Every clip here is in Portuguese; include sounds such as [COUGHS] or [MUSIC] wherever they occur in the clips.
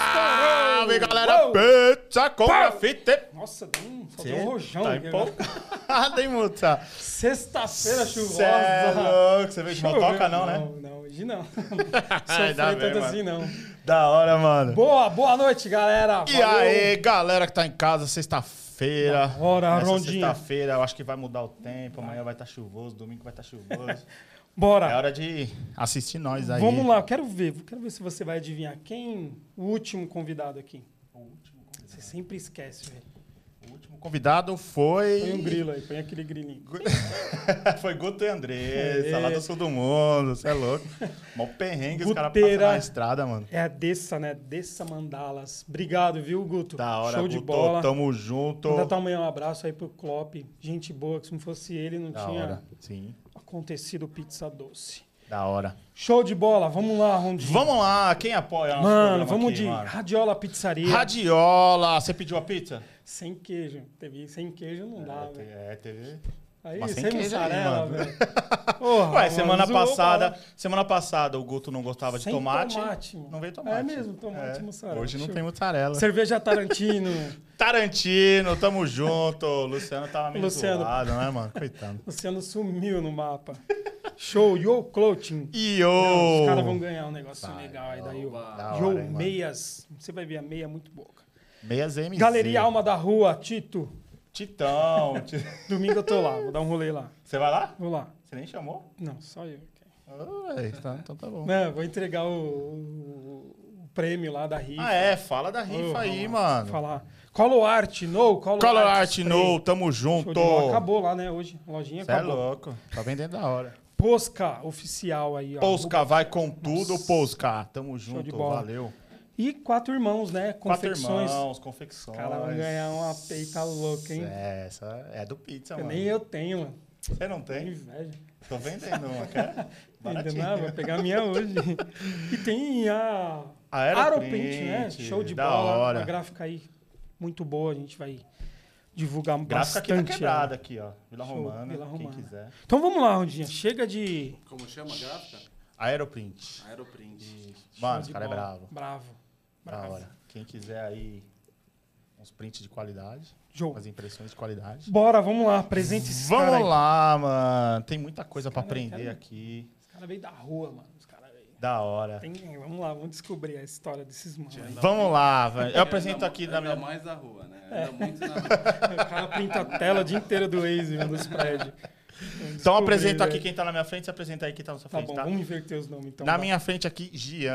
Salve, galera! Pizza com grafite! Nossa, deu um, só Cê deu um rojão. Tá aqui [LAUGHS] agora. empolgado, hein, Muta? Sexta-feira chuvosa. Cê é louco, você veio de Deixa eu motoca, ver. não, né? Não, não, hoje [LAUGHS] não. Ai, Sofri dá bem, tanto mano. assim, não. Da hora, mano. Boa, boa noite, galera. E Valeu. aí, galera que tá em casa, sexta-feira. Da hora, Nessa rondinha. Sexta-feira, eu acho que vai mudar o tempo. Amanhã vai estar chuvoso, domingo vai estar chuvoso. Bora. É hora de assistir nós aí. Tá. Vamos lá, eu quero ver. eu Quero ver se você vai adivinhar quem o último convidado aqui. O último, convidado- Você sempre esquece, velho. o último convidado foi. Põe um grilo aí, põe aquele grilinho. [LAUGHS] Foi Guto e Andressa, É. lá do sul do mundo, você é louco. Mó perrengue, os caras passam Guteira. na estrada, mano. É a Dessa, né? Dessa Mandalas. Obrigado, viu, Guto? Da hora, Show Guto, de bola. tamo junto. Manda tua mãe um abraço aí pro Klopp. Gente boa, que se não fosse ele, não Da tinha hora, sim, acontecido pizza doce. da hora. Show de bola, vamos lá, Rondinho. Vamos lá, quem apoia nosso Mano, programa vamos aqui, de mano? Radiola Pizzaria. Radiola, você pediu a pizza? Sem queijo. Teve sem queijo não dá, né? é, velho. é, teve... Aí, mas sem sem queijo aí, mussarela, mano. [LAUGHS] velho. Porra, Ué, mano, semana Ah, zoou, passada, mano. semana passada o Guto não gostava de Sem tomate. tomate, mano. Não veio tomate. É mesmo, tomate e mussarela. Hoje não Show. tem mussarela. Cerveja Tarantino. [LAUGHS] Tarantino, tamo junto. [LAUGHS] O Luciano tava meio Luciano. zoado, né, mano? Coitado. Luciano sumiu no mapa. Show, Yo Clothing. E Os o... caras vão ganhar um negócio legal aí da Yo. Da hora, Yo hein, mano. Meias. Você vai ver a meia muito boa. cara. Meias MC. Galeria Alma da Rua, Tito. Titão. ti- Domingo eu tô lá, vou dar um rolê lá. Você vai lá? Vou lá. Você nem chamou? Não, só eu. Ai, tá, então tá bom. Não, vou entregar o, o- o prêmio lá da rifa. Ah, é. Fala da rifa Ô, aí, vamos mano. Falar. Colo Art, no, Colo, Color Art Art. No, tamo junto. Show de bola. Acabou lá, né, hoje. A lojinha Cê é acabou. louco. Tá vendendo da hora. Posca, oficial aí, ó. Posca vai com tudo, Posca. Tamo de junto, bola. valeu. E quatro irmãos, né, Quatro confecções. irmãos, confecções. Cara, vão ganhar uma peita louca, hein? É, essa é do pizza, Eu mano. nem eu tenho, mano. Você não Que tem? Inveja. Tô vendendo uma, [LAUGHS] cara. Ainda Baratinho. não, vou pegar a minha hoje. e tem a Aeroprint, Aeroprint, né? Show de da bola. hora. Uma gráfica aí muito boa, a gente vai divulgar Gráfico aqui na bastante. é. quebrada, aqui, ó. Vila Show, Romana, Vila quem Romana. quiser. ela. Então vamos lá, Rondinha. Chega de. Como chama a gráfica? Aeroprint. Aeroprint. Mano, show de esse cara é bola. bravo. Bravo. Da Bravo. hora. Quem quiser aí uns prints de qualidade, Show. umas impressões de qualidade. Bora, vamos lá. Apresente esses caras aí. Vamos lá, mano. Tem muita coisa pra cara aí, aprender cara. aqui. Os caras veio da rua, mano. Os caras veio. Da hora. Tem- Vamos lá, vamos descobrir a história desses manos. aí. Vamos lá, velho. Eu apresento Anda- aqui da minha. anda É, É. mais na rua, né? Anda [LAUGHS] muito na rua. O cara pinta a tela o dia inteiro do Waze, mano, dos prédios. Vamos Então eu descobrir, apresento aqui velho. quem tá na minha frente, você apresenta aí quem tá na sua né? Tá frente, bom, tá? vamos inverter os nomes então. Na vai. minha frente aqui,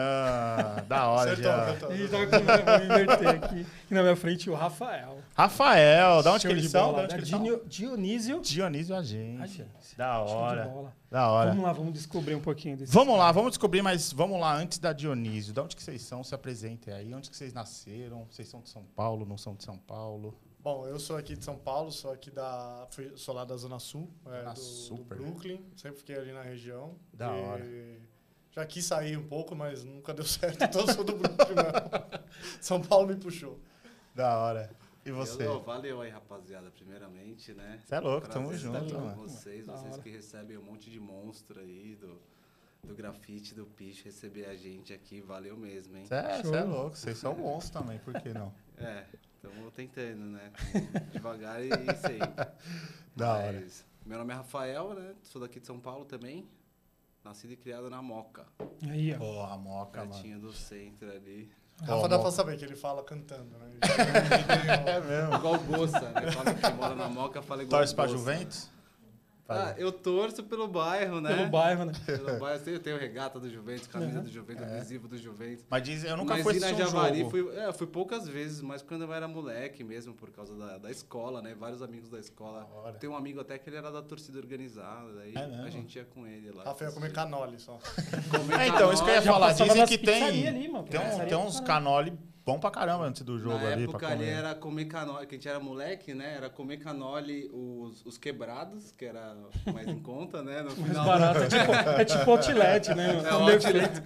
Gian. Da hora, Gian. A gente tava com vamos inverter aqui. E na minha frente o Rafael. Rafael, da onde Show que eles de são? bola. Da onde Da que eles são? Dinio- Dionísio. Dionísio Agência. Agência. Da Show é de hora. bola. Da hora. Vamos lá, vamos descobrir um pouquinho desse. Vamos lá, vamos descobrir, mas vamos lá, antes da Dionísio, de onde que vocês são? Se apresentem aí, onde que vocês nasceram? Vocês são de São Paulo, não são de São Paulo? Bom, eu sou aqui de São Paulo, sou aqui da. fui- sou lá da Zona Sul, é, Zona do, Sul, do perdão. Brooklyn. Sempre fiquei ali na região. Ah, Da hora. Já quis sair um pouco, mas nunca deu [LAUGHS] certo, então eu sou do Brooklyn mesmo. [LAUGHS] São Paulo me puxou. Da hora. E você? Eu- valeu aí, rapaziada, primeiramente, né? Você é louco, tamo Prazer tá estar junto, aqui mano. com vocês, Da vocês hora. que recebem um monte de monstro aí do, do grafite, do picho, receber a gente aqui, valeu mesmo, hein? Você é, Show. cê é louco, vocês são bons também, por que [LAUGHS] não? É, estamos tentando, [LAUGHS] né? Tamo Devagar e e sempre. Da hora. Mas, Meu nome é Rafael, né? Sou daqui de São Paulo também. Nascido e criado na Moca, Aí, ó. Pô, a moca, mano. pertinho do centro ali. Rafa Ó, dá mo- pra saber que ele fala [LAUGHS] cantando, né? É mesmo. Igual o Gossa, né? Fala que mora na Moca, fala igual Torce o pra Gossa. Juventus? Ah, eu torço pelo bairro, né? Pelo bairro, né? Pelo bairro. Eu tenho- Eu tenho regata do Juventus, camisa do Juventus, adesivo do Juventus. Mas diz, É. eu nunca mas fui ir na assistir um Javari jogo. fui, é, fui poucas vezes, mas quando eu era moleque mesmo, por causa da, da escola, né? Vários amigos da escola. hora. Tem um amigo até que ele era da torcida organizada, daí É a mesmo? gente ia com ele lá. Rafa ia comer canole só. Comer É, então, isso que eu ia canole. falar. passava Dizem nas que tem, pizzarias ali, mano, tem, um- pizzaria tem pra uns caralho. canoli bom pra caramba antes do jogo Na ali época pra ali comer. era comer canole, que a gente era moleque, né? Era comer canole os, os quebrados, que era mais em conta, né? No Mais final. barato. É tipo, é tipo outlet, né? [LAUGHS] mano? É outlet.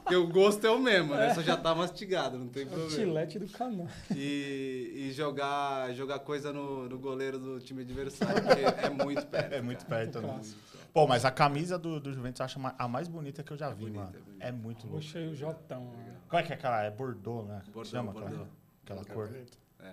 Porque o gosto é o mesmo, né? Só já tá mastigado, não É tem problema. Outlet do canal. E, e jogar, jogar coisa no, no goleiro do time adversário, porque é muito [LAUGHS] perto. É muito cara. perto, né? Muito perto. Pô, mas a camisa do, do Juventus eu acho ma- a mais bonita que eu já vi, bonita, mano. é É, bonita. muito louco. Puxa aí o Jotão. né? Qual é que é aquela? É Bordeaux, né? Bordeaux, Chama aquela- Bordeaux. Aquela, Aquela cor. Bonito. É.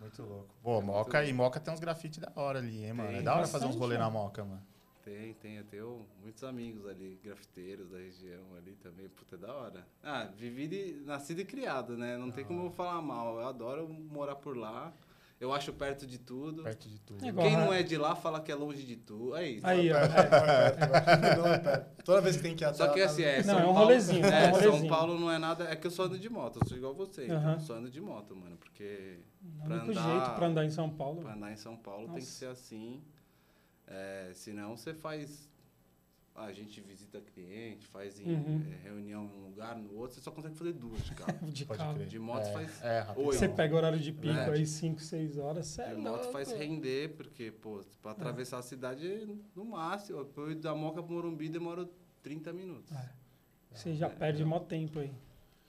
Muito louco. Pô, Moca e Moca tem uns grafites da hora ali, hein, mano? Tem né? é da hora fazer uns bastante, rolê na mano. Moca, mano. Tem, tem. Eu tenho muitos amigos ali, grafiteiros da região ali também. Puta, é da hora. Ah, vivi de, nascido e criado, né? Não tem como Ah. eu falar mal. Eu adoro morar por lá. Eu acho perto de tudo. Perto de tudo. É igual, Quem né? não é de lá fala que é longe de tudo. Aí, Aí, ó. Perto, não é perto, não é perto. Toda vez que tem que ir tá Só que assim, é. Não, São é um Paulo- rolezinho, é um É, São rolezinho. Paulo não é nada. É que eu só ando de moto, eu sou igual vocês. Aham. Eu só ando de moto, mano. Porque Não Pra é o único andar- jeito pra andar em São Paulo. pra andar em São Paulo tem que Nossa. ser assim. É, senão você faz. A gente visita cliente, faz em, Uhum. eh, reunião em um lugar, no outro, você só consegue fazer duas de [LAUGHS] carro. De Pode carro. crer. De moto é, faz É, rapidão. oito. Você pega o horário de pico Verdade. aí, 5, 6 horas, De sério. moto faz render, porque, pô, É. pra atravessar a cidade no máximo. Eu ir da Moca pro Morumbi demora 30 minutos. É. Você já perde mó tempo aí.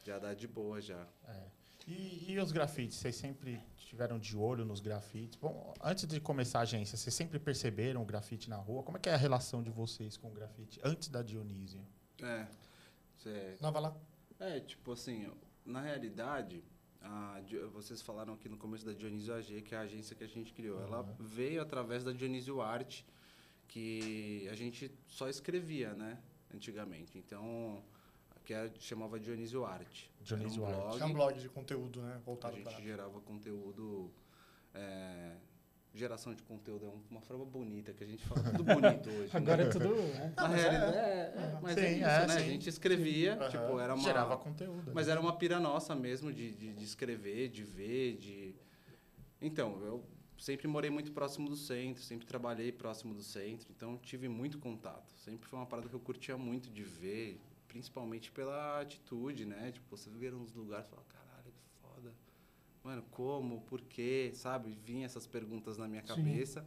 Já dá de boa já. É. E, e os grafites? Vocês sempre tiveram de olho nos grafites? Bom, antes de começar a agência, vocês sempre perceberam o grafite na rua? Como é que é a relação de vocês com o grafite antes da Dionísio? É. Você Nova lá. É, tipo assim, na realidade, a Di- vocês falaram aqui no começo da Dionísio AG, que é a agência que a gente criou. Ela veio através da Dionísio Arte, que a gente só escrevia, né, antigamente. Então, que era, chamava Dionísio Arte. Era Dionísio Arte. É um blog de conteúdo, né? Voltado a gente pra... gerava conteúdo. é, geração de conteúdo é um- uma forma bonita, que a gente fala tudo bonito hoje. né? Agora é tudo. né? Na realidade, é, é, mas é Sim, isso, é, né? A sim. gente escrevia, Aham. tipo, era uma. Gerava conteúdo. Mas né? era uma pira nossa mesmo de, de, de escrever, de ver, de. Então, eu sempre morei muito próximo do centro, sempre trabalhei próximo do centro, então tive muito contato. Sempre foi uma parada que eu curtia muito de ver, principalmente pela atitude, né? Tipo, você vê nos lugares e fala, caralho, que foda. Mano, como, por quê, sabe? Vinha essas perguntas na minha Sim. cabeça.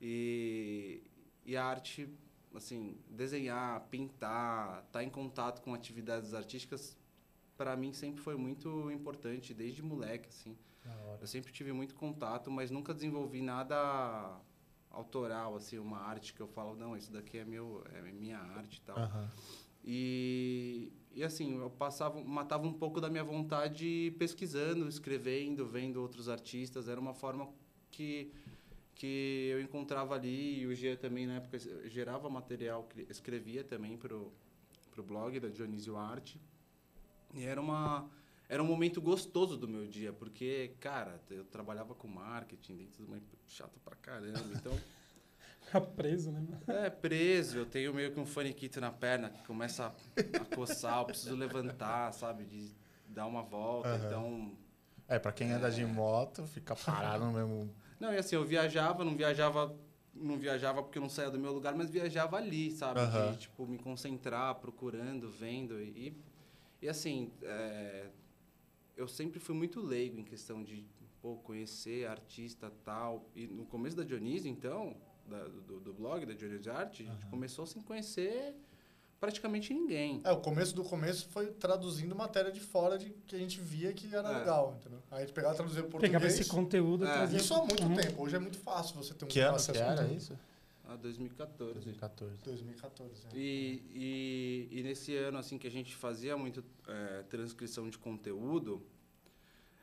E, e a arte, assim, desenhar, pintar, estar em contato com atividades artísticas, para mim sempre foi muito importante, desde moleque, assim. Da hora. Eu sempre tive muito contato, mas nunca desenvolvi nada autoral, assim, uma arte que eu falo, não, isso daqui é, meu, é minha arte e tal. Aham. E, e assim, eu passava, matava um pouco da minha vontade pesquisando, escrevendo, vendo outros artistas. Era uma forma que, que eu encontrava ali. E o Gia também, na época, es- gerava material, cri- escrevia também para o blog da Dionísio Arte. E era uma. Era um momento gostoso do meu dia, porque, cara, eu trabalhava com marketing dentro de uma empresa chato pra caramba. Então, Fica preso, né? mano? é, preso, eu tenho meio que um faniquito na perna que começa a, a coçar, eu preciso levantar, sabe? De dar uma volta. Aham. Então. É, pra quem anda de moto, fica parado no mesmo. Não, e assim, eu viajava, não viajava, não viajava porque eu não saía do meu lugar, mas viajava ali, sabe? Aham. De tipo, me concentrar, procurando, vendo. E, e assim, é, eu sempre fui muito leigo em questão de pô, conhecer artista tal. E no começo da Dionísio, então, da- do, do blog da Dionísio Arte, a gente começou sem conhecer praticamente ninguém. É, o começo do começo foi traduzindo matéria de fora de que a gente via que era É. legal, entendeu? Aí a gente pegava e traduzia para português. Pegava esse conteúdo É. trazia. Isso há muito Uhum. tempo. Hoje é muito fácil você ter um Que ano acesso que a era é tudo. isso? Ah, 2014. 2014. 2014. é. E, e, e nesse ano, assim, que a gente fazia muito eh, transcrição de conteúdo,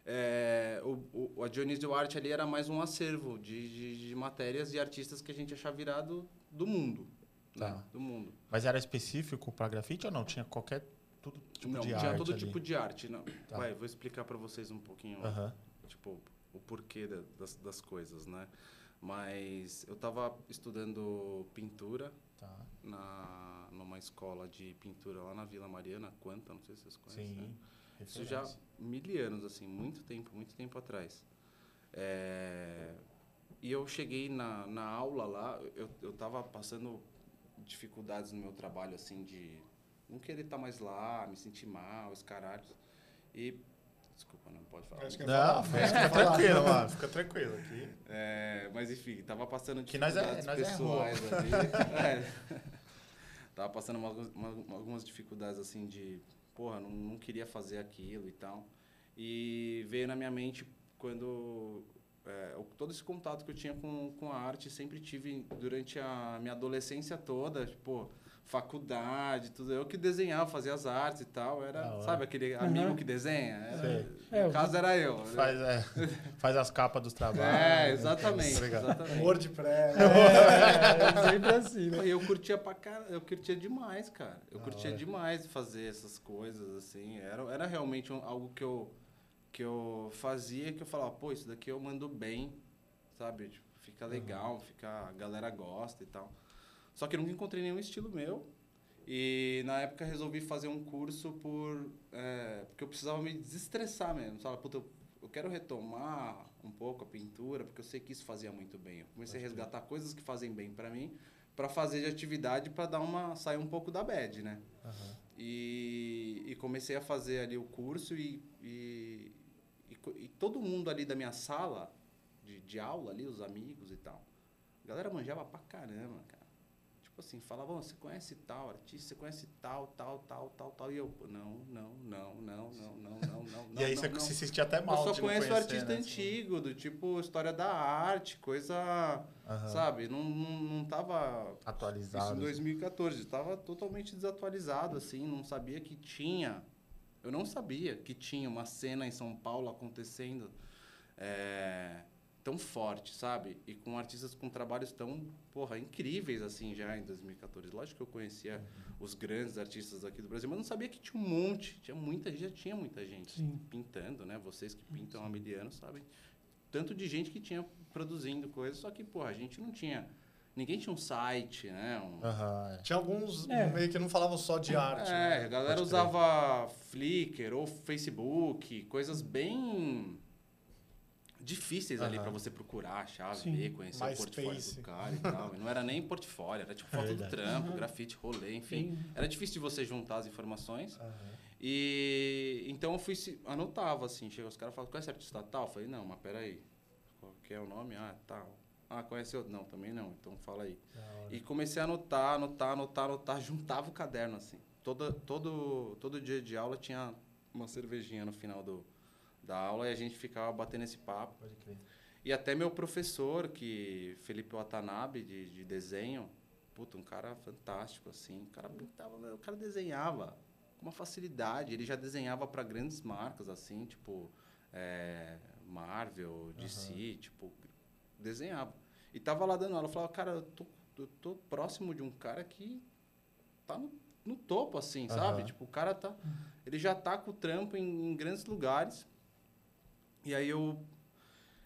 eh, o, o, a Dionísio Arte ali era mais um acervo de, de, de matérias e artistas que a gente achava virado do mundo. né? Tá. Do mundo. Mas era específico pra grafite ou não? Tinha qualquer tudo tipo não, de tinha arte? todo ali? tipo de arte. Não. Tá. Vai, vou explicar para vocês um pouquinho Aham. tipo o porquê da- das, das coisas, né? Mas eu estava estudando pintura Tá. na, numa escola de pintura lá na Vila Mariana, Quanta, não sei se vocês conhecem. né? Sim. Isso já referência. mil anos, assim, muito tempo, muito tempo atrás. É, E eu cheguei na, na aula lá, eu, eu tava passando dificuldades no meu trabalho, assim, de não querer estar mais lá, me sentir mal, os caralhos. E. Desculpa, não pode falar. É isso que eu ia Não, falar. É isso que fica eu ia falar. tranquilo, mano. Fica tranquilo aqui. É, mas enfim, tava passando Que nós é- dificuldades nós é [LAUGHS] pessoais ali. É. Tava passando uma- uma- algumas dificuldades assim de, porra, não, não queria fazer aquilo e tal. E veio na minha mente quando é, o- todo esse contato que eu tinha com, com a arte sempre tive durante a minha adolescência toda, tipo, faculdade, tudo. Eu que desenhava, fazia as artes e tal. Era, Da hora. sabe aquele Aham. amigo que desenha? Era, Sei. É, no eu- caso era eu. né? Faz, né? é, [LAUGHS] faz as capas dos trabalhos. É, exatamente. Obrigado. exatamente. WordPress. né? É, é sempre assim, né? E Eu curtia pra cara, eu curtia demais, cara. Eu Da curtia hora. demais fazer essas coisas, assim. Era, era realmente um- algo que eu, que eu fazia, que eu falava, pô, isso daqui eu mando bem, sabe? Tipo, fica legal, fica, a galera gosta e tal. Só que eu nunca encontrei nenhum estilo meu. E na época resolvi fazer um curso por. é, porque eu precisava me desestressar mesmo. Sabe? Puta, eu, eu quero retomar um pouco a pintura, porque eu sei que isso fazia muito bem. Eu comecei a resgatar coisas que fazem bem pra mim, pra fazer de atividade, pra dar uma. sair um pouco da bad, né? Aham. E, e comecei a fazer ali o curso e, e, e, co- e todo mundo ali da minha sala de, de aula ali, os amigos e tal, a galera manjava pra caramba, cara. Tipo assim, falava, "Ô, você conhece tal artista, você conhece tal, tal, tal, tal, tal. E eu, "Pô, não, não, não, não, não, não, não, não. E aí não, você não. se sentia até Eu mal. só de não conheço conhecer, artista né? antigo, do tipo história da arte, coisa, assim? Aham. sabe? Não, não, não tava isso em Atualizado. 2014. Estava totalmente desatualizado, assim, não sabia que tinha. Eu não sabia que tinha uma cena em São Paulo acontecendo é, tão forte, sabe? E com artistas com trabalhos tão, porra, incríveis, assim, já em 2014. Lógico que eu conhecia os grandes artistas aqui do Brasil, mas não sabia que tinha um monte. Tinha muita, já tinha muita gente Sim. pintando, né? Vocês que pintam há mil anos sabem. Tanto de gente que tinha produzindo coisas, só que, porra, a gente não tinha. Ninguém tinha um site, né? Um- Aham, é. Tinha alguns É. meio que não falavam só de arte. é, né? a Pode galera crer. usava Flickr ou Facebook, coisas bem difíceis ali Aham. pra você procurar, achar, Sim. ver, conhecer o portfólio MySpace. do cara e tal. E não era nem portfólio, era tipo É foto do verdade. trampo, grafite, rolê, enfim. Sim. Era difícil de você juntar as informações. Aham. E então eu fui se- anotava assim, chega os caras e falam, conhece artista tal? Eu falei, não, mas peraí. Qual que é o nome? Ah, tal. Ah, conhece outro? Não, também não. Então fala aí. Da hora. E comecei a anotar, anotar, anotar, anotar, [LAUGHS] juntava o caderno assim. Toda, todo, todo dia de aula tinha uma cervejinha no final do, da aula e a gente ficava batendo esse papo. Pode crer. E até meu professor, que Felipe Watanabe, de, de desenho, puta, um cara fantástico, assim. O cara pintava, meu, o cara desenhava com uma facilidade. Ele já desenhava para grandes marcas, assim, tipo é, Marvel, DC, tipo, desenhava. E tava lá dando aula, eu falava, cara, eu tô, eu tô próximo de um cara que tá no, no topo, assim, Aham. sabe? Tipo, o cara tá. Ele já tá com o trampo em, em grandes lugares. E aí eu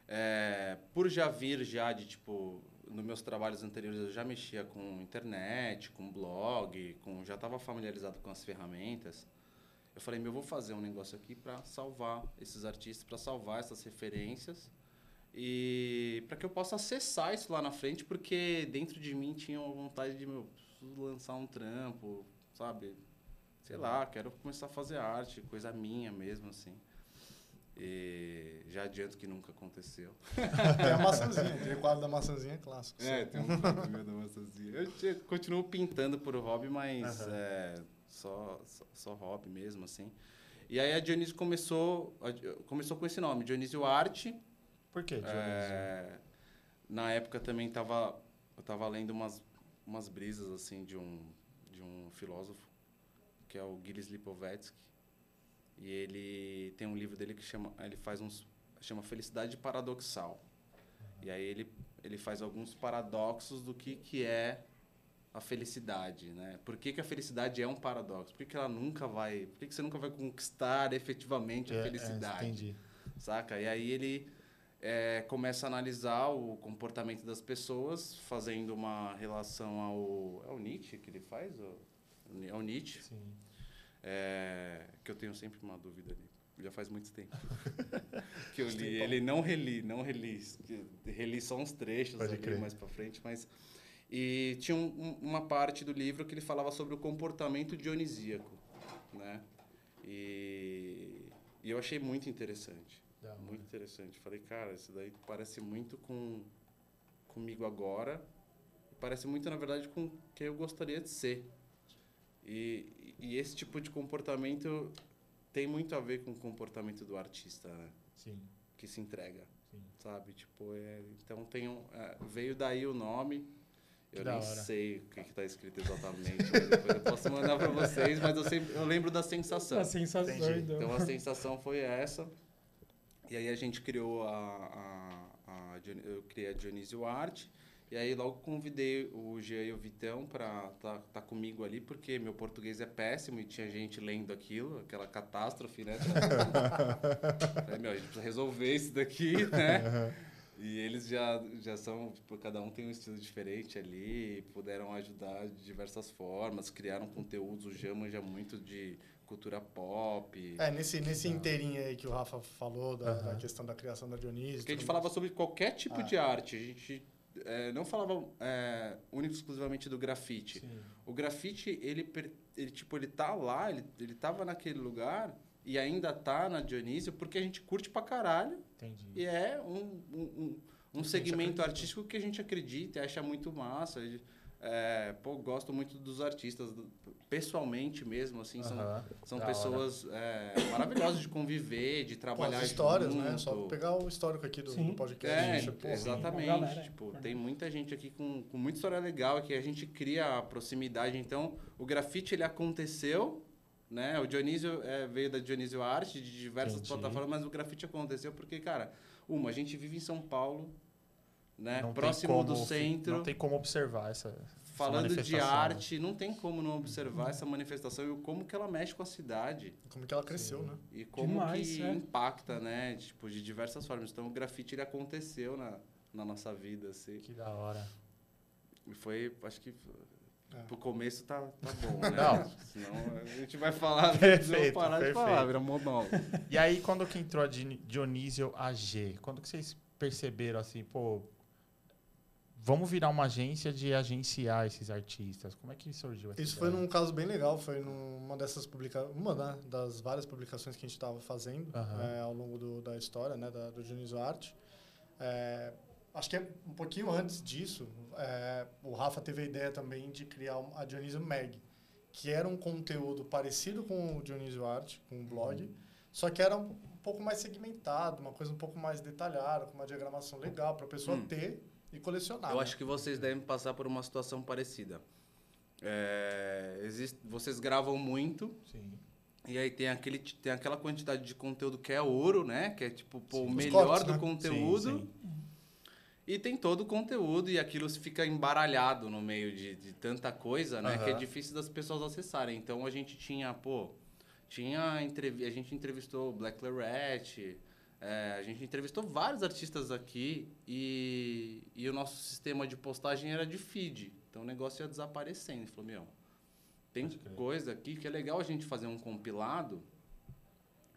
é, por já vir já de tipo nos meus trabalhos anteriores eu já mexia com internet, com blog, com já estava familiarizado com as ferramentas. Eu falei, meu, eu vou fazer um negócio aqui para salvar esses artistas, para salvar essas referências e para que eu possa acessar isso lá na frente, porque dentro de mim tinha uma vontade de meu, preciso lançar um trampo, sabe? Sei lá, quero começar a fazer arte, coisa minha mesmo assim. E já adianto que nunca aconteceu. Tem a maçãzinha, tem o quadro da maçãzinha é [LAUGHS] clássico. É, tem um quadro meu da maçãzinha. assim, Eu te- continuo pintando por hobby, mas Aham. é, só, só, só hobby mesmo, assim. E aí a Dionísio começou, a Di- começou com esse nome, Dionísio Arte. Por quê, Dionísio? É, na época também tava, eu tava lendo umas, umas brisas, assim, de um, de um filósofo, que é o Gilles Lipovetsky. E ele tem um livro dele que chama, ele faz uns, chama Felicidade Paradoxal. E aí ele, ele faz alguns paradoxos do que, que é a felicidade, né? Por que, que a felicidade é um paradoxo? Por que, que ela nunca vai... Por que, que você nunca vai conquistar efetivamente É, a é, felicidade? entendi. saca? E aí ele eh, começa a analisar o comportamento das pessoas, fazendo uma relação ao. É o Nietzsche que ele faz? ô? É o Nietzsche. Sim. É, que eu tenho sempre uma dúvida ali. Já faz [LAUGHS] muito tempo que um eu li. Ele não reli, não reli. Reli só uns trechos Pode ali crer. mais pra frente, mas... E tinha um- um- uma parte do livro que ele falava sobre o comportamento dionisíaco, né? E, e eu achei muito interessante. Da hora. É Muito interessante. Falei, cara, isso daí parece muito com comigo agora. e Parece muito, na verdade, com quem eu gostaria de ser. E, e esse tipo de comportamento tem muito a ver com o comportamento do artista, né? Sim. que se entrega, Sim. sabe? Tipo, é, então tem um, é, veio daí o nome. Que Eu da nem hora. sei o que está escrito exatamente. mas depois eu posso mandar para vocês, mas eu, sempre, eu lembro da sensação. A sensação. Entendi. então. Então a sensação foi essa. E aí a gente criou a. a, a Dion- eu criei a Dionísio Arte. E aí logo convidei o Jean e o Vitão para estar tá, tá comigo ali, porque meu português é péssimo e tinha gente lendo aquilo, aquela catástrofe, né? Falei, meu, a gente precisa resolver isso daqui, né? E eles já, já são, tipo, cada um tem um estilo diferente ali, puderam ajudar de diversas formas, criaram conteúdos, o Jean manja muito de cultura pop. É, nesse, nesse inteirinho aí que o Rafa falou, da, da questão da criação da Dionísio. Porque a gente tudo falava sobre qualquer Ah. tipo de arte. A gente eh, não falava eh, único e exclusivamente do grafite. Sim. O grafite, ele, per- ele, tipo, ele tá lá, ele, ele tava naquele lugar e ainda tá na Dionísio porque a gente curte pra caralho Entendi. e é um, um, um- um segmento artístico que a gente acredita e acha muito massa. E, eh, pô, gosto muito dos artistas, do- pessoalmente mesmo, assim, são, Aham, são da hora. pessoas eh, maravilhosas de conviver, de Pô, trabalhar as histórias, junto. né? Só pegar o histórico aqui do, Sim. do podcast. É, gente, pô, exatamente. uma galera, tipo, é. tem muita gente aqui com, com muita história legal, que a gente cria a proximidade. Então, o grafite ele aconteceu, né? O Dionísio é, veio da Dionísio Arte, de diversas Entendi. plataformas, mas o grafite aconteceu porque, cara, uma, a gente vive em São Paulo, né? Não tem Próximo do como- centro Não tem como observar essa. falando de manifestação, né? arte, não tem como não observar essa manifestação e como que ela mexe com a cidade Como que ela cresceu, né? e como Demais, que é. impacta, né? Tipo, de diversas formas. Então, o grafite ele aconteceu na, na nossa vida, assim. Que da hora. E foi, acho que f- É. pro começo tá, tá bom, [LAUGHS] né? Não. Senão a gente vai [LAUGHS] falar, Perfeito, vamos parar perfeito. de falar, vira monólogo. E aí, quando que entrou a Dini- Dionísio AG? Quando que vocês perceberam assim, pô, vamos virar uma agência de agenciar esses artistas? Como é que surgiu essa Isso foi ideia? num caso bem legal, foi numa dessas publicações, uma né, das várias publicações que a gente estava fazendo Aham. é, ao longo do- da história, né, da, do Dionísio Arte. É, acho que é um pouquinho antes disso, é, o Rafa teve a ideia também de criar um- a Dionísio Mag, que era um conteúdo parecido com o Dionísio Arte, com o blog, só que era um pouco mais segmentado, uma coisa um pouco mais detalhada, com uma diagramação legal para a pessoa Hum. ter e colecionar. Eu né? acho que vocês devem passar por uma situação parecida. É, existe, vocês gravam muito, Sim. E aí tem, aquele, tem aquela quantidade de conteúdo que é ouro, né? Que é tipo, pô, o Os melhor cortes, do né? conteúdo. Sim, sim. E tem todo o conteúdo e aquilo fica embaralhado no meio de, de tanta coisa, né? Aham. Que é difícil das pessoas acessarem. Então a gente tinha, pô, tinha entrevi a gente entrevistou o Black Lorette, é, a gente entrevistou vários artistas aqui e, e o nosso sistema de postagem era de feed. Então o negócio ia desaparecendo. Ele falou, meu, tem Pode crer. coisa aqui que é legal a gente fazer um compilado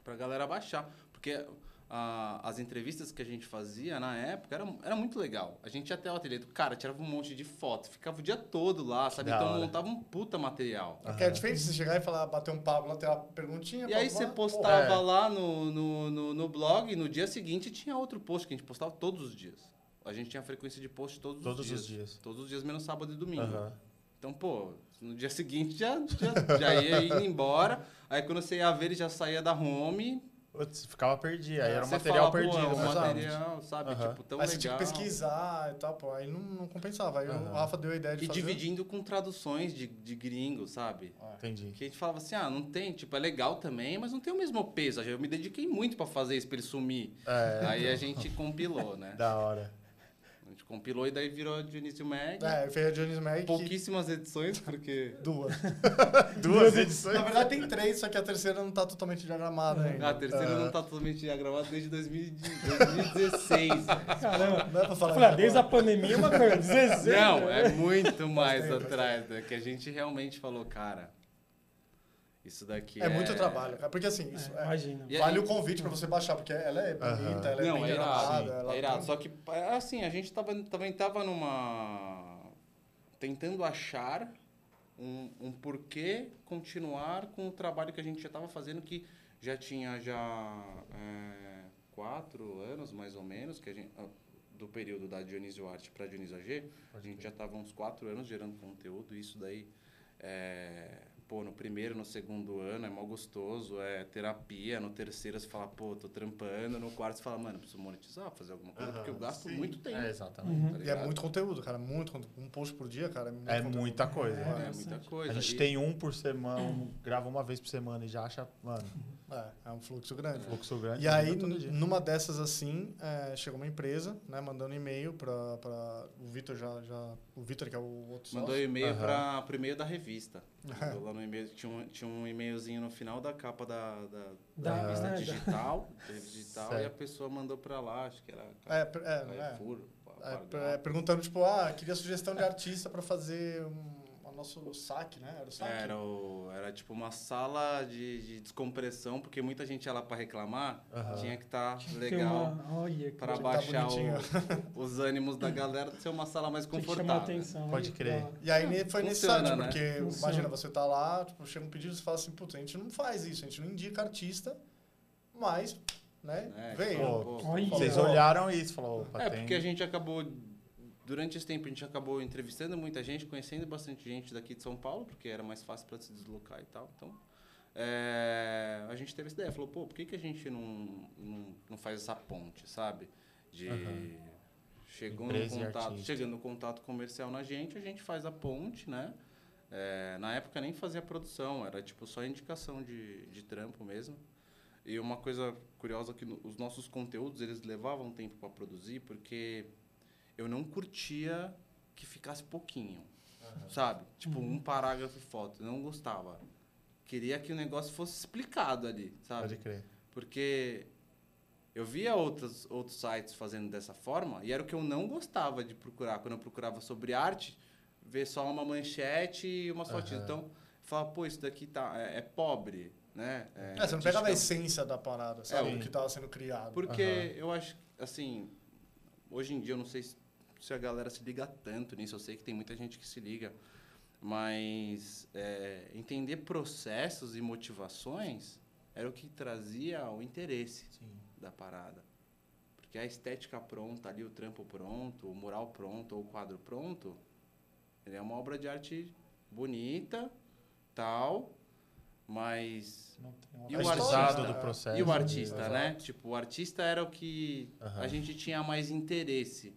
pra galera baixar. Porque ah, as entrevistas que a gente fazia na época era, era muito legal. A gente ia até o ateliê do cara, tirava um monte de foto, ficava o dia todo lá, sabe? Da então hora. montava um puta material. Porque é diferente você chegar e falar, bater um papo lá, ter uma perguntinha. E aí pá, você pá, postava é. lá no, no, no, no blog e no dia seguinte tinha outro post que a gente postava todos os dias. A gente tinha frequência de post todos, Todos os os dias. dias. Todos os dias, menos sábado e domingo. Aham. Então, pô, no dia seguinte já, já, já ia indo embora. Aí quando você ia ver, ele já saía da home. Putz, ficava perdido. Aí era um Você material fala, pô, é perdido. um né? material, sabe? Aham. Tipo, tão Aí legal. você tinha que pesquisar e tal, pô. Aí não, não compensava. Aí Aham. o Rafa deu a ideia de E fazer. dividindo com traduções de, de gringo, sabe? Entendi. Que a gente falava assim, ah, não tem, tipo, é legal também, mas não tem o mesmo peso. Eu me dediquei muito pra fazer isso, pra ele sumir. É, Aí a gente compilou, né? da hora. A gente compilou e daí virou Dionísio Mag. É, fez a Jones Um Mag. que- Pouquíssimas edições, porque... [LAUGHS] Duas. [LAUGHS] Duas edições. Na verdade tem três, só que a terceira não tá totalmente diagramada ainda. A terceira É. não tá totalmente diagramada desde 2000 2016. velho. Caramba. Não é pra falar. Falei, ah, agora. desde a pandemia é uma coisa. 16, Não, né? é muito mais tempo, atrás. né? Que a gente realmente falou, cara, isso daqui é... É muito trabalho, cara. Porque assim, isso é- Imagina. E vale aí- o convite pra você baixar, porque ela é bonita, Aham. ela é Não, bem é irado. diagramada. ela é irado. tem- Só que, assim, a gente tava, também tava numa... Tentando achar um, um porquê continuar com o trabalho que a gente já estava fazendo, que já tinha já é, quatro anos, mais ou menos, que a gente, ah, do período da Dionísio Arte para Dionísio AG, a gente já estava uns quatro anos gerando conteúdo, e isso daí é, pô, no primeiro, no segundo ano é mó gostoso, é terapia. No terceiro você fala, pô, tô trampando. No quarto você fala, mano, preciso monetizar, fazer alguma coisa, Aham, porque eu gasto sim. muito tempo. É, exatamente. Uhum. tá E é ligado? muito conteúdo, cara. Muito conteúdo. Um post por dia, cara. É, muito É conteúdo. muita coisa. É, né? muita Bastante. coisa. A gente E- tem um por semana, um- grava uma vez por semana e já acha, mano, É, é um fluxo grande. fluxo grande. E aí, É, todo dia. numa dessas assim, é, chegou uma empresa, né, mandando e-mail para o Vitor já, já o Vitor que é o outro Mandou sócio. e-mail Aham. para pro e-mail da revista. Mandou lá no e-mail, tinha um, tinha um e-mailzinho no final da capa da, da, da Da- revista da- digital. da revista digital e [LAUGHS] a Certo. pessoa mandou para lá, acho que era É, per- é, é. Carrefour, pa- É, per- Pardal. é, perguntando tipo, ah, queria sugestão de artista para fazer um, o nosso saque, né? Era o saque. É, Era, um o- era tipo uma sala de, de descompressão, porque muita gente ia lá para reclamar, Aham. tinha que estar Tinha que ter legal uma- Olha, para tá baixar o- bonitinho. [LAUGHS] os ânimos da galera, ser uma sala mais Tinha que chamar a confortável. atenção. Pode Olha, crer. da- E aí ne- foi Funciona, necessário, né? porque Funciona. imagina, você tá lá, tipo, chega um pedido e você fala assim, putz, a gente não faz isso, a gente não indica artista, mas, né, né? veio. Pô, Olha. Vocês Ó. olharam isso e falaram, opa, É, tem... porque a gente acabou, durante esse tempo, a gente acabou entrevistando muita gente, conhecendo bastante gente daqui de São Paulo, porque era mais fácil para se deslocar e tal. Então, é, a gente teve essa ideia, falou, pô, por que, que a gente não, não, não faz essa ponte, sabe? De. Aham. Chegou no Empresa e contato, artista. chegando no contato comercial na gente, a gente faz a ponte, né? É, na época nem fazia produção, era tipo só indicação de, de trampo mesmo. E uma coisa curiosa é que no- os nossos conteúdos eles levavam tempo para produzir porque eu não curtia que ficasse pouquinho, sabe? Tipo um parágrafo e foto, eu não gostava. Queria que o negócio fosse explicado ali, sabe? Pode crer. Porque eu via outros, outros sites fazendo dessa forma e era o que eu não gostava de procurar. Quando eu procurava sobre arte, ver só uma manchete e umas Aham. fotinhas. Então, eu falava, pô, isso daqui tá, é, é pobre, né? É, você não pegava a artística- essência da parada, É, sabe? o- um o que tava sendo criado. Porque Aham. eu acho, que, assim, hoje em dia eu não sei se, se a galera se liga tanto nisso, eu sei que tem muita gente que se liga, mas é, entender processos e motivações era o que trazia o interesse Sim. da parada. Porque a estética pronta ali, o trampo pronto, o mural pronto, ou o quadro pronto, ele é uma obra de arte bonita, tal, mas Não tem um E o né? aprendizado artista? do processo. e o artista, Exato. Ah. né? Tipo, o artista era o que Aham. a gente tinha mais interesse.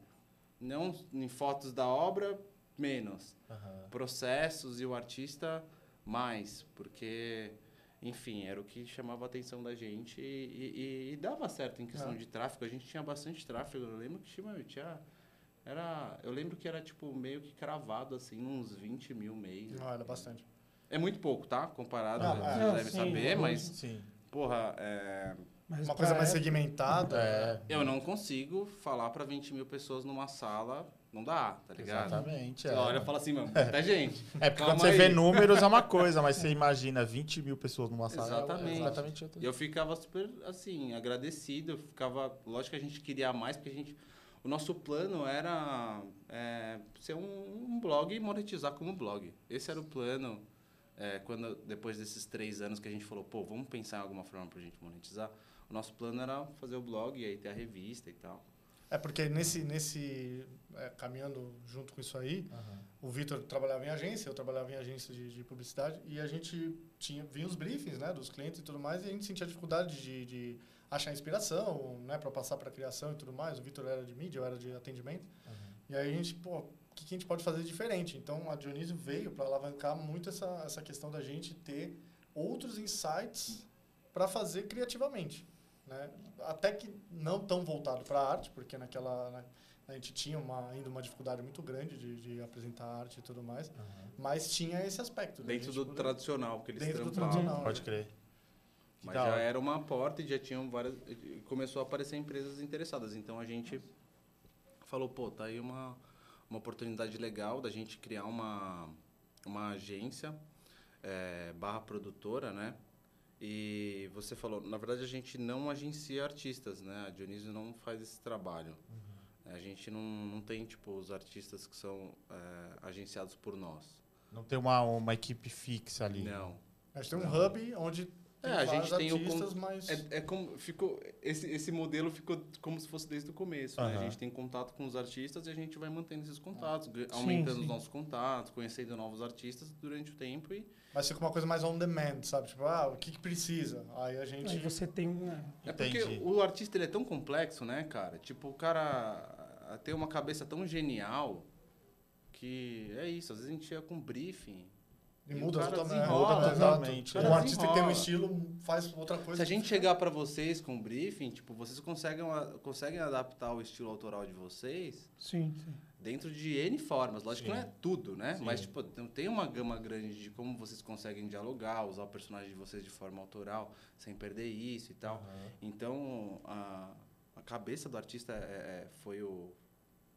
Não em fotos da obra, menos. Aham. Processos e o artista, mais. Porque, enfim, era o que chamava a atenção da gente e, e- e dava certo em questão Ah. de tráfego. A gente tinha bastante tráfego. Eu lembro que tinha... tinha era, eu lembro que era tipo meio que cravado assim, uns 20 mil mês. Não, Ah, era bastante. É muito pouco, tá? Comparado, Ah, vocês é. devem Sim, saber, sim. mas, Sim. porra, é, Mas Uma coisa pra mais época- segmentada. É, Eu não consigo falar pra 20 mil pessoas numa sala, não dá, tá ligado? exatamente. Você É. olha e fala assim, mano, muita gente. É, porque Calma quando você vê aí. números é uma coisa, [LAUGHS] mas você imagina 20 mil pessoas numa sala. é Exatamente. exatamente outra. E eu ficava super, assim, agradecido. Eu ficava, lógico que a gente queria mais, porque a gente... O nosso plano era é, ser um, um blog e monetizar como blog. Esse era o plano. é, quando Depois desses três anos que a gente falou, pô, vamos pensar em alguma forma pra gente monetizar. O nosso plano era fazer o blog e aí ter a revista e tal. É porque nesse, nesse é, caminhando junto com isso aí, Aham. o Vitor trabalhava em agência, eu trabalhava em agência de, de publicidade e a gente tinha vinha os briefings, né, dos clientes e tudo mais e a gente sentia dificuldade de, de achar inspiração, né, para passar para criação e tudo mais. O Vitor era de mídia, eu era de atendimento e aí a gente pô o que que a gente pode fazer diferente? Então, a Dionísio veio para alavancar muito essa, essa questão da gente ter outros insights para fazer criativamente. Né? Até que não tão voltado para a arte, porque naquela né, a gente tinha uma, ainda uma dificuldade muito grande de, de apresentar arte e tudo mais, Aham. mas tinha esse aspecto. da Dentro gente do poder- tradicional que eles dentro do trampavam. tradicional. Pode né? crer. Que Mas da já hora. era uma porta e já tinham várias. Começou a aparecer empresas interessadas. Então a gente falou, pô, tá aí uma, uma oportunidade legal da gente criar uma, uma agência eh, barra produtora, né? E você falou, na verdade a gente não agencia artistas, né? A Dionísio não faz esse trabalho. Uhum. A gente não, não tem, tipo, os artistas que são eh, agenciados por nós. Não tem uma, uma equipe fixa ali. Não. A gente tem um hub onde Tem É, a gente vários tem o artistas, con- mas É, é como ficou esse, esse modelo ficou como se fosse desde o começo. né? Aham. A gente tem contato com os artistas e a gente vai mantendo esses contatos, gra- aumentando sim. os nossos contatos, conhecendo novos artistas durante o tempo e mas fica uma coisa mais on demand, sabe? Tipo, ah, o que, que precisa? Aí a gente Aí você tem. né? É porque Entendi. o artista ele é tão complexo, né, cara? Tipo, o cara ah, tem uma cabeça tão genial que é isso. Às vezes a gente chega com um briefing. e e o muda cara totalmente. desenrola, muda totalmente, exato. né? Um artista que tem um Desenrola. estilo faz outra coisa. Se a é. gente chegar pra vocês com um briefing, tipo, vocês conseguem, a- conseguem adaptar o estilo autoral de vocês Sim, sim. dentro de N formas. Lógico que Sim. não é tudo, né? Sim. Mas, tipo, tem tem uma gama grande de como vocês conseguem dialogar, usar o personagem de vocês de forma autoral, sem perder isso e tal. Aham. Então, a, a cabeça do artista é- é- foi, o,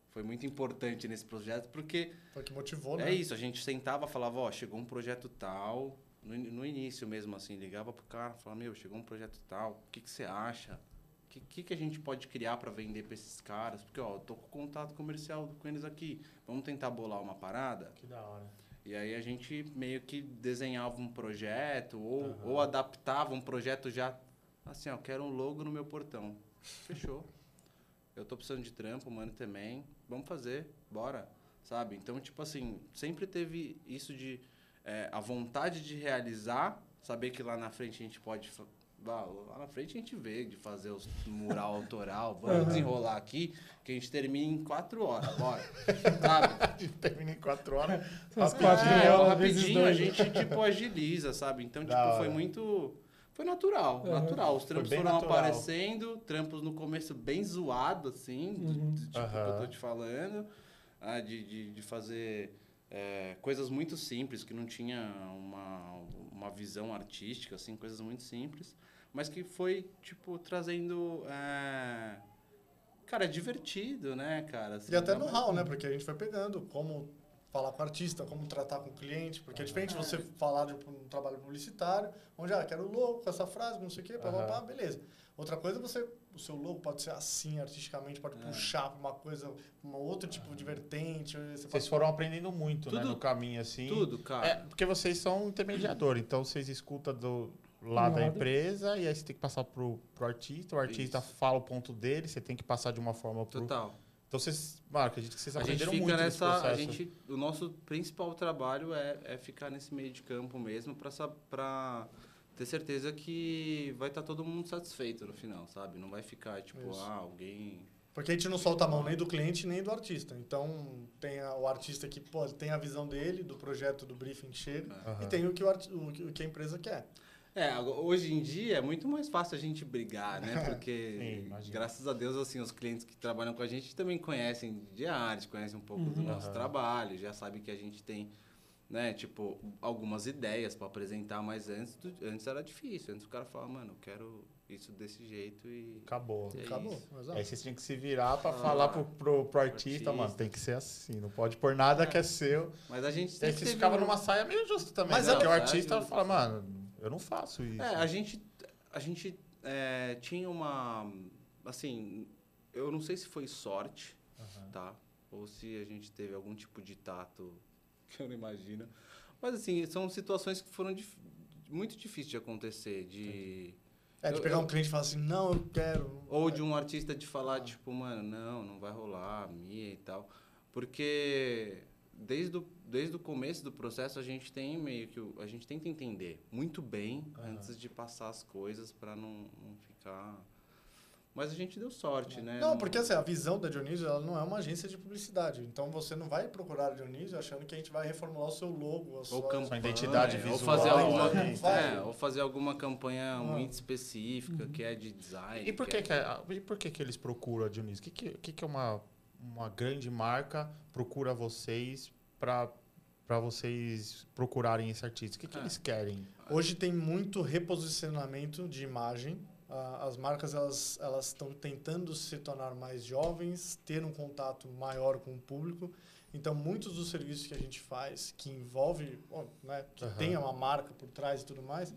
foi muito importante nesse projeto, porque Foi o que motivou, né? é isso, a gente sentava falava, ó, chegou um projeto tal, no, in- no início mesmo, assim, ligava pro cara, falava, meu, chegou um projeto tal, o que, que você acha? O que, que, que a gente pode criar para vender para esses caras? Porque, ó, eu tô com contato comercial com eles aqui, vamos tentar bolar uma parada? Que da hora. E aí a gente meio que desenhava um projeto ou, Aham. ou adaptava um projeto já assim, ó, quero um logo no meu portão. Fechou. Eu tô precisando de trampo, mano, também. Vamos fazer, bora. Sabe? Então, tipo assim, sempre teve isso de é, a vontade de realizar, saber que lá na frente a gente pode. fa- Lá, lá na frente a gente vê de fazer os mural autoral, vamos Aham. desenrolar aqui, que a gente termina em quatro horas, bora. Sabe? [LAUGHS] Termina em quatro horas. Essas Rapidinho, quatro É, violas vezes rapidinho a dois. gente tipo agiliza, sabe? Então, Da tipo, foi hora. muito. Foi natural, Uhum. natural. Os trampos bem foram natural. aparecendo, trampos no começo bem zoado, assim, do- Uhum. do tipo que eu Aham. tô te falando, ah, de, de, de fazer é, coisas muito simples, que não tinha uma, uma visão artística, assim, coisas muito simples, mas que foi, tipo, trazendo. é, cara, divertido, né, cara? Assim, E até dá uma- know-how, né? Porque a gente foi pegando como falar com o artista, como tratar com o cliente, porque é diferente você falar de um trabalho publicitário, onde, ah, quero logo com essa frase, não sei o quê, pá, pá, Aham. pá, beleza. Outra coisa, é você, o seu logo pode ser assim, artisticamente, pode É. puxar para uma coisa, um outro tipo de vertente. Você Vocês pode... foram aprendendo muito, né? Tudo- No caminho, assim. Tudo, cara. É, porque vocês são intermediador, então vocês escutam do lá Do da lado. empresa e aí você tem que passar pro, pro artista, o artista Isso. fala o ponto dele, você tem que passar de uma forma pro... Total. Então vocês, mano, acredito que vocês a gente aprenderam fica muito nesse nessa processo. a gente o nosso principal trabalho é, é ficar nesse meio de campo mesmo para para ter certeza que vai estar todo mundo satisfeito no final sabe não vai ficar tipo Isso. ah alguém Porque a gente não solta a mão nem do cliente, nem do artista. Então, tem a- o artista que, pô, tem a visão dele, do projeto, do briefing que chega, Aham. e tem o que, o, arti- o que- o que a empresa quer. é agora, hoje em dia é muito mais fácil a gente brigar né [LAUGHS] Sim, porque imagino. graças a Deus assim os clientes que trabalham com a gente também conhecem de arte conhecem um pouco do Uhum. nosso Aham. trabalho já sabe que a gente tem né, tipo, algumas ideias para apresentar, mas antes, do- antes era difícil. Antes o cara falava, mano, eu quero isso desse jeito e Acabou. É Acabou. isso. exato. Aí vocês tinham que se virar pra Ah, falar pro, pro, pro artista, artista. mano, tem que ser assim, não pode pôr nada que é seu. Mas a gente E aí sempre vocês teve ficavam um- É, numa saia meio justa também, Mas né? é- Porque o Saia artista justa. fala, mano, eu não faço isso. É, a gente, a gente é, tinha uma... Assim, eu não sei se foi sorte, Aham. tá? Ou se a gente teve algum tipo de tato [LAUGHS] que eu não imagino. Mas, assim, são situações que foram dif- muito difíceis de acontecer, de... É, de Eu- pegar eu- um cliente e falar assim, não, eu quero. Ou de um artista de falar, tipo, mano, não, não vai rolar, minha e tal. Porque desde o, desde o começo do processo a gente tem meio que. o- A gente tenta entender muito bem Aham. antes de passar as coisas pra não, não ficar. Mas a gente deu sorte, né? Não, porque assim, a visão da Dionísio ela não é uma agência de publicidade. Então você não vai procurar a Dionísio achando que a gente vai reformular o seu logo, a sua, Ou campanha, Sua identidade ou visual, fazer alguma, né? Ah. é, ou fazer alguma campanha muito específica que é de design. E por que, é- que, a- e por que, que eles procuram a Dionísio? O que, que, que, que é uma, uma grande marca procura vocês para vocês procurarem esse artista? O que, que Ah. eles querem? Hoje tem muito reposicionamento de imagem. Ah, As marcas elas elas estão tentando se tornar mais jovens, ter um contato maior com o público. Então muitos dos serviços que a gente faz, que envolve, bom, né, que Aham. tem uma marca por trás e tudo mais,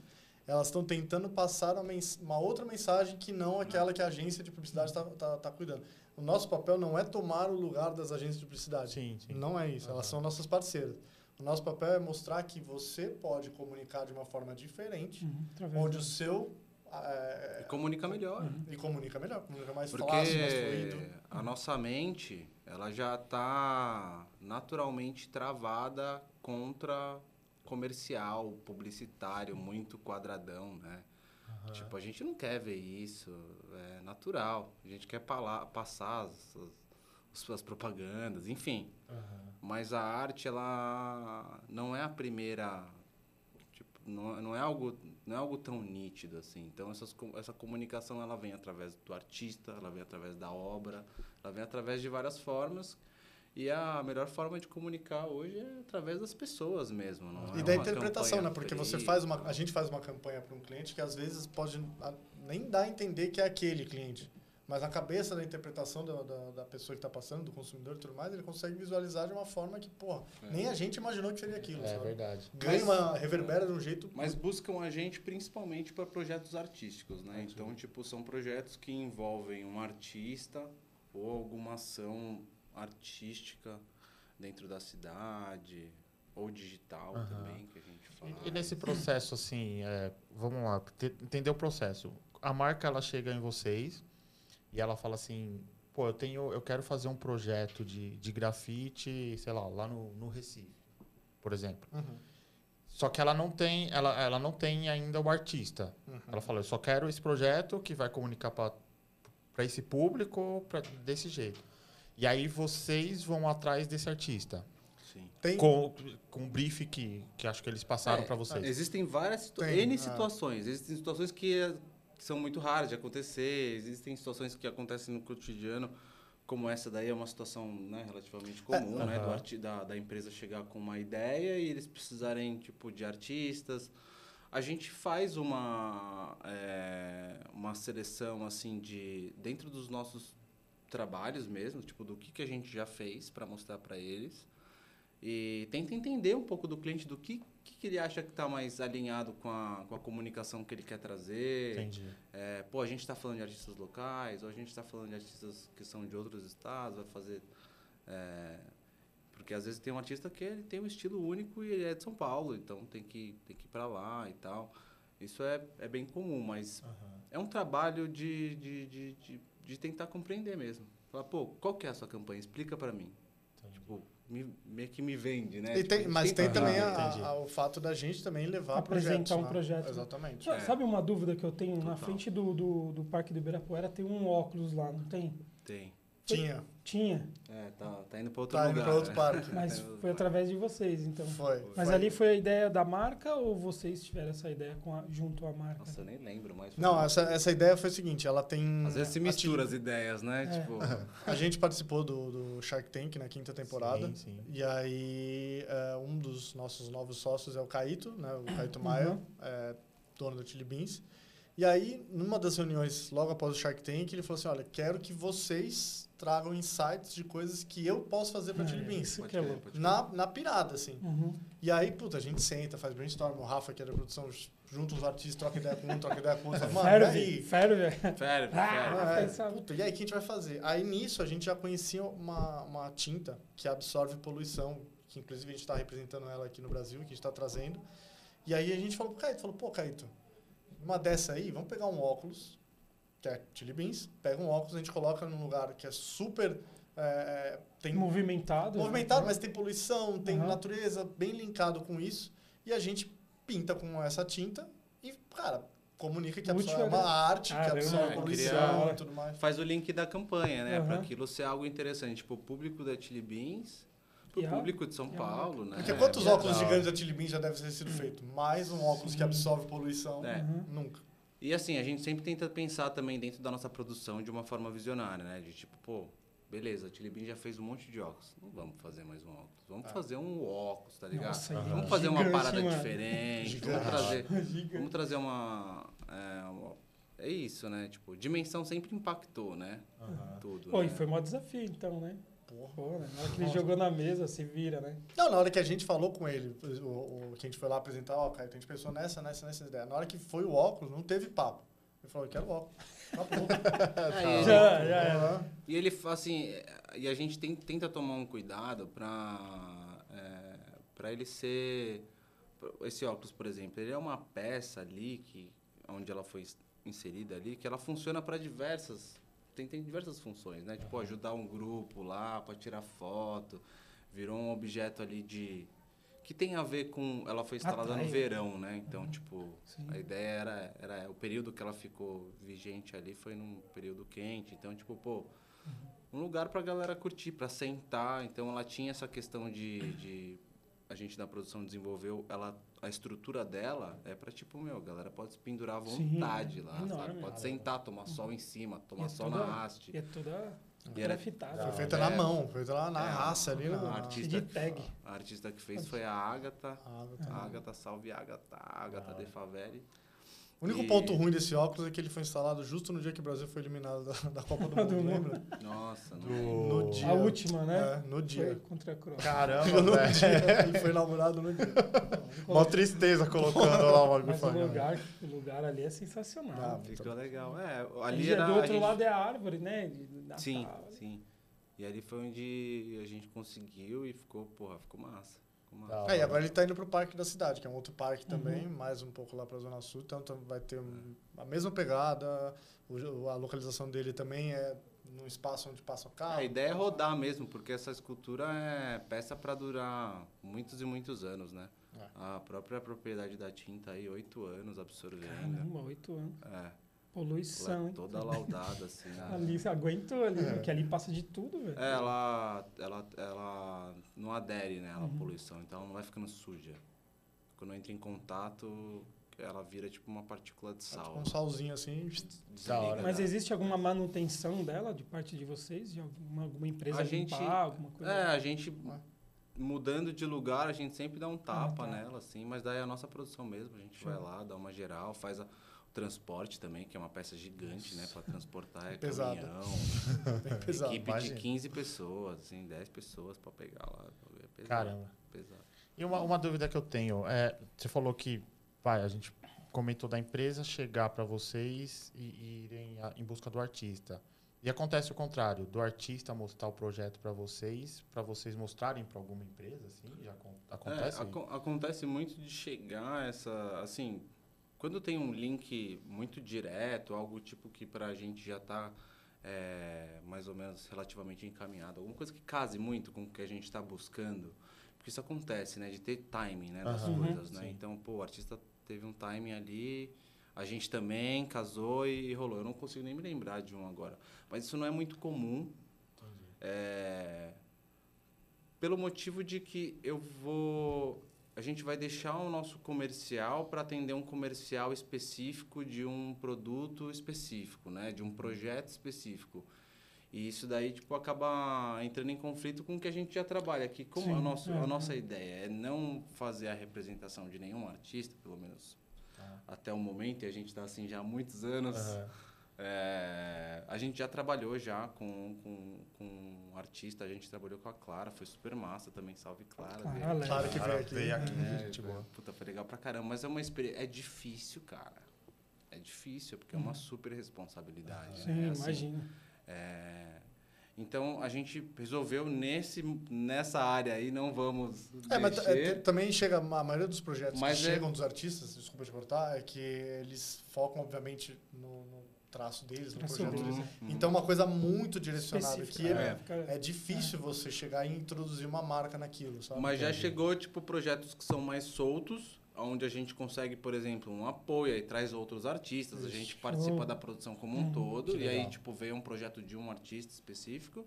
elas estão tentando passar uma, mens- uma outra mensagem que não aquela que a agência de publicidade está tá, tá cuidando. O nosso papel não é tomar o lugar das agências de publicidade. Sim, sim. Não é isso. Elas Aham. são nossas parceiras. O nosso papel é mostrar que você pode comunicar de uma forma diferente, Uhum, através onde do- o seu... E é, comunica Uhum. melhor. né? e comunica melhor, comunica mais Porque é fácil, mais fluido. Uhum. a nossa mente, ela já está naturalmente travada contra comercial, publicitário, muito quadradão, né? Tipo, a gente não quer ver isso, é natural. A gente quer pala- passar as, as, as propagandas, enfim. Aham. Mas a arte, ela não é a primeira... Tipo, não, não, é algo, não é algo tão nítido, assim. Então, essas, co- essa comunicação, ela vem através do artista, ela vem através da obra, ela vem através de várias formas. E a melhor forma de comunicar hoje é através das pessoas mesmo, não é E da uma interpretação, campanha né? Porque fria, você faz uma, não. a gente faz uma campanha para um cliente que às vezes pode a- nem dar a entender que é aquele cliente. Mas na cabeça da interpretação da, da, da pessoa que está passando, do consumidor e tudo mais, ele consegue visualizar de uma forma que, porra, É. nem a gente imaginou que seria aquilo. É sabe? verdade. Ganha Mas- uma, reverbera de um jeito. Mas buscam a gente principalmente para projetos artísticos, né? Então, tipo, são projetos que envolvem um artista ou alguma ação artística dentro da cidade ou digital Aham. também que a gente faz. E, e nesse processo, assim, é, vamos lá, te- entender o processo. A marca, ela chega em vocês e ela fala assim, pô, eu, tenho, eu quero fazer um projeto de, de grafite, sei lá, lá no, no Recife, por exemplo. Uhum. Só que ela não tem, ela, ela não tem ainda o artista. Uhum. Ela fala, eu só quero esse projeto que vai comunicar para esse público pra, desse jeito. E aí vocês vão atrás desse artista. Sim. Tem, Com, com o brief que, que acho que eles passaram É, pra vocês. Existem várias situa Tem, N ah. situações. Existem situações que, eh, que são muito raras de acontecer, existem situações que acontecem no cotidiano, como essa daí é uma situação né, relativamente comum, né? do É, Aham. arti- da, da empresa chegar com uma ideia e eles precisarem tipo, de artistas. A gente faz uma, eh, uma seleção assim de dentro dos nossos trabalhos mesmo, tipo do que, que a gente já fez para mostrar para eles. E tenta entender um pouco do cliente, do que, que, que ele acha que está mais alinhado com a, com a comunicação que ele quer trazer. Entendi. É, pô, a gente está falando de artistas locais, ou a gente está falando de artistas que são de outros estados, vai fazer. é, porque às vezes tem um artista que ele tem um estilo único e ele é de São Paulo, então tem que, tem que ir para lá e tal. Isso é, é bem comum, mas é um trabalho de, de, de, de, de tentar compreender mesmo. Falar, pô, qual que é a sua campanha? Explica para mim. Tipo, me- meio que me vende, né? e Tipo, tem- mas tem Aham, também a- entendi. a- o fato da gente também levar Apresentar um projetos, projeto, né? né? Exatamente. Sa- Sabe uma dúvida que eu tenho? Na É. Total. frente do, do, do Parque do Ibirapuera tem um óculos lá, não tem? Tem. Tinha. Tinha, É, tá, tá indo pra outro Tá indo lugar. para outro né? parque. mas É, o- foi através de vocês, então. Foi. Mas foi. ali foi a ideia da marca ou vocês tiveram essa ideia com a- junto à marca? Nossa, eu nem lembro mais. Não, essa, essa ideia foi o seguinte, ela tem... Às vezes se mistura as ideias, né? É. [LAUGHS] Tipo, A gente participou do, do Shark Tank na quinta temporada. Sim, sim. E aí, é, um dos nossos novos sócios é o Caíto, né? O Caíto Maia, Uhum. é, dono do Chili Beans. E aí, numa das reuniões, logo após o Shark Tank, ele falou assim, olha, quero que vocês tragam insights de coisas que eu posso fazer para É, Chili Beans. Isso pode que é crer, louco. pode crer. Na, na pirada, assim. Uhum. E aí, puta, a gente senta, faz brainstorm. O Rafa, que era da produção, junta os artistas, troca ideia com um, troca ideia com outro. Fala, Mano, e aí? Ferve, ferve. Ferve, ferve. Ah, Ah, é. pensava. Puta, e aí, o que a gente vai fazer? Aí, nisso, a gente já conhecia uma, uma tinta que absorve poluição, que inclusive a gente está representando ela aqui no Brasil, que a gente está trazendo. E aí a gente falou pro Caíto, falou, pô, Caíto, uma dessa aí, vamos pegar um óculos, que é Chili Beans, pega um óculos, a gente coloca num lugar que é super... é, [LAUGHS] tem Movimentado. né? movimentado, mas tem poluição, tem Aham. natureza, bem linkado com isso. E a gente pinta com essa tinta e, cara, comunica que a Útil, pessoa é uma né? arte, que Caramba, absorve é, poluição criar- e tudo mais. Faz o link da campanha, né? Pra Aham. aquilo ser algo interessante. Tipo, o público da Chili Beans, pro E a- público de São e é a Paulo, né? Porque quantos é óculos legal. gigantes da Tilibin já devem ter sido feito? Mais um óculos que absorve poluição? É. Uhum. Nunca. E assim, a gente sempre tenta pensar também dentro da nossa produção de uma forma visionária, né? De tipo, pô, beleza, a Tilibin já fez um monte de óculos. Não vamos fazer mais um óculos. Vamos Ah. fazer um óculos, tá ligado? Nossa, é Aham. Vamos fazer uma gigante, parada mano. diferente. Vamos Gigante. trazer, [LAUGHS] Gigante. vamos trazer uma, é, uma- é isso, né? Tipo, dimensão sempre impactou, né? Tudo. Pô, né? e foi maior desafio, então, né? Porra. Pô, né? Na hora que ele jogou na mesa, se vira, né? Não, na hora que a gente falou com ele, o, o- que a gente foi lá apresentar, ó, Caio, a gente pensou nessa, nessa, nessa ideia. Na hora que foi o óculos, não teve papo. Ele falou, eu quero o óculos. [LAUGHS] Tá Uhum. Acabou. É, Ah, Aí, Já, já era. Aham. E ele, fa- assim, é, e a gente tem- tenta tomar um cuidado para para ele ser esse óculos, por exemplo, ele é uma peça ali que onde ela foi inserida ali, que ela funciona para diversas tem, tem diversas funções, né? Tipo, ajudar um grupo lá para tirar foto, virou um objeto ali de que tem a ver com ela foi instalada Atrai. no verão, né? Então, tipo, Sim. a ideia era era o período que ela ficou vigente ali foi num período quente, então tipo, pô, um lugar pra galera curtir, pra sentar. Então ela tinha essa questão de, de- a gente da produção desenvolveu, ela a estrutura dela é pra tipo, meu, a galera pode se pendurar à Sim, vontade lá, enorme. Uhum. sabe? Pode sentar, tomar sol em cima, E tomar é sol toda- na haste. E é toda E era- grafitada. Foi Ah, feita é. na mão, foi feita lá na É, raça ali. eu- na- artista. de tag. A artista que fez foi a Agatha. Ah, A tá. Agatha, salve Agatha, Agatha De Faveli. O único E- ponto ruim desse óculos é que ele foi instalado justo no dia que o Brasil foi eliminado da, [LAUGHS] da Copa do Do Mundo, mundo. lembra? [LAUGHS] Nossa, não lembro. No Do... dia. A última, né? É, no Foi dia. contra a Croácia. Caramba, No velho. dia, Ele foi inaugurado no dia. [LAUGHS] Mó tristeza colocando lá o Mas né? o bagulho. lugar, o lugar ali é sensacional. Ah, ficou legal. É, E ali é era do a outro gente- lado é a árvore, né? De de Natal. Sim, sim. E ali foi onde a gente conseguiu e ficou, porra, ficou massa. Ficou massa. Da hora. É, e agora ele tá indo pro parque da cidade, que é um outro parque também, Uhum. mais um pouco lá pra Zona Sul, então tam- vai ter um- a mesma pegada, o jo- a localização dele também é num espaço onde passa o carro. A ideia é rodar mesmo, porque essa escultura é peça para durar muitos e muitos anos, né? É. A própria propriedade da tinta aí, oito anos absorvendo. Caramba, oito anos. É, Poluição, ela é hein? toda laudada assim. né? Ali você aguentou ali, É. né? que ali passa de tudo, velho. É, ela, ela, ela não adere né, à Uhum. poluição, então ela não vai ficando suja. Quando entra em contato, ela vira tipo uma partícula de É sal. né? tipo um salzinho assim. [LAUGHS] Da hora. né? Mas existe alguma manutenção dela de parte de vocês? De alguma, alguma empresa A gente- limpar, alguma coisa? É, a gente mudando de lugar, a gente sempre dá um tapa tá. nela, assim, mas daí é a nossa produção mesmo, a gente vai lá, dá uma geral, faz a- o transporte também, que é uma peça gigante, né, para transportar, é Pesado. caminhão, É, Bem pesado. equipe imagina. de 15 pessoas, assim, 10 pessoas para pegar lá, é pesado, Caramba. pesado. E uma, uma dúvida que eu tenho, é, você falou que, pai, a gente comentou da empresa chegar para vocês e, e irem a- em busca do artista. E acontece o contrário, do artista mostrar o projeto para vocês, para vocês mostrarem para alguma empresa, assim, já acon- acontece? É, aco- acontece muito de chegar essa, assim, quando tem um link muito direto, algo tipo que pra gente já tá é, mais ou menos relativamente encaminhado, alguma coisa que case muito com o que a gente está buscando, porque isso acontece, né, de ter timing, né, das Aham. Uhum. coisas, né? Sim. Então, pô, o artista teve um timing ali, a gente também casou e rolou. Eu não consigo nem me lembrar de um agora, mas isso não é muito comum. É, pelo motivo de que eu vou a gente vai deixar o nosso comercial para atender um comercial específico de um produto específico, né, de um projeto específico. E isso daí tipo acaba entrando em conflito com o que a gente já trabalha aqui, como é o Sim, nosso, é. a nossa ideia é não fazer a representação de nenhum artista, pelo menos Tá. Ah. até o momento, e a gente está assim já há muitos anos. Aham. É, a gente já trabalhou já com, com, com um artista, a gente trabalhou com a Clara, foi super massa também, salve Clara. Clara, né? veio Alex. aqui. Claro que veio aqui. Veio aqui, [LAUGHS] É, gente foi- boa. Puta, foi legal pra caramba, mas é uma experiência, é difícil, cara. É difícil, porque é uma super responsabilidade. Sim, né? É assim, imagina. é, Então, a gente resolveu nesse, nessa área aí, não vamos É, mas t- é, t- mexer. também chega, a maioria dos projetos Mas que é- chegam dos artistas, desculpa te cortar, é que eles focam, obviamente, no, no traço deles, no Traço projeto deles, deles. Uhum, uhum. Então, uma coisa muito direcionada, que Específica, né? é, Fica- é difícil você chegar e introduzir uma marca naquilo, sabe? É. Mas já Entendi. chegou, tipo, projetos que são mais soltos, onde a gente consegue, por exemplo, um apoio e traz outros artistas, a gente participa Show. da produção como um todo, Hum, que e aí, legal. tipo, veio um projeto de um artista específico.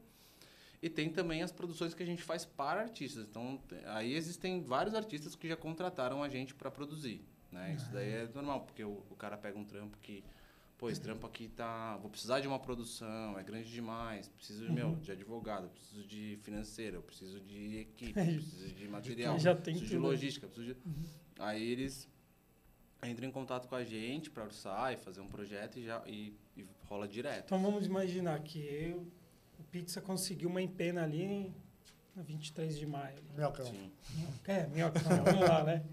E tem também as produções que a gente faz para artistas. Então, te- aí existem vários artistas que já contrataram a gente para produzir, né? Isso daí é normal, porque o, o cara pega um trampo que, pô, esse trampo aqui tá, vou precisar de uma produção, é grande demais, preciso, meu, de advogado, preciso de financeiro, eu preciso de equipe, eu preciso de material, Já tem preciso de tudo, né? logística, preciso de... Aí eles entram em contato com a gente para orçar e fazer um projeto e já e, e rola direto. Então vamos imaginar que eu, o Pizza conseguiu uma empena ali em- na 23 de maio. ali. Minhocão. Sim. É, [LAUGHS] minhoca, vamos lá, né?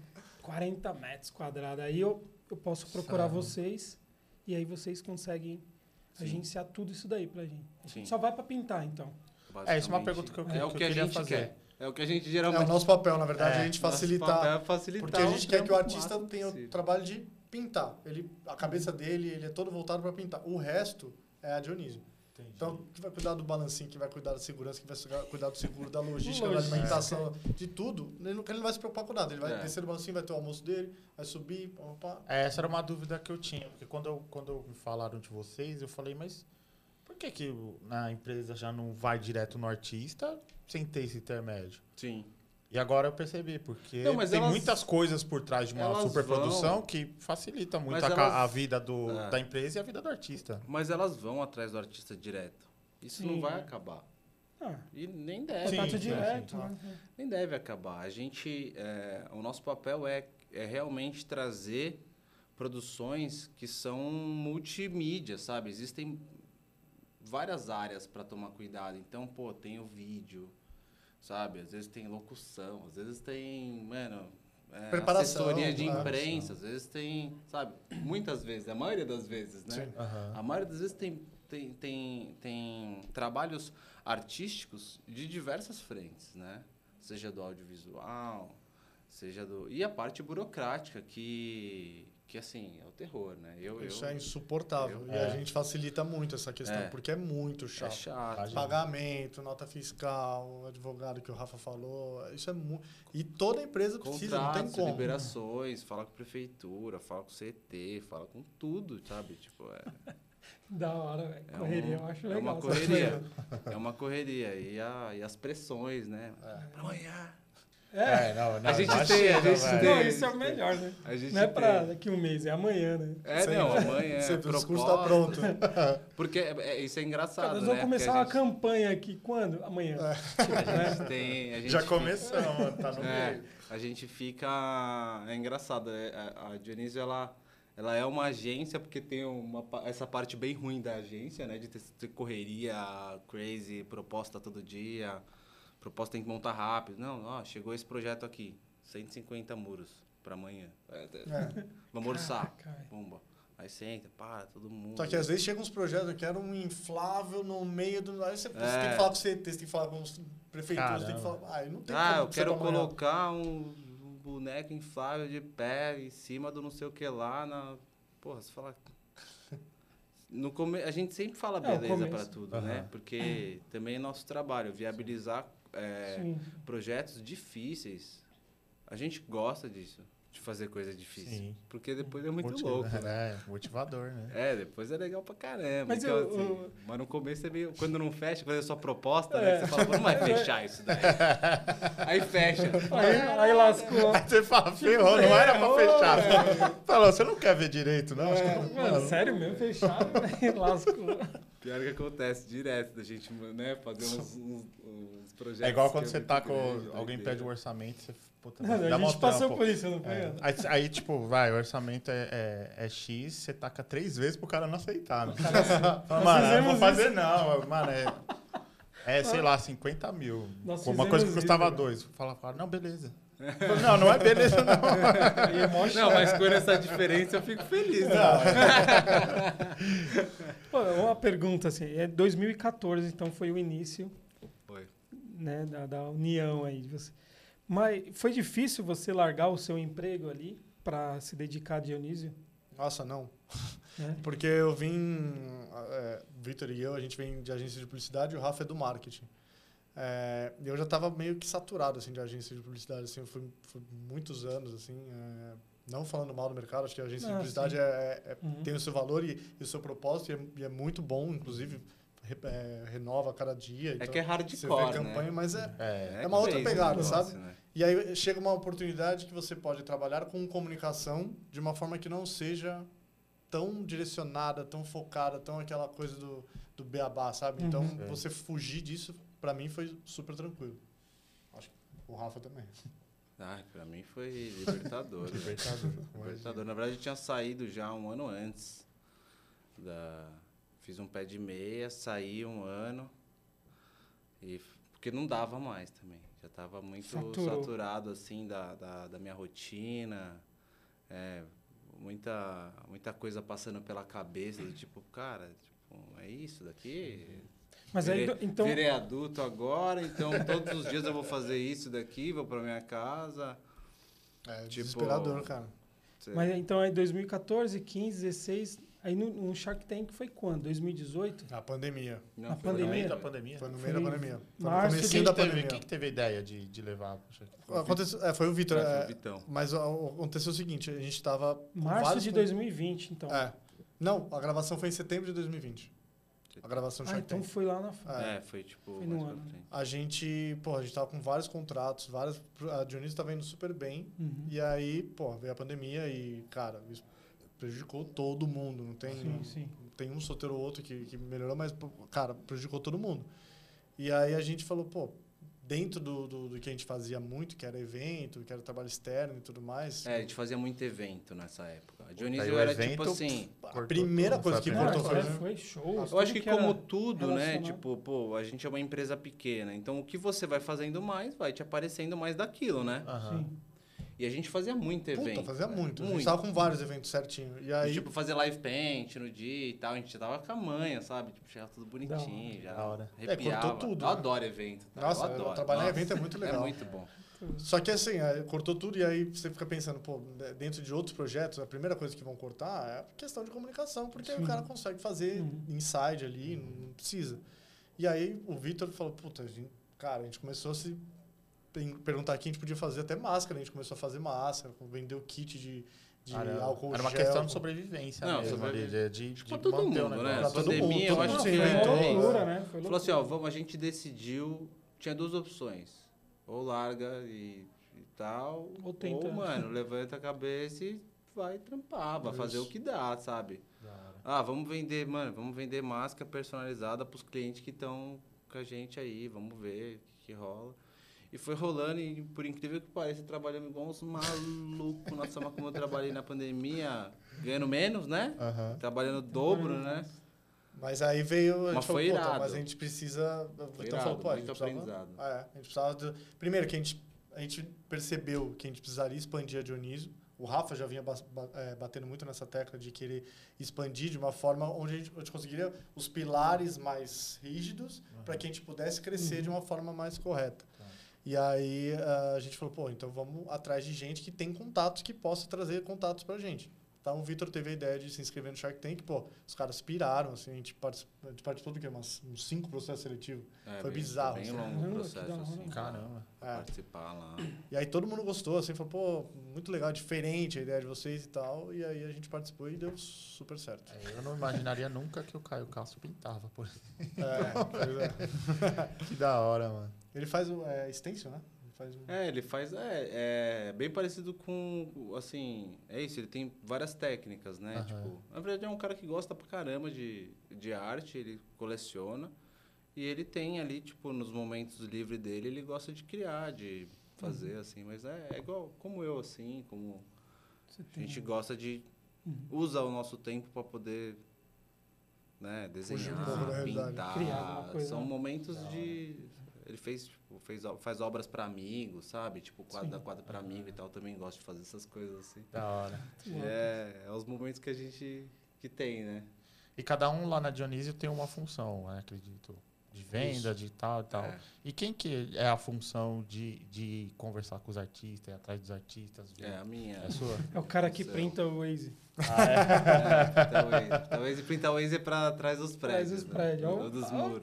40 metros quadrados. Aí eu, eu posso procurar vocês e aí vocês conseguem Sim. agenciar tudo isso daí pra gente. A Sim. gente só vai pra pintar, então. É, isso é uma basicamente. pergunta que eu, que é eu o que, a queria gente fazer. quer. É o que a gente É geralmente... o nosso papel, na verdade, É, a gente nosso facilitar. papel é facilitar Porque a gente quer que o trampo artista máximo tenha o possível. trabalho de pintar. Ele, a cabeça dele, ele é todo voltado para pintar. O resto é asionismo. Entendi. Então, que vai cuidar do balancinho, que vai cuidar da segurança, que vai sugar- cuidar do seguro, da logística, da Logística. alimentação, de tudo, ele não, ele não vai se preocupar com nada. Ele vai É. descer do balancinho, vai ter o almoço dele, vai subir, pá, pá, pá. É, essa era uma dúvida que eu tinha, porque quando, eu, quando eu- me falaram de vocês, eu falei, mas por que que o- na empresa já não vai direto no artista sem ter esse intermédio? Sim. E agora eu percebi, porque Não, mas tem elas- muitas coisas por trás de uma elas superprodução que facilita muito Mas a, ca- elas- a vida do- É. da empresa e a vida do artista. Mas elas vão atrás do artista direto. Isso Sim. não vai acabar. Ah, E nem deve. contato sim, direto, sim. né? Nem deve acabar. A gente, é, o nosso papel é, é realmente trazer produções que são multimídia, sabe? Existem várias áreas para tomar cuidado. Então, pô, tem o vídeo, sabe? Às vezes tem locução, às vezes tem, mano, é, Preparação, assessoria de né? imprensa, às vezes tem, sabe? Muitas vezes, a maioria das vezes, né? Sim. Aham. A maioria das vezes tem, tem, tem, tem trabalhos artísticos de diversas frentes, né? Seja do audiovisual, seja do... E a parte burocrática, que, que assim, é o terror, né? Eu, Isso eu, é insuportável. eu- e É. a gente facilita muito essa questão, É. porque é muito é chato. chato. Pagamento, nota fiscal, advogado que o Rafa falou, isso é muito. E toda empresa precisa, não tem Contratos, como. né? liberações, fala com a prefeitura, fala com o CT, fala com tudo, sabe? Tipo, é... Da hora, velho. É Correria, um- eu acho é legal. uma essas correria. coisas. É uma correria. E, a, e as pressões, né? Pra amanhã. É. não, A gente tem, a gente velho. tem. Não, isso é o melhor, né? A gente Não é pra tem- daqui um mês, é amanhã, né? É, Sempre- não, amanhã é sempre o discurso tá proposta. [LAUGHS] pronto. Porque é- é- isso é engraçado, Cara, nós né? vamos Porque começar né? a uma gente, campanha aqui quando? Amanhã. [LAUGHS] A gente tem... A gente Já fica- começamos, mano, tá no É, meio. a gente fica... É engraçado, é, a a Dionísio, ela... Ela é uma agência, porque tem uma, pa- essa parte bem ruim da agência, né? De ter, ter correria crazy, proposta todo dia, proposta tem que montar rápido. Não, ó, chegou esse projeto aqui, 150 muros para amanhã. É, é, É. Vamos orçar. Caraca, velho. Pumba. Aí senta, para, todo mundo. Só que às vezes chegam uns projetos, eu quero um inflável no meio do. Aí você, você É. tem que falar com o CT, você tem que falar com os prefeituras, Caramba. tem que falar. Ah, não tem Ah, como eu quero você trabalhar. colocar um, um boneco inflável de pé em cima do não sei o que lá na. Porra, [LAUGHS] você fala. No come... A gente sempre É, fala o beleza começo. pra tudo, Aham. né? Porque também é nosso trabalho, viabilizar é, Sim. projetos difíceis. A gente gosta disso, de fazer coisa difícil. Sim. Porque depois é muito Motiva- louco, né? [LAUGHS] É, motivador, né? É, depois é legal pra caramba. Mas Mas, eu- assim, eu- mas no começo é meio. Quando não fecha, quando é só proposta, É. né? Você fala, "Pô, [LAUGHS] não vai fechar isso daí. Aí fecha. Aí, aí lascou. Aí você fala, ferrou, não era pra fechar. Falou, você não quer ver direito, não? Acho que eu não- Mano, sério mesmo, fecharam, né? [LAUGHS] lascou. Pior que acontece direto da gente, né? Fazer uns, uns- uns projetos. É igual que quando você muito tá com. grande, né, é Alguém doideira. pede o orçamento, você. Puta, Não, dá a mó gente passou trampo. por isso, não foi? É. Aí, aí, tipo, vai, o orçamento é, é, é X, você taca três vezes pro [LAUGHS] cara não aceitar, né? Fala, nós mano, eu não vou fizemos fazer não, mano, é... É, sei lá, 50 mil. Nós Com uma coisa que fizemos custava isso, dois. Fala, fala, não, [LAUGHS] beleza. Fala, não, não é beleza, não. Não, mas quando essa diferença eu fico feliz. né? é. Pô, uma pergunta assim, é 2014, então foi o início, Foi. né, da, da união aí de você. Mas foi difícil você largar o seu emprego ali para se dedicar a Dionísio? Nossa, não. né? Porque eu vim. É, Vitor e eu, a gente vem de agência de publicidade e o Rafa é do marketing. É, e eu já estava meio que saturado assim, de agência de publicidade. Assim, eu fui, fui muitos anos, assim, é, não falando mal do mercado, acho que a agência de Ah, publicidade sim. é- é- é- Uhum. tem o seu valor e, e o seu propósito, e é, e é muito bom, inclusive re- é, renova a cada dia. É então que é você hardcore. vê campanha, né? mas é, É, é uma outra crazy o pegada, negócio, sabe? né? e aí chega uma oportunidade que você pode trabalhar com comunicação de uma forma que não seja tão direcionada, tão focada, tão aquela coisa do, do beabá, sabe? Então, Uhum. É. você fugir disso, pra mim, foi super tranquilo. Acho que o Rafa também. Ai, Ah, pra mim foi libertador. né? [LAUGHS] libertador. É Libertador. Na verdade, eu tinha saído já um ano antes. Da... Fiz um pé de meia, saí um ano. E... Porque não dava mais também. Já estava muito Saturou. saturado, assim, da, da, da minha rotina. É, muita, muita coisa passando pela cabeça, do tipo, cara, tipo, é isso daqui? Mas aí, Virei- então, Virei adulto agora, então todos os dias eu vou fazer isso daqui, vou pra minha casa. É Tipo- desesperador, cara. Sei. mas então aí 2014, 15, 16, aí no, no Shark Tank foi quando? 2018? A pandemia. Não, na No foi pandemia. meio verdade. da pandemia. Foi no Foi meio da pandemia. Foi no março Quem comecinho da né? que, teve, pandemia. quem que teve a ideia de, de levar? Poxa, Aconteceu, é, foi o Vitor. Ah, foi o é, Vitão. mas ó, aconteceu o seguinte, a gente tava... com Março vários de con- 2020, então. É. Não, a gravação foi em setembro de 2020. A gravação do Ah, Shark então Tank. foi lá na frente. É. É, foi tipo Foi no mais ano. né? pra frente. A gente, pô, a gente tava com vários contratos, várias... A Dionísio tava indo super bem. Uhum. E aí, pô, veio a pandemia e, cara, isso prejudicou todo mundo. Não tem, Sim, sim. tem um solteiro ou outro que, que melhorou, mas, pô, cara, prejudicou todo mundo. E aí a gente falou, pô, dentro do, do, do que a gente fazia muito, que era evento, que era trabalho externo e tudo mais, É, a gente fazia muito evento nessa época. A Daí Dionísio o era evento- tipo assim. a primeira tudo, coisa foi que a Não, primeira importou foi... é, foi show. Eu Eu acho que, como era- tudo, né? relacionado. Tipo, pô, a gente é uma empresa pequena, então o que você vai fazendo mais, vai te aparecendo mais daquilo, né? Aham. Sim. E a gente fazia muito evento. Puta, fazia né? muito. A gente Muito. tava com vários eventos certinho. E aí, E, tipo, fazer live paint no dia e tal. A gente tava com a manha, sabe? Tipo, chegava tudo bonitinho, já da hora. É, cortou arrepiava. tudo, Eu né? adoro evento. tá? nossa, eu adoro. trabalhar em Nossa, evento é muito legal. É muito bom. Só que assim, aí cortou tudo e aí você fica pensando, pô, né, dentro de outros projetos, a primeira coisa que vão cortar é a questão de comunicação, porque aí Sim. o cara consegue fazer Uhum. inside ali, não precisa. E aí o Vitor falou, puta, a gente, cara, a gente começou a se pen- perguntar aqui, a gente podia fazer até máscara, a gente começou a fazer máscara, vendeu kit de, de Era, álcool era uma gel. questão de sobrevivência Não, mesmo, ali, sobrevi- de, de, Pra de todo manter o mundo, negócio. né? Pra todo mundo, Pandemia, todo eu acho mundo Não, que se foi uma inventou, é- loucura, né? né? Foi Falou assim, loucura. ó, vamos, a gente decidiu, tinha duas opções. Ou larga e, e tal, Ou tenta. mano, levanta a cabeça e vai trampar, vai fazer o Isso. que dá, sabe? Da hora. Ah, vamos vender, mano, vamos vender máscara personalizada pros clientes que estão com a gente aí, vamos ver o que, que rola. E foi rolando e, por incrível que pareça, trabalhamos igual uns malucos. Nossa, mas como eu trabalhei na pandemia, ganhando menos, né? Aham. Trabalhando o dobro, Uhum. né? Mas aí veio. A Mas gente falou, foi "Puta, irado. mas a gente precisa. então irado, falou, pô, a gente muito precisava- aprendizado. É, a gente precisava. de- primeiro, que a gente, a gente percebeu que a gente precisaria expandir a Dionísio. O Rafa já vinha ba- ba- eh, batendo muito nessa tecla de querer expandir de uma forma onde a gente, a gente conseguiria os pilares mais rígidos para que a gente pudesse crescer de uma forma mais correta. Tá. E aí ah, a gente falou, pô, então vamos atrás de gente que tem contatos que possa trazer contatos para gente. Então o Vitor teve a ideia de se inscrever no Shark Tank, pô, os caras piraram, assim, a gente participou, a gente participou do quê? Umas- uns cinco processos seletivos. É, Foi bem- bizarro, Bem assim. Caramba, longo que o da hora. processo, assim. Caramba. pra É. Participar lá. E aí todo mundo gostou, assim, falou, pô, muito legal, diferente a ideia de vocês e tal. E aí a gente participou e deu [LAUGHS] super certo. É, Eu não imaginaria nunca que o Caio Castro pintava, por exemplo. É, pois é. Que da hora, mano. Ele faz o é, stencil, né? Ele faz um... É, ele faz. É, é bem parecido com. o- Assim, é isso, ele tem várias técnicas, né? Aham. Tipo, na verdade, é um cara que gosta pra caramba de, de arte, ele coleciona. E ele tem ali, tipo, nos momentos livres dele, ele gosta de criar, de Uhum. fazer, assim. Mas é, é igual, como eu, assim, como Você a tem- gente gosta de. Usa o nosso tempo pra poder. Né, desenhar, um pouco da realidade. pintar. Criar alguma coisa, São né? momentos de. Ele fez, tipo, fez, o- faz obras pra amigos, sabe? Tipo, quadro Sim. da quadra pra amigo e tal. Eu também gosto de fazer essas coisas assim. Da hora. É, é os momentos que a gente que tem, né? E cada um lá na Dionísio tem uma função, né, acredito. De venda, de tal e tal. É. E quem que é a função de, de conversar com os artistas, ir atrás dos artistas? ver? É a minha. É sua? É o cara que Céu. printa o Waze. É, talvez. Talvez e pintar o Waze é pra trás dos Trás prédios. dos né? prédios. Ou dos muros.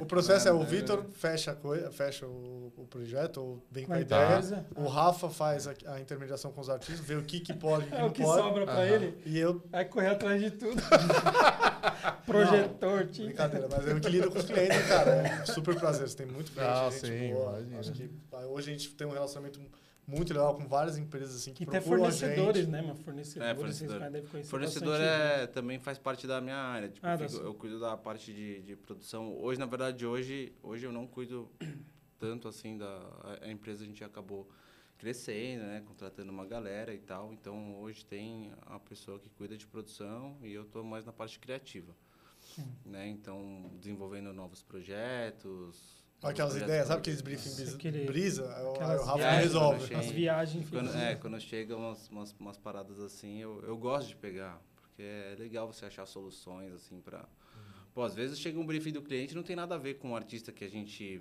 O processo é, o Mano, Vitor fecha, a coi- fecha o, o projeto, ou vem com Com a a ideia. empresa. O Rafa faz a, a intermediação com os artistas, vê o que, que pode e o que É não o que pode. sobra pra Aham. ele. E eu Aí correr atrás de tudo. Projetor, tinta. Brincadeira, mas eu que lido com os clientes, cara. É um super prazer. Você tem muito cliente, Ah, gente sim, boa. imagina. Acho que ah, hoje a gente tem um relacionamento muito legal com várias empresas assim que E até procuram a fornecedores, gente. né? Mas fornecedores, É, fornecedor. vocês devem conhecer Fornecedor bastante, né? é, também faz parte da minha área. Tipo, tá Ah, eu, da fico- sua. eu cuido da parte de, de produção. Hoje, na verdade, hoje, hoje eu não cuido [COUGHS] tanto assim da a, a empresa. A gente acabou crescendo, né? Contratando uma galera e tal. Então, hoje tem a pessoa que cuida de produção e eu estou mais na parte criativa. Né? Então, desenvolvendo novos projetos. Aquelas projetos ideias, sabe que- aqueles briefing brisa? Aquele- brisa? Aí o- aí aquelas o Rafa viagens, resolve. né? As Sim. viagens. E quando, enfim. é, quando chega umas, umas, umas Uhum. paradas assim, eu, eu gosto de pegar, porque é legal você achar soluções assim para Pô, às vezes chega um briefing do cliente não tem nada a ver com o artista que a gente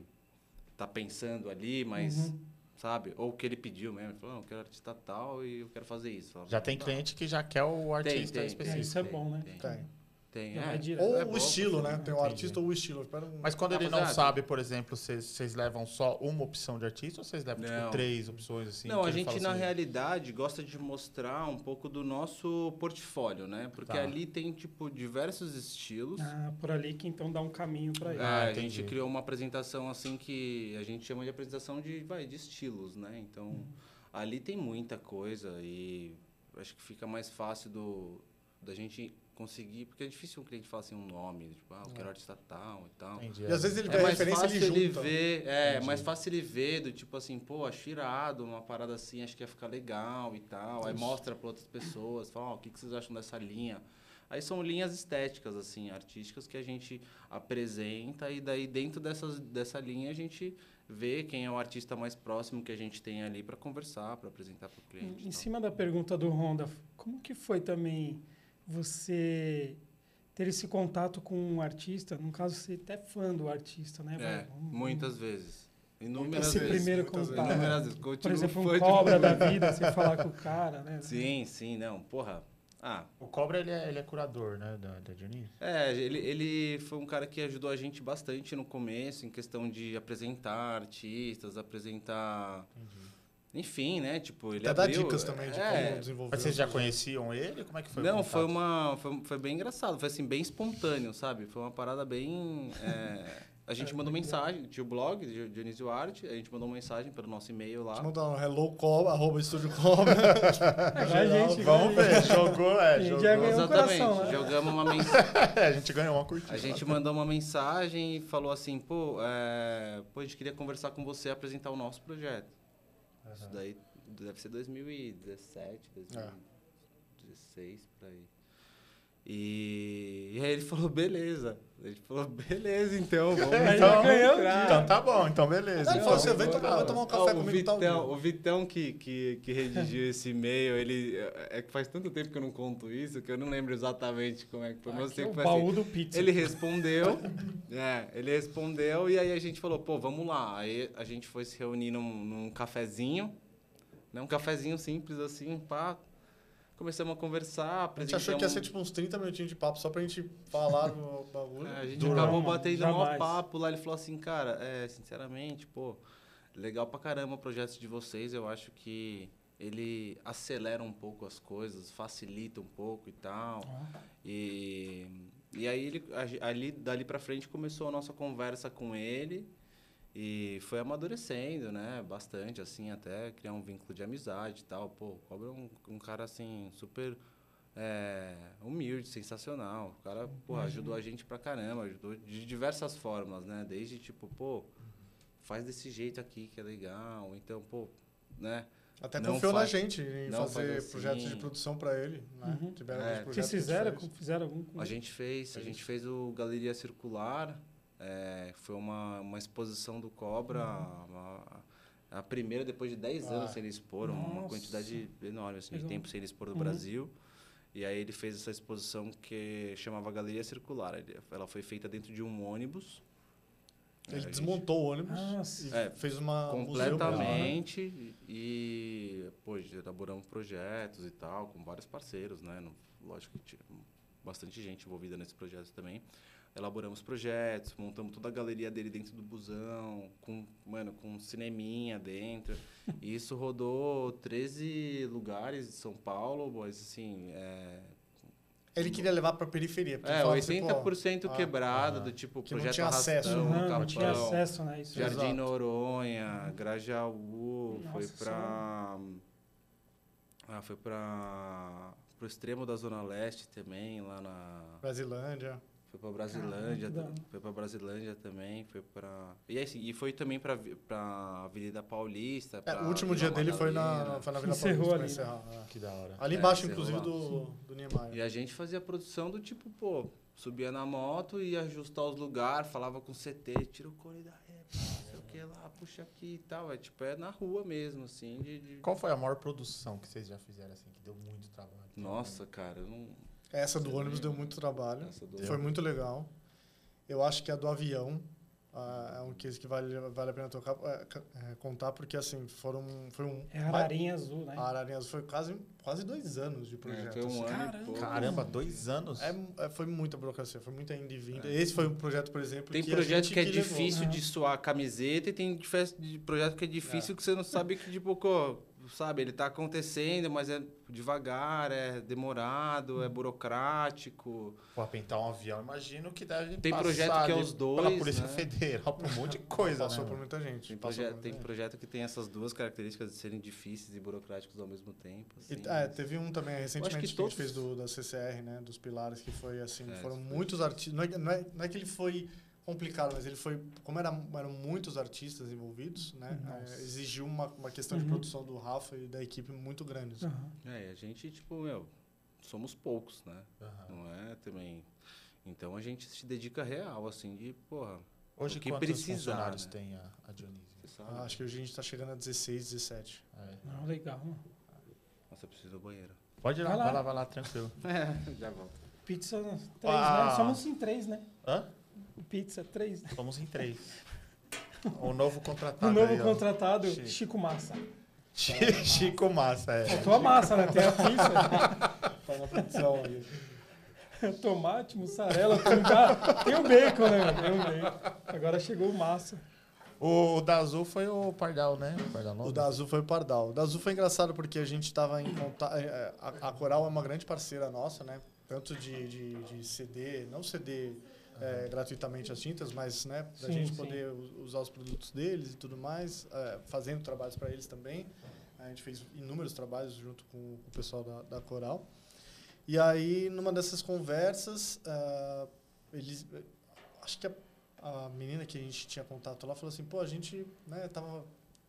tá pensando ali, mas Uhum. sabe? Ou o que ele pediu mesmo. Ele falou, não, eu quero artista tal e eu quero fazer isso. Fala, Já tem "Tá, cliente que já quer o artista tem, É, específico. Tá. isso é bom, né? Tem. Tem. Tem, Já é. vai direto. Ou É o bom, estilo, né? Tem o Entendi. artista ou o estilo. Espera um- Mas É quando ele não Rapaziada. sabe, por exemplo, vocês vocês levam só uma opção de artista ou vocês levam tipo Não. três opções assim? não, que a ele gente, fala na assim, realidade, gosta de mostrar um pouco do nosso portfólio, né? Porque Tá. ali tem, tipo, diversos estilos. Ah, por ali que então dá um caminho pra ele. É, Ah, a gente entendi. criou uma apresentação assim que a gente chama de apresentação de, vai, de estilos, né? Então, ali tem muita coisa e acho que fica mais fácil do da gente conseguir, porque é difícil um cliente falar assim um nome, tipo, ah, eu quero artista tal e tal. Entendi. E às vezes ele vê é a mais referência né? fácil ele junta. ele ver, é, Entendi. mais fácil ele ver do tipo assim, pô, acho irado, uma parada assim, acho que ia ficar legal e tal. Aí mostra para outras pessoas, fala, ó, o que, que vocês acham dessa linha? Aí são linhas estéticas, assim, artísticas que a gente apresenta e daí dentro dessas, dessa linha a gente vê quem é o artista mais próximo que a gente tem ali para conversar, para apresentar para o cliente. e Em tal. cima da pergunta do Honda, como que foi também você ter esse contato com um artista? No caso, você até é fã do artista, né? É, Vamos- vamos- muitas vezes. Inúmeras Esse vezes. primeiro muitas vezes. contato. Inúmeras vezes. Por Continuo exemplo, fã um de cobra da vocês. vida, você falar com o cara, né? Sim, sim, não. Porra. Ah, O Cobra, ele é, ele é curador, né, da, da Dionísio? É, ele, ele foi um cara que ajudou a gente bastante no começo, em questão de apresentar artistas, apresentar. Enfim, né? Tipo, ele Até dá abriu- dicas também de é, como desenvolver. Mas vocês os já projetos. conheciam ele? Como é que foi o não, contato? foi uma. Foi, foi bem engraçado, foi assim, bem espontâneo, sabe? Foi uma parada bem. é, a gente mandou mensagem, tinha o blog de Dionísio Arte, a gente mandou uma mensagem pelo nosso e-mail lá. Te mandar um hello cobra, arroba estúdio [LAUGHS] cobra. É, vai, Geral, gente, Vamos vai, ver, jogou, é, Ele jogou. já ganhou. o coração, né? jogamos uma mensagem. É, a gente ganhou uma curtida. A gente mandou uma mensagem e falou assim, pô, é, pô, a gente queria conversar com você e apresentar o nosso projeto. Isso daí deve ser 2017, 2016, por aí. E, e aí ele falou, beleza. A gente falou, beleza, então, [LAUGHS] vamos Aí Então, já ganhou. então tá bom, então beleza. Ele Então, falou, você vem vou- tomar, vai tomar um Ó, café o comigo Vitão, tal dia. O Vitão que, que, que redigiu esse e-mail, ele... É que faz tanto tempo que eu não conto isso, que eu não lembro exatamente como é que foi. mas eu Aqui sei é um que o foi assim, baú do pizza. ele respondeu, [LAUGHS] é, ele respondeu e aí a gente falou, pô, vamos lá. Aí a gente foi se reunir num, num cafezinho, né? Um cafezinho simples assim, pá. Começamos a conversar, A gente achou que ia ser apresentamos- tipo uns 30 minutinhos de papo só pra gente falar do bagulho. É, a gente Durão, acabou mano, batendo um maior jamais. papo lá. Ele falou assim, cara, é, sinceramente, pô, legal pra caramba o projeto de vocês. Eu acho que ele acelera um pouco as coisas, facilita um pouco e tal. E, e aí, ele, a ge- ali, dali pra frente, começou a nossa conversa com ele. E foi amadurecendo, né? Bastante, assim, até criar um vínculo de amizade e tal. Pô, o Cobra é um, um cara, assim, super é, humilde, sensacional. O cara, pô, ajudou a gente pra caramba. Ajudou de diversas formas, né? Desde, tipo, pô, faz desse jeito aqui que é legal. ou Então, pô, né? Até Não confiou na faz- gente em não faz fazer assim. projetos de produção pra ele, né? Uhum. Tiveram É. Vocês alguns projetos Vocês que a gente fizeram, fez. fizeram algum com A gente fez, a gente fez o Galeria Circular, é, foi uma, uma exposição do Cobra, uma- a primeira depois de 10 Ah. anos sem ele expor, uma Nossa. quantidade enorme assim, de Legal. tempo sem ele expor do Uhum. Brasil. E aí ele fez essa exposição que chamava Galeria Circular. Ele- Ela foi feita dentro de um ônibus. É, a Ele gente- desmontou o ônibus Ah, e sim. É, fez uma um museu pra lá, né? completamente e pô, elaboramos projetos e tal com vários parceiros né No- lógico que tinha bastante gente envolvida nesse projeto também elaboramos projetos montamos toda a galeria dele dentro do busão com mano com um cineminha dentro e isso rodou 13 lugares de São Paulo mas assim é, Ele queria levar pra periferia. porque é ele falava assim, pô, 80% ah, quebrada ah, do tipo que não projeto tinha arrastão, acesso, né? Não, Capão, não tinha Capão. acesso, né? Isso Jardim Exato. Noronha, Grajaú, Nossa foi Senhora. pra. Ah, foi pra. pro extremo da Zona Leste também, lá na. Brasilândia. Foi pra Brasilândia, Caramba. ta- foi pra Brasilândia também, foi pra. E, assim, e foi também pra, vi- pra Avenida Paulista. É, Tá, pra o último Vila dia dele foi na, Madalena. foi na Vila [LAUGHS] Encerrou Paulista pra ali, encerrar. é. Que da hora. Ali É, embaixo, encerrou inclusive, lá. do, do Niemeyer. E a gente fazia a produção do tipo, pô, subia na moto, ia ajustar os lugares, falava com o CT, tira o cone da ré, pá, não sei o que lá, puxa aqui e tal. É tipo, é na rua mesmo, assim, de- de... Qual foi a maior produção que vocês já fizeram, assim, que deu muito trabalho? Nossa, cara, eu não. Essa do ônibus deu muito trabalho. Essa do- Foi muito legal. Eu acho que a do avião ah, é um case que vale, vale a pena tocar, eh, ca- eh, contar, porque assim, foram, foi um. É ararinha azul, né? A Ararinha Azul foi quase, quase dois anos de projeto. É, foi assim. um ano Caramba. e pouco. Caramba, dois anos? É mu- é, foi muita burocracia, foi muita indo e vinda. Esse foi um projeto, por exemplo, É. Tem que a projeto gente né? que é levou. difícil Aham. de suar a camiseta e tem dife- de projeto que é difícil que você não sabe que, tipo, co- sabe, ele tá acontecendo, mas é devagar, é demorado, é burocrático. Pô, pintar um avião, imagino que deve Tem passar projeto que é ali os Pela dois, Polícia né? um- Federal, por um monte de coisa, Passou né, por mano? muita gente. Tem, passou proje- por tem muita projeto que tem essas duas características de serem difíceis e burocráticos ao mesmo tempo. gente. assim. E, é, teve um também recentemente que, todos- a gente fez do, da CCR, né? Dos pilares, que foi assim, É, foram isso foi muitos artistas. Não é, não, é, não é que ele foi complicado, mas ele foi. Como era, eram muitos artistas envolvidos, né? Nossa. é, exigiu uma, uma questão de Uhum. produção do Rafa e da equipe muito grande. assim. Aham. É, e a gente, tipo, meu, somos poucos, né? Aham. Não é também. Então a gente se dedica real, assim, de, porra, Hoje, O que quantos precisar, funcionários né? tem a, a Dionísio? você sabe. Ah, acho que hoje a gente está chegando a 16, 17. É. Não, legal. mano. Nossa, eu preciso do [LAUGHS] banheiro. Pode ir lá, vai Vai lá. lá, vai lá, tranquilo. É, já volto. Pizza três, Ah. né? Somos em três, né? Hã? Pizza três. Somos em [LAUGHS] três. O novo contratado. O novo aí, Tá ó. contratado, Chico. Chico Massa. Chi- Chico Massa, é. Faltou a massa, né? Tem a pizza, Tá na produção ali. tomate, mussarela, fungá. Tem o bacon, né? mano? Tem o bacon. Agora chegou o massa. O, o da Azul foi o Pardal, né? O Pardal O Lopes. da Azul foi o Pardal. O da Azul foi engraçado porque a gente estava em contato. A, a Coral é uma grande parceira nossa, né? Tanto de, de, de CD, não CD é, gratuitamente as tintas, mas né, da Sim, gente sim. poder u- usar os produtos deles e tudo mais, é, fazendo trabalhos para eles também. A gente fez inúmeros trabalhos junto com o pessoal da, da Coral. E aí, numa dessas conversas, ah, eles, acho que a, a menina que a gente tinha contato lá falou assim, pô, a gente né, tava,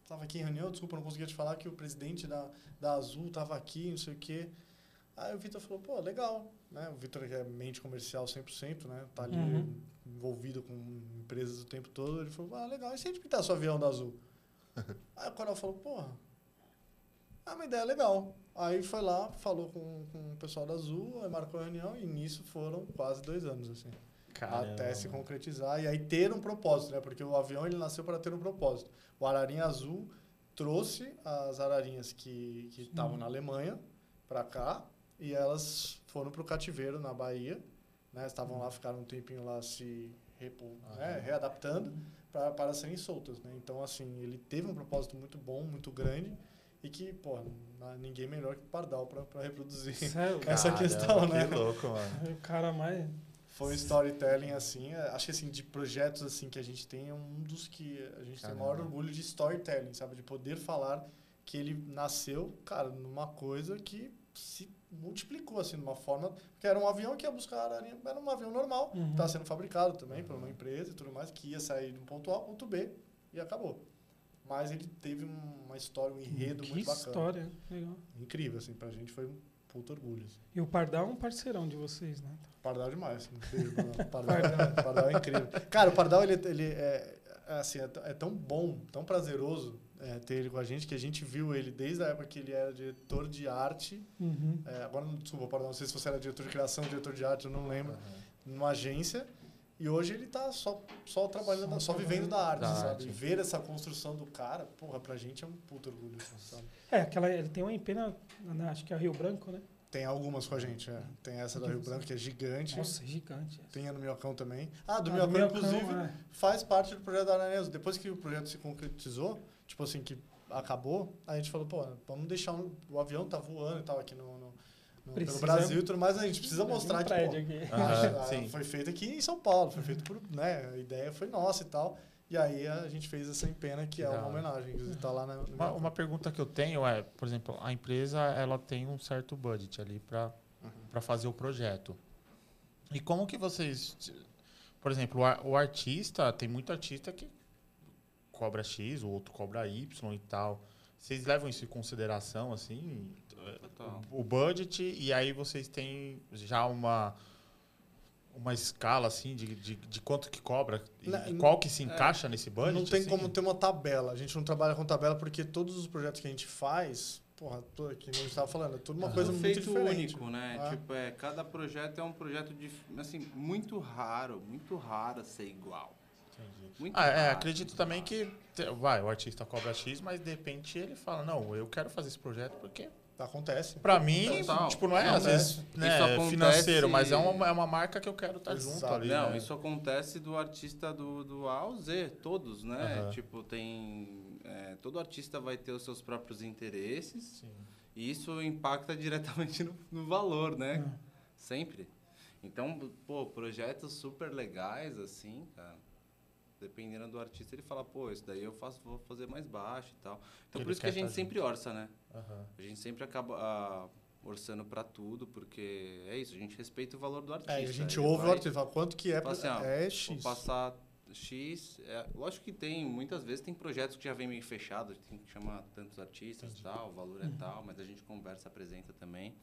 tava aqui em reunião, desculpa, não conseguia te falar que o presidente da, da Azul tava aqui, não sei o quê. Aí o Vitor falou, pô, legal, né? O Vitor que é mente comercial 100%, né? Tá ali Uhum. envolvido com empresas o tempo todo. Ele falou, ah, legal, e se a gente pintar seu avião da Azul? Aí o Coral falou, porra, ah, uma ideia legal. Aí foi lá, falou com, com o pessoal da Azul, aí marcou a reunião e nisso foram quase dois anos, assim. Caramba. Até se concretizar e aí ter um propósito, né? Porque o avião ele nasceu para ter um propósito. O Ararinha Azul trouxe as ararinhas que que estavam na Alemanha para cá e elas foram para o cativeiro na Bahia, né? Estavam lá, ficaram um tempinho lá se repo, né? Aham. readaptando pra, para serem soltas, né? Então, assim, ele teve um propósito muito bom, muito grande e que, pô, na- ninguém melhor que o Pardal para reproduzir. Isso é o- essa questão, né? Que louco, mano. é o cara mais. Foi um storytelling, assim, é, acho que assim, de projetos assim que a gente tem, é um dos que a gente tem o maior Caramba. orgulho de storytelling, sabe? De poder falar que ele nasceu, cara, numa coisa que se multiplicou, assim, de uma forma... Porque era um avião que ia buscar a ararinha, era um avião normal, que Uhum. estava sendo fabricado também por uma empresa e tudo mais, que ia sair de um ponto A ao ponto B e acabou. Mas ele teve um- uma história, um enredo que muito bacana. história. Legal. Incrível, assim, pra gente foi um puto orgulho, assim. E o Pardal é um parceirão de vocês, né? Pardal demais. Um beijo, Pardal. Pardal, Pardal é incrível. Cara, o Pardal, ele, ele é, é assim, é, t- é tão bom, tão prazeroso é, ter ele com a gente, que a gente viu ele desde a época que ele era diretor de arte. Uhum. É, agora, não- desculpa, Pardal, não sei se você era diretor de criação, diretor de arte, eu não lembro. Numa agência. E hoje ele tá só, só trabalhando, Só da- só, vivendo da arte, da sabe? arte. E ver essa construção do cara, porra, pra gente é um puto orgulho, sabe? É, aquela, ele tem uma empena, na- acho que é Rio Branco, né? Tem algumas com a gente, é. Tem essa da Rio Branco, que é gigante. Nossa, gigante. essa. Tem um a do Minhocão também. Ah, do Ah, Minhocão, Minhocão, inclusive, é. faz parte do projeto da Aranesa. Depois que o projeto se concretizou, tipo assim, que acabou, a gente falou, pô, vamos deixar um- o avião tá voando e tal aqui no, no, no pelo Precisa- Brasil e tudo mais, a gente precisa Tem mostrar, um tipo, prédio ó, aqui. Aham, ah, sim. foi feito aqui em São Paulo, foi feito por, né, a ideia foi nossa e tal. E aí a gente fez essa empena, que Que é da uma hora. um homenagem, inclusive tá lá na... no Uma, Minhocão. uma pergunta que eu tenho é, por exemplo, a empresa ela tem um certo budget ali para para fazer o projeto. E como que vocês, por exemplo, o, ar- o artista tem muito artista que cobra X, o outro cobra Y e tal. Vocês levam isso em consideração assim, Total. o budget e aí vocês têm já uma uma escala assim de, de, de quanto que cobra e Na- qual que se encaixa nesse budget? é, Não tem assim? como ter uma tabela. A gente não trabalha com tabela porque todos os projetos que a gente faz, porra, tô aqui, não estava falando, é tudo uma É coisa um muito feito diferente. único, né? Ah. Tipo, é, cada projeto é um projeto de, assim, muito raro, muito raro ser igual. Muito Ah, é, raro, acredito muito também raro. que te- vai, o artista cobra X, mas de repente ele fala: "Não, eu quero fazer esse projeto porque Acontece. pra mim, Total. tipo, não é às Acontece. vezes, né, Isso acontece- financeiro, mas é uma, é uma marca que eu quero estar Exato. junto ali. Não, né? isso acontece do artista do, do A ao Z, todos, né? Aham. Tipo, tem. é, todo artista vai ter os seus próprios interesses Sim. e isso impacta diretamente [LAUGHS] no, no valor, né? É. Sempre. Então, pô, projetos super legais, assim, cara. Dependendo do artista, ele fala, pô, isso daí eu faço, vou fazer mais baixo e tal. Então, Ele por isso que a quer gente tá sempre orça, né? Aham. A gente sempre acaba ah, orçando pra tudo, porque é isso, a gente respeita o valor do artista. É, e a gente Ele ouve vai- o artigo, fala, quanto que é, pra- Fala assim, ó, é Vou X. passar X. É, lógico que tem, muitas vezes tem projetos que já vem meio fechado, tem que chamar tantos artistas e tal, o valor é Uhum. tal, mas a gente conversa, apresenta também.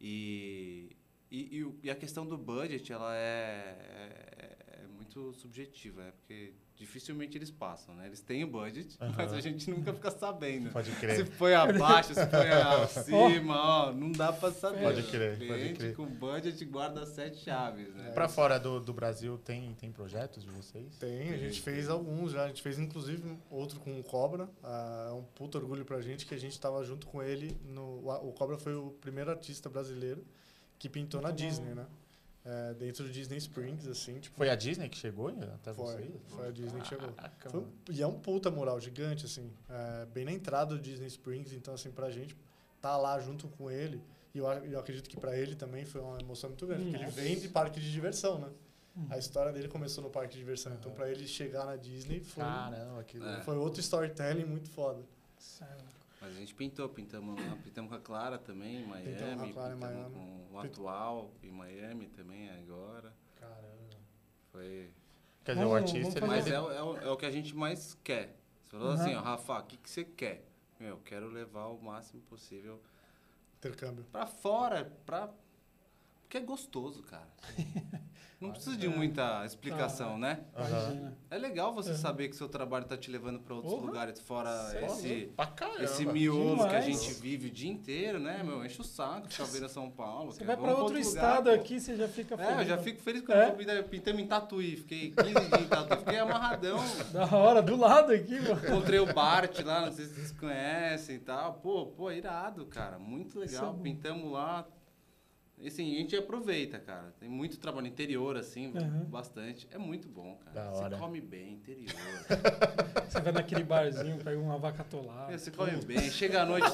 E, e, e o- e a questão do budget, ela é, é, é muito subjetiva, é porque dificilmente eles passam, né? Eles têm o budget, mas a gente nunca fica sabendo. Pode Se crer. foi abaixo, se [LAUGHS] foi acima, ó, não dá pra saber. Pode crer, O pode cliente crer. com budget guarda sete chaves, né? Pra fora do, do Brasil tem tem projetos de vocês? Tem, a gente fez alguns já. A gente fez inclusive outro com o Cobra. Ah, É um puto orgulho pra gente que a gente tava junto com ele. No, o a- o Cobra foi o primeiro artista brasileiro que pintou na Muito bom. Disney, né? É, dentro do Disney Springs, assim. Tipo, Foi a Disney que chegou até foi, vocês? Ah, foi a Disney que chegou. Caraca, Foi um- mano. e é um puta mural gigante, assim. é, bem na entrada do Disney Springs. Então, assim, pra gente tá lá junto com ele. E eu, a- eu acredito que pra ele também foi uma emoção muito grande. Porque ele Nossa. vem de parque de diversão, né? Hum. Ah. A história dele começou no parque de diversão. Então, pra ele chegar na Disney foi, Caramba, que louco. É. foi outro storytelling muito foda. Mas a gente pintou, pintamos lá, pintamos com a Clara também em Miami, Pintamos com a pintamos, Clara em Miami. com o Pint- atual em Miami também agora. É. Caramba. Foi. Quer dizer, o Vamos- artista vamos ele Mas fazer- ele- é, o- é, o, é o que a gente mais quer. Você falou assim, Uhum. ó, Rafa, o que, que você quer? Meu, eu quero levar o máximo possível Intercâmbio. pra fora, pra. Porque é gostoso, cara. Não precisa de muita explicação, né? Imagina. É legal você É. saber que seu trabalho tá te levando pra outros Porra. lugares fora Cê é esse. louco. Pra caramba. Esse miolo que a Demais. gente vive o dia inteiro, né, meu? Enche o saco, ficar vendo São Paulo. Você cara. vai Vamos para outro lugar, estado pô. aqui, você já fica É, eu já feliz. fico feliz quando É? eu fui, né, pintamos em Tatuí. Fiquei 15 dias em Tatuí, fiquei amarradão. Da hora, do lado aqui, mano. Encontrei o Bart lá, não sei se vocês conhecem e tal. Pô, pô, irado, cara. Muito Isso é legal. bom. Pintamos lá. E assim, a gente aproveita, cara. Tem muito trabalho no interior, assim, Aham. bastante. É muito bom, cara. Da Você hora. come bem, interior. Você vai naquele barzinho, pega uma vaca atolada. Você come bem, chega à noite,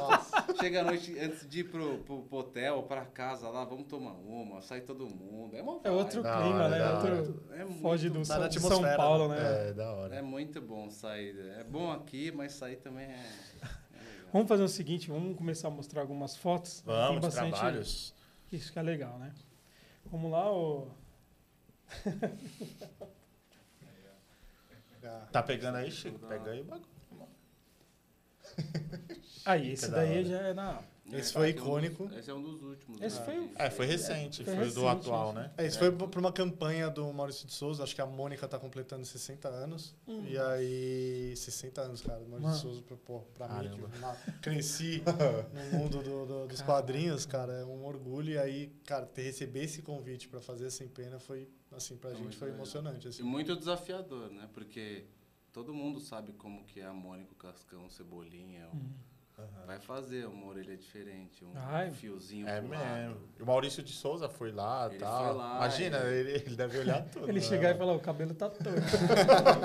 chega à noite antes de ir pro, pro, pro hotel ou pra casa lá, vamos tomar uma, sai todo mundo. É É uma vibe. outro Da clima, hora, né? da Outro... É muito, Foge do Tá na São, São atmosfera, Paulo, né? É, da hora. é muito bom sair. É bom aqui, mas sair também é. é legal. Vamos fazer o seguinte, vamos começar a mostrar algumas fotos. Vamos, Tem de trabalhos. Isso que é legal, né? Vamos lá, ô... Ah, Tá pegando aí, Chico? Pega aí o bagulho. Aí, esse da hora. daí já é na... Esse foi aqui é um dos- icônico. esse é um dos últimos. Esse né, foi o- que- É, foi recente, Foi foi, o do recente, atual, né? né? É, isso foi para uma campanha do Maurício de Souza, acho que a Mônica tá completando 60 anos. Hum. E aí, 60 anos, cara, do Maurício de Mano. Souza pra, pô, pra mim, que Caramba. eu na- [LAUGHS] cresci no mundo do- do- dos Caralho. quadrinhos, cara, é um orgulho. E aí, cara, ter receber esse convite pra fazer Sem Pena foi, assim, pra Foi gente muito foi legal. emocionante. Assim. E muito desafiador, né? Porque todo mundo sabe como que é a Mônica, o Cascão, o Cebolinha. Hum. o- Hum. Vai fazer uma orelha diferente, um Ai. fiozinho É pro lado. mesmo. E o Maurício de Souza foi lá e Ele tal. foi lá, Imagina, é. ele, ele deve [LAUGHS] olhar tudo. Ele né? chegar e falar, o cabelo [LAUGHS] tá torto. [LAUGHS]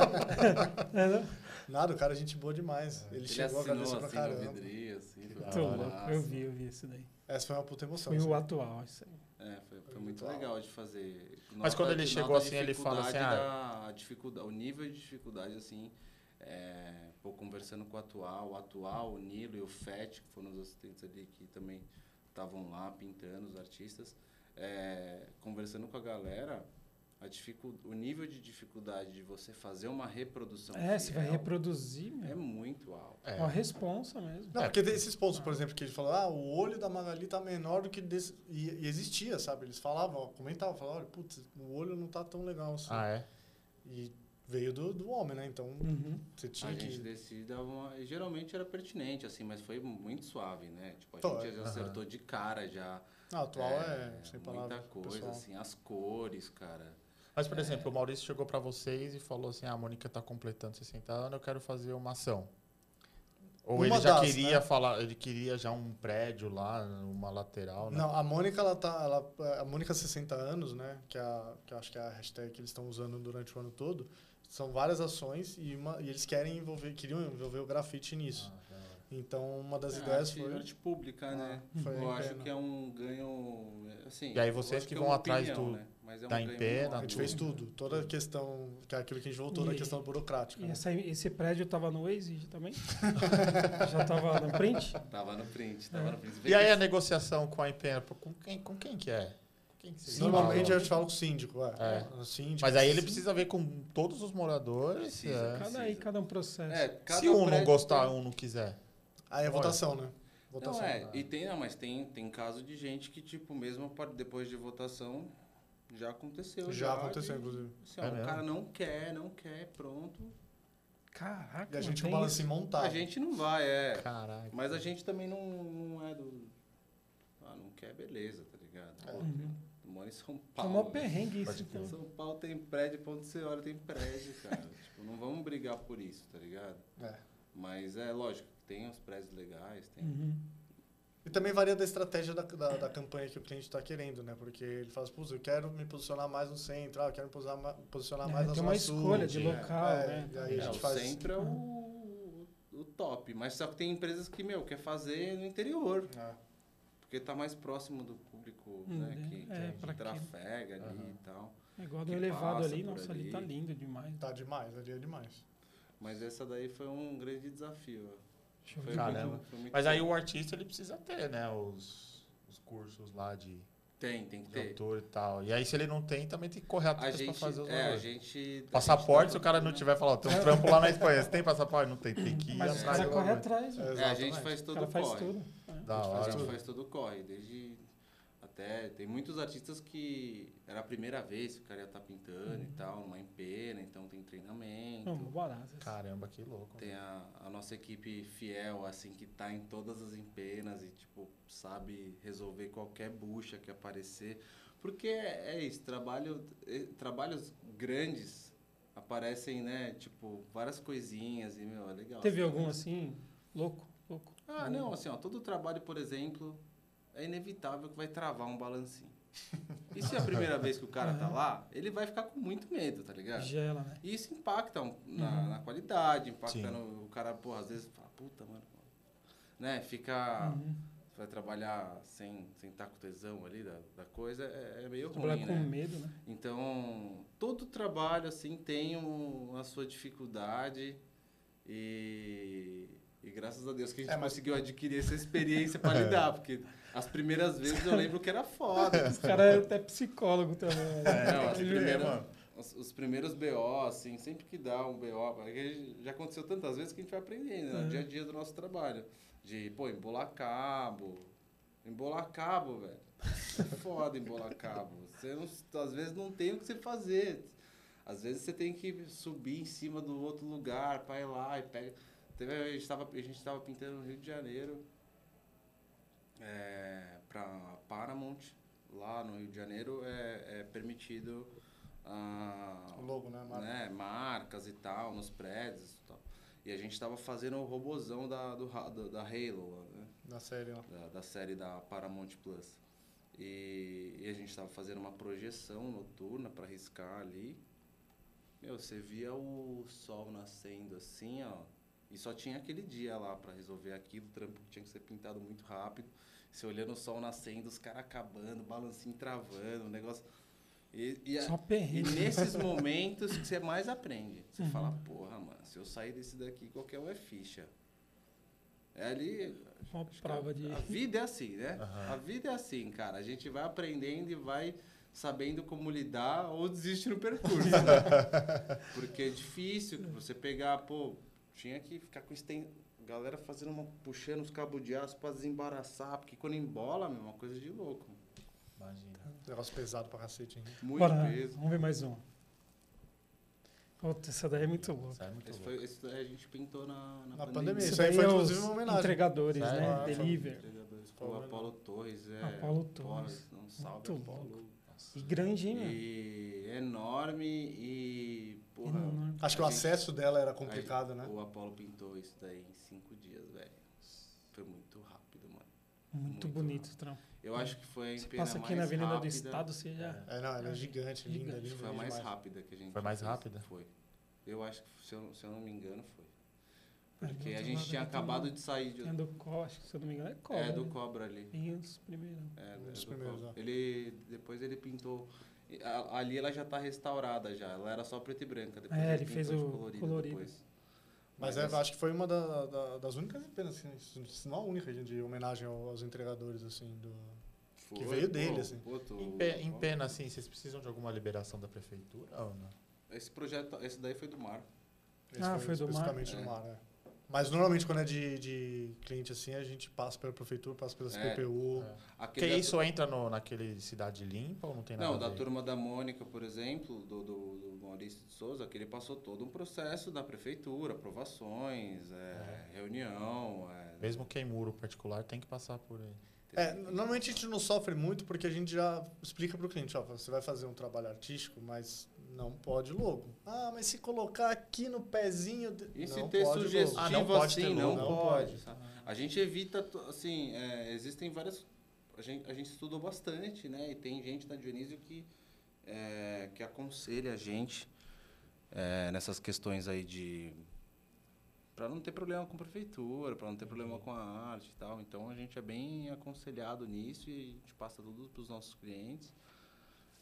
É, né? Nada, o cara, é gente boa demais. Ele, chegou a agradecer pra assim, no caramba. vidrinho, assim, foi da Tô hora. louco, eu vi, eu vi esse daí. Essa foi uma puta emoção. Foi um o assim. atual, isso aí. É, foi, foi Foi muito muito legal de fazer. Mas quando ele chegou nota a assim, ele fala assim, dificuldade da- a dificuldade, o nível de dificuldade, assim, é, pô, conversando com o atual, o atual, o Nilo e o Fett, que foram os assistentes ali que também estavam lá pintando, os artistas, é, conversando com a galera, a dificu- o nível de dificuldade de você fazer uma reprodução É, você vai fiel reproduzir, é meu. muito alto. É Então, É. uma responsa mesmo. Não, É, porque tem esses pontos, por exemplo, que ele falou, ah, o olho da Magali tá menor do que desse... E, e existia, sabe? Eles falavam, ó, comentavam, falavam, olha, putz, o olho não tá tão legal assim. Ah, é? E veio do, do homem, né? Então Uhum. você tinha A que. gente decida uma... Geralmente era pertinente, assim, mas foi muito suave, né? Tipo, a Foi, gente já aham. acertou de cara já. Ah, atual é, Muita sem palavras. coisa, pessoal. assim, as cores, cara. Mas, por exemplo, o Maurício chegou para vocês e falou assim: ah, a Mônica está completando 60 anos, eu quero fazer uma ação. Ou Uma ele já das, queria né? falar, ele queria já um prédio lá, uma lateral, né? Não, a Mônica, ela tá. Ela, a Mônica 60 anos, né? Que, é a, que eu acho que é a hashtag que eles estão usando durante o ano todo. São várias ações e, uma, e eles querem envolver, queriam envolver o grafite nisso. Ah, da hora. Então, uma das É, ideias arte, foi. Ah, arte pública, né? foi eu a acho Impena. que é um ganho, assim... E aí eu vocês acho que é vão uma atrás do- né? Mas da é um ganho Impena, A enorme. gente fez tudo, toda a questão, que é aquilo que a gente voltou, da E- questão burocrática. E né? essa- esse prédio estava no Waze também? [LAUGHS] Já estava no print? Tava no print, É. tava no print. E aí a negociação com a Impena, pô, com quem, com quem que é? Com quem que vocês Sim, Normalmente falam? eu falo com o síndico, é. É. O síndico, Mas aí ele precisa ver com todos os moradores. Precisa, é. Cada aí, cada um processo. É, cada Se um não prédio gostar, tem- um não quiser. Aí é Olha. votação, né? Não, Votação. é, e tem, não, mas tem, tem caso de gente que, tipo, mesmo a par- depois de votação, já aconteceu. Já aconteceu, de- inclusive. Assim, É ó, o mesmo? cara não quer, não quer, pronto. Caraca, E a gente não com assim tem o balancinho montado. A gente não vai, é. Caraca. Mas a gente também não, não é do. Ah, não quer, beleza, tá ligado? É. Pô, Uhum. Mora em São isso. É Paulo. mó né? perrengue isso, Pode então. São Paulo tem prédio, ponto você olha, tem prédio, [LAUGHS] cara. tipo, não vamos brigar por isso, tá ligado? É. Mas é lógico, tem os prédios legais, tem. Uhum. E também varia da estratégia da, da, da campanha que o cliente está querendo, né? Porque ele fala, assim, putz, eu quero me posicionar mais no centro, ah, eu quero me posicionar, ma- posicionar mais É, na tem zona uma sul. escolha de é. local, É, né? e aí É, a gente o faz- centro é o, o top, mas só que tem empresas que, meu, quer fazer no interior, É. porque tá mais próximo do público, Hum, né, né? que, que É, a gente pra quê? trafega ali Aham. e tal. É igual do que elevado passa ali, por nossa, ali ali. tá lindo demais. Tá demais, ali é demais. Mas essa daí foi um grande desafio. ó. Deixa eu Foi ver. Caramba. muito- foi muito Mas aí bom. o artista ele precisa ter, né? Os, os cursos lá de, Tem, tem que de ter. autor e tal. E aí, se ele não tem, também tem que correr A atrás pra gente, fazer os é, a valores. gente... a Passaporte, gente se tá o cara não procurando- tiver, falar, tem um trampo lá na Espanha. Você tem passaporte? Não tem, tem que ir Mas o atrás. cara do corre bagulho. atrás, né? É, a Exatamente. gente faz o todo cara o faz corre. tudo. Da A gente A hora. gente tudo. faz todo o corre, desde até tem muitos artistas que era a primeira vez que o cara ia estar pintando Uhum. e tal, numa empena, então tem treinamento. Não, mó barato. Caramba, que louco. Tem a, a nossa equipe fiel, assim, que tá em todas as empenas e, tipo, sabe resolver qualquer bucha que aparecer. Porque é, é isso, trabalho, eh, trabalhos grandes aparecem, né, tipo, várias coisinhas e, meu, é legal. Teve Assim, algum assim, louco, louco? ah, não, assim, ó, todo trabalho, por exemplo, é inevitável que vai travar um balancinho. E se é a primeira vez que o cara tá lá, ele vai ficar com muito medo, tá ligado? Gela, né? E isso impacta um- Uhum. na, na qualidade, Sim. impacta no. O cara, porra, às vezes fala, puta, mano. Né? Fica. Uhum. Vai trabalhar sem, sem estar com tesão ali da, da coisa, é, é meio Trabalhar ruim, com né? medo, [LAUGHS] né? Então, todo trabalho assim tem um, a sua dificuldade e, e graças a Deus que a gente É, mas- conseguiu adquirir essa experiência [LAUGHS] para lidar, porque as primeiras vezes eu lembro que era foda. Os caras é até psicólogo também. né? [LAUGHS] É, não, as Ele- primeiras- os, os primeiros BO, assim, sempre que dá um BO, é que a gente- já aconteceu tantas vezes que a gente vai aprendendo né, É. no dia a dia do nosso trabalho. De, pô, embolar cabo. Embolar cabo, velho. É foda embolar cabo. Você não- às vezes não tem o que você fazer. Às vezes você tem que subir em cima do outro lugar pra ir lá e pega. Teve, a, gente tava, a gente tava pintando no Rio de Janeiro é, pra Paramount. Lá no Rio de Janeiro é, é permitido ah, O logo, né? Marco? né, marcas e tal, nos prédios e tal. E a gente tava fazendo o robozão da, do, Ra- do- da Halo, lá, né? Na série lá. da, da série da Paramount Plus. E, e a gente tava fazendo uma projeção noturna para riscar ali. Meu, você via o sol nascendo assim, ó. E só tinha aquele dia lá para resolver aquilo, o trampo que tinha que ser pintado muito rápido. Você olhando o sol nascendo, os caras acabando, o balancinho travando, o negócio. E, e a- Só um e perrengue. nesses momentos que você mais aprende. Você Uhum. fala, porra, mano, se eu sair desse daqui, qualquer um é ficha. É ali. Uma acho que prova a, de. a vida é assim, né? Aham. A vida é assim, cara. A gente vai aprendendo e vai sabendo como lidar ou desiste no percurso. né? Porque é difícil você pegar, pô, tinha que ficar com esten... galera fazendo uma puxando os cabos de aço pra desembaraçar, porque quando embola, meu, é uma coisa de louco. Imagina. Negócio pesado pra cacete, hein? né? Muito Bora, peso. vamos ver mais um. Puta, essa daí é muito louca. Isso é muito Esse louco. foi, esse daí a gente pintou na, na, Na pandemia. Isso daí aí foi, é inclusive, os uma homenagem. Entregadores, Sério? né? Ah, foi- Deliver. Entregadores, com o Paulo- Apolo Torres. É, Apolo Torres, Torres, um salve. muito Apolo. louco. E grande, né? E é enorme e. Porra, Enorme. Acho que o a gente- acesso dela era complicado, a gente- né? O Apolo pintou isso daí em cinco dias, velho. Foi muito rápido, mano. Muito muito bonito o trampo. Eu acho que foi a Hum. Você pena passa aqui mais na Avenida do rápida. Estado, é você já... É, não, ela é gigante, linda, Gigante. linda. Acho que foi a linda mais demais. rápida que a gente Foi mais fez. rápida? Foi. Eu acho que, se eu, se eu não me engano, foi. Ali do Porque a outro gente lado tinha ali É, tem acabado um- de sair de... Tem a do Cobra, acho que se eu não me engano é Cobra. É, do né? Cobra ali. Tem os primeiros. É, Um do dos Cobra. primeiros, ó. Ele, depois ele pintou... e a- Ali ela já tá restaurada já. Ela era só preta e branca. Depois É, ele pintou fez de o colorido colorido. depois. Mas é, acho que foi uma da- da- das únicas apenas, assim, se não a única, gente, de homenagem ao- aos entregadores, assim, do... foi, que veio dele, assim. puto, Em, o- pe- em pena, assim, vocês precisam de alguma liberação da prefeitura ou não? Esse projeto, esse daí foi do Marco. Esse Ah, foi do mar. especificamente do mar, né? Mas normalmente quando é de, de cliente assim, a gente passa pela prefeitura, passa pelas É. É. PPU. Porque Aquele da- isso entra no, naquele Cidade Limpa ou não tem nada Não, a da ver? turma da Mônica, por exemplo, do, do, do Maurício de Souza, que ele passou todo um processo da prefeitura, aprovações, é, reunião. é, Mesmo quem muro particular tem que passar por ele. É, normalmente a gente não sofre muito porque a gente já explica para o cliente, ó, você vai fazer um trabalho artístico, mas não pode logo. Ah, mas se colocar aqui no pezinho... de- E se não ter pode sugestivo logo. Ah, não pode ter assim, não, logo, não pode. pode. sabe? A gente evita, to- assim, é, existem várias... A gente, a gente estudou bastante, né? E tem gente da Dionísio que, é, que aconselha a gente é, nessas questões aí de... Para não ter problema com a prefeitura, para não ter problema com a arte e tal. Então, a gente é bem aconselhado nisso e a gente passa tudo para os nossos clientes.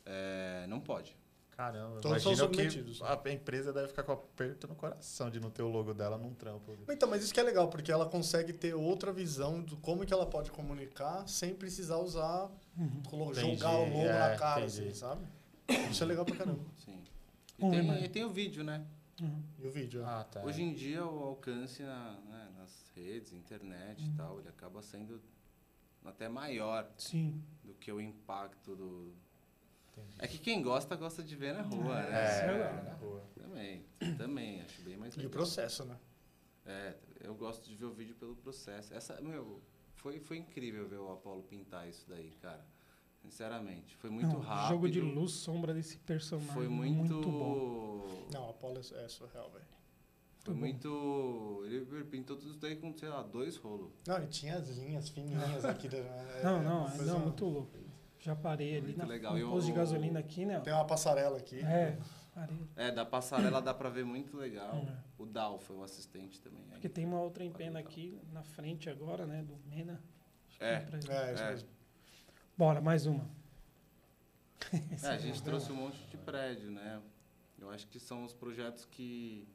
É, não pode. Caramba, Todos são imagina submetidos. que a empresa deve ficar com aperto no coração de não ter o logo dela num trampo. Então, mas isso que é legal, porque ela consegue ter outra visão de como que ela pode comunicar sem precisar usar, Uhum. colo- Entendi, jogar o logo na é, cara, entendi. assim, sabe? Isso é legal pra caramba. Sim. E, Bom, tem, Emmanuel. e tem o vídeo, né? E o vídeo? é? Ah, tá. Hoje em dia, o alcance na- né, nas redes, internet e tal, ele acaba sendo até maior Sim. do que o impacto do... Entendi. É que quem gosta, gosta de ver na rua, É, sei né? lá. na rua. Também, também, acho bem mais E o legal. processo, né? É, eu gosto de ver o vídeo pelo processo. Essa, meu, foi, foi incrível ver o Apolo pintar isso daí, cara. Sinceramente, foi muito Não, rápido. Jogo de luz, sombra desse personagem. Foi muito... bom. Não, a Paula é é surreal, velho. Foi Muito muito... Ele pintou tudo isso daí com, sei lá, dois rolos. Não, e tinha as linhas fininhas aqui. Da, é- [LAUGHS] Não, é não, uma é, coisa- não, muito louco. Já parei ali Muito na legal. no E o- posto de gasolina aqui, né? ó. Tem uma passarela aqui. É, parei. É, da passarela dá pra ver muito legal. É. O Dal foi o assistente também. É, aí. Porque tem uma outra empena legal. aqui na frente agora, né? Do Mena. Acho que É. dá pra- É, isso É. mesmo. Bora, mais uma. É, a gente trouxe um monte de prédio, né? Eu acho que são os projetos que.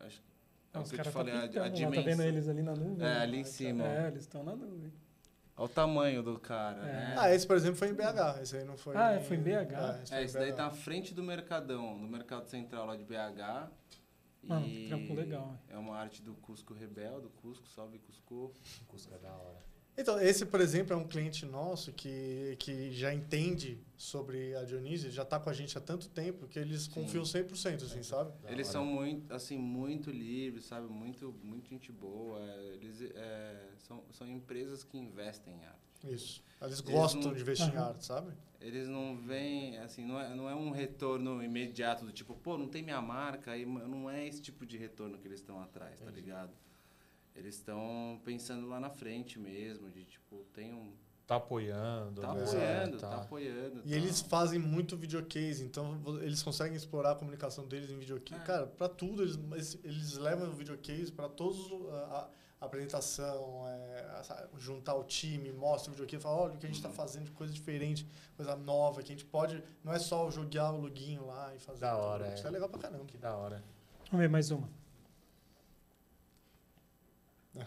Acho que. É o Ah, Os que eu caras te estão falei, a, a pintando lá, tá dimensão. vendo eles ali na nuvem? É, ali em cima. É, eles estão na nuvem. Olha É o tamanho do cara, É. né? Ah, esse, por exemplo, foi em BH. Esse aí não foi. Ah, em- foi em BH. esse foi É, em isso daí BH. tá à frente do Mercadão, do Mercado Central lá de BH. Mano, e que Ah, trampo legal, hein? É uma arte do Cusco Rebel, do Cusco, salve Cusco. Custa um é da hora. Então, esse, por exemplo, é um cliente nosso que, que já entende sobre a Dionísio, já tá com a gente há tanto tempo que eles confiam 100%, assim, sabe? Da Eles hora. são muito, assim, muito livres, sabe? Muito, muito gente boa. é, Eles é, são, são empresas que investem em arte. Isso. Eles Eles gostam não- de investir em Aham. arte, sabe? Eles não vêm, assim, não é, não é um retorno imediato do tipo, pô, não tem minha marca, aí ma- não é esse tipo de retorno que eles estão atrás, tá ligado? Eles estão pensando lá na frente mesmo, de tipo, tem um. Tá apoiando. Tá né? apoiando, É, tá, apoiando. E tá. eles Ah. fazem muito videocase, então vo- eles conseguem explorar a comunicação deles em Ah. videocase. É. Cara, pra tudo, eles, eles- eles levam o videocase pra todos o- a, a apresentação, é, a- sa- juntar o time, mostra o videocase, fala, olha o que a gente tá Uhum. fazendo, de coisa diferente, coisa nova, que a gente pode, não é só jogar o loguinho lá e fazer. Da tudo. hora, Isso é. é legal pra caramba. Que da hora. Vamos ver mais uma. Da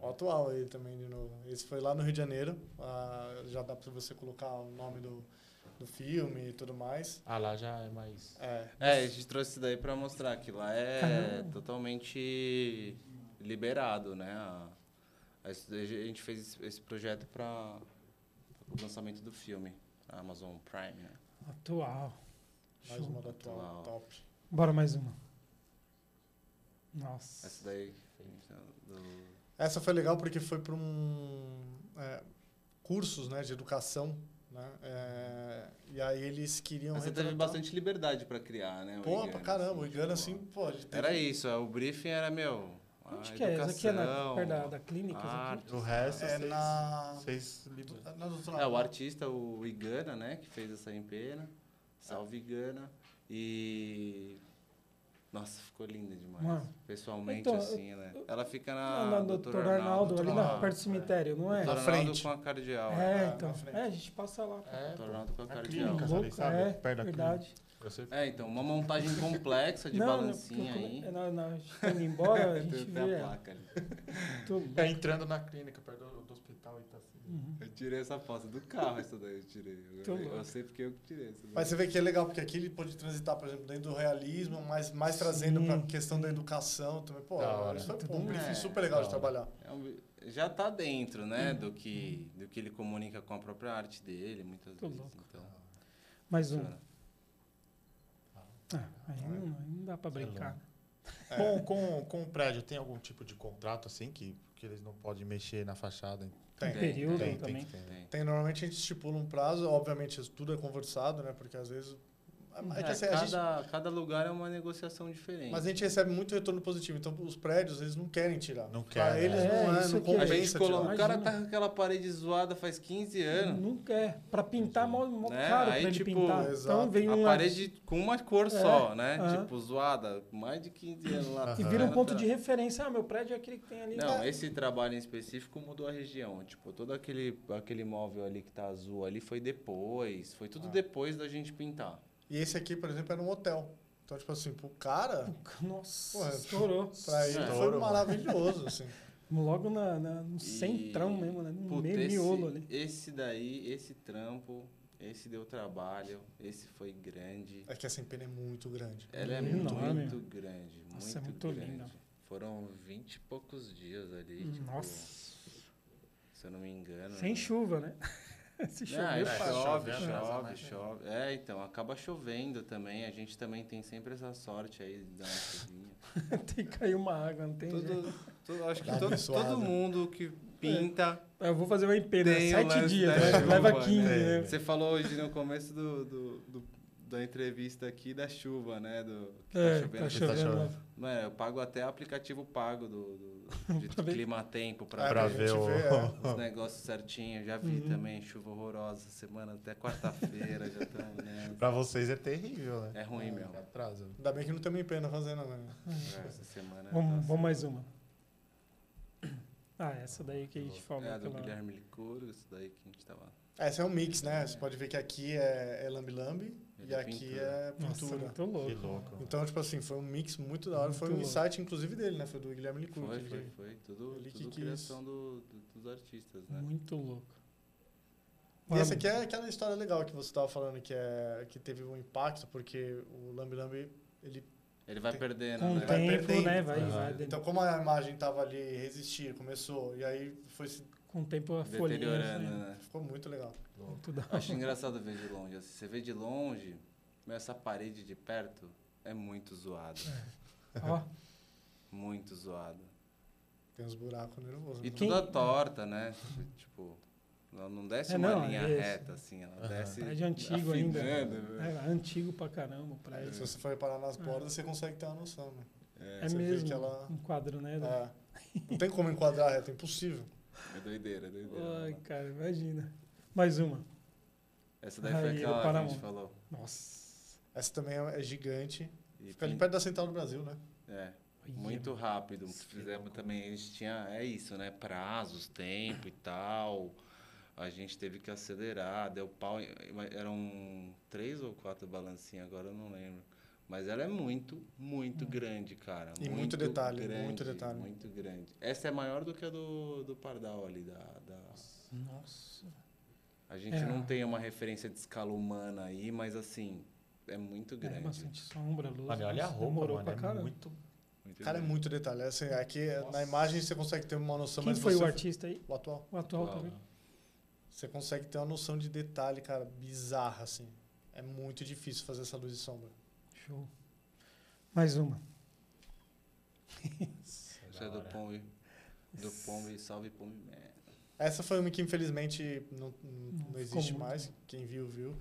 O hora. atual aí também, de novo. Esse foi lá no Rio de Janeiro, ah, já dá pra você colocar o nome do, do filme e tudo mais. Ah, lá já é mais. É, É, a gente trouxe isso daí pra mostrar que lá é Caramba. totalmente liberado, né? A, a isso daí a gente fez esse- esse projeto pra o lançamento do filme, na Amazon Prime, né? Atual. mais Show. uma da atual, Atual. top. Bora mais uma. Nossa. Essa daí foi Essa foi legal porque foi para um é, cursos, né, de educação, né? é, e aí eles um queriam. Você teve retratar- bastante liberdade para criar, né? o Pô, Engana, pra caramba, o assim, Engana tipo, assim, pô. a gente teve- Era isso, é, o briefing era meu. a Onde que é? Essa aqui é na, Ah, educação, perto da, da clínica? essa aqui? arte. O resto, É vocês, na. vocês liberam. na doutora- É, o artista, o Igana, né, que fez essa empena. Salve Igana. E. Nossa, ficou linda demais. Mano. Pessoalmente, Então, assim, né? Ela fica na. Ah, na Doutor doutor Arnaldo, ali na, Arnaldo, perto do cemitério, não é? Doutor Na Arnaldo frente. com a cardeal. né? É, na então. frente. É, a gente passa lá. pô. É, Doutor Arnaldo com a na cardeal. clínica, Louco, ali, sabe? é, Perto da verdade. Eu sei. É, então, uma montagem complexa Tá de balancinha porque aí. quando- na, na, a gente tá indo embora, [LAUGHS] a gente Tem vê até a ela. placa ali. Tudo É, bem. entrando na clínica, perto do, do hospital e tá assim. Uhum. Eu tirei essa foto do carro, essa daí eu tirei. Eu, Tô eu louco. sei porque eu que tirei essa daí. Mas você vê que é legal, porque aqui ele pode transitar, por exemplo, dentro do realismo, mas mais trazendo Sim. pra questão da educação também. Pô, Da hora. isso foi pô, Tudo um bem. briefing super legal Da de hora. trabalhar. É um- já está dentro, né, do que do que ele comunica com a própria arte dele, muitas Tô vezes. louco. Então, Mais um. cara, Ah, aí não, aí não dá pra brincar. Com, com, com o prédio, tem algum tipo de contrato assim que, que eles não podem mexer na fachada? Tem. Tem. É Período tem, né? tem, também. tem. tem. Tem, normalmente a gente estipula um prazo, obviamente isso tudo é conversado, né? Porque às vezes. é que É, assim, a gente- cada, cada lugar é uma negociação diferente. mas a gente recebe muito retorno positivo, então os prédios eles não querem tirar. Não Pra querem, eles né? É, não, é, isso não que a gente a compensa. gente tirar. coloca, o cara Imagina. tá com aquela parede zoada faz 15 anos. Nunca é. Pra pintar, mó, mó Né? caro Aí, pra ele tipo, pintar. Exato. Então vem um A lá parede com uma cor só, né? aham. Tipo, zoada, mais de 15 anos lá. e Aham. vira um atrás. ponto de referência. Ah, meu prédio é aquele que tem ali. Não, esse trabalho em específico mudou a região. Tipo, todo aquele, aquele móvel ali que tá azul ali foi depois. Foi tudo Ah. depois da gente pintar. E esse aqui, por exemplo, era um hotel. Então, tipo assim, pro cara, Nossa, Porra. estourou. pra ele foi Estouro, mano. maravilhoso, assim. Logo na, na- no E- centrão mesmo, né? No Puta, meio esse, miolo ali. esse daí, esse trampo, esse deu trabalho, esse foi grande. É que essa empena é muito grande. Ela é muito, Enorme. muito grande. Muito, Nossa, é muito grande. linda. Hum, Foram 20 e poucos dias ali. tipo, Nossa. se eu não me engano. Sem né? chuva, né? [LAUGHS] Se Não, aí chover, é, faz. chove, chovendo, casa, chove, né? chove. É, então, acaba chovendo também. A gente também tem sempre essa sorte aí de dar uma chuvinha. [LAUGHS] tem que cair uma água, não tem né? jeito. é. Tudo, tudo- acho que Dá todo, abençoada. todo mundo que É. pinta. Eu vou fazer uma empena, Tem o sete lance dias, da né? chuva, leva 15, né? né? Você falou hoje no começo do, do- do- da entrevista aqui da chuva, né? Do, que tá É, que tá chovendo. tá chovendo. chovendo. lá. Mano, eu pago até aplicativo pago do, [LAUGHS] do- de Pra ver. clima-tempo pra, É, Pra gente ver o. vê, [LAUGHS] os negócios certinho. Já Uhum. vi também chuva horrorosa semana até quarta-feira. já [LAUGHS] tá tamo nessa. pra vocês é terrível, né? É ruim mesmo. Atrasa. Ainda bem que não tem uma empena fazendo, né? Essa semana. É. Vamos, tá- vamos mais uma. Ah, essa daí que a gente falou. É, do pela- Guilherme Licuro, isso daí que a gente tava. Essa é um mix, né? Você pode ver que aqui é, é lambi-lambi Ele e é aqui pintura. é Nossa, pintura. muito louco. Que louco. então, tipo assim, foi um mix muito da hora. foi um Muito louco. insight, inclusive, dele, né? Foi do Guilherme Licur. Foi, que foi, ele- foi. Tudo, Ele que tudo quis. criação do- do- dos artistas, né? Muito louco. E essa aqui é... é aquela história legal que você estava falando, que, é, que teve um impacto, porque o lambi-lambi, ele... Ele vai Tem- perdendo, Com o né? Vai tempo, perdendo. né? Vai, Aham. vai. Então, como a imagem tava ali, resistia, começou, e aí foi, se- Com o tempo a folhinha. Deteriorando, né? né? ficou muito legal. Muito da Acho engraçado ver de longe. assim, Você vê de longe, mas essa parede de perto é muito zoada. Ó, Muito zoada. Tem uns buracos nervosos. E né? toda torta, né? Tipo, ela não desce É, uma não, linha é isso. reta, assim. Ela desce. prédio antigo ainda. afinando, velho. É, antigo pra caramba o Aí, prédio. se você for reparar nas bordas, você consegue ter uma noção, né? É, você vê mesmo. que ela- Um quadro, né? É. Não tem como enquadrar reto, é impossível. É doideira, é doideira. Ai, cara, imagina. Mais uma. Essa daí foi Aí, aquela que a gente Paramount. falou. Nossa. Essa também é é gigante. E Fica ali pin- perto da Central do Brasil, né? É, Olha, muito rápido. Fizemos também, a gente tinha, é isso, né? Prazos, tempo e tal. A gente teve que acelerar, deu pau. em- Eram três ou quatro balancinhas, agora eu não lembro. Mas ela é muito, muito grande, cara. Hum. E muito detalhe, muito detalhe. Muito grande. Essa é maior do que a do, do Pardal ali. Da, da- Nossa. A gente É. não tem uma referência de escala humana aí, mas assim, é muito grande. É assim, bastante sombra, luz. Olha, Ah, olha a nossa, roupa, demorou mano. pra é caramba. muito. Muito Cara, é grande. muito detalhe. Assim, aqui na imagem você consegue ter uma noção, Quem mas foi você- o artista aí? O atual. O atual Atual, né? também? Você consegue ter uma noção de detalhe, cara, bizarra, assim. É muito difícil fazer essa luz e sombra. Show. Mais uma. Isso é do Pombe. Do Pombe, salve Pombe. né? Man. Essa foi uma que, infelizmente, não, não, não ficou existe muito. mais. Quem viu, viu.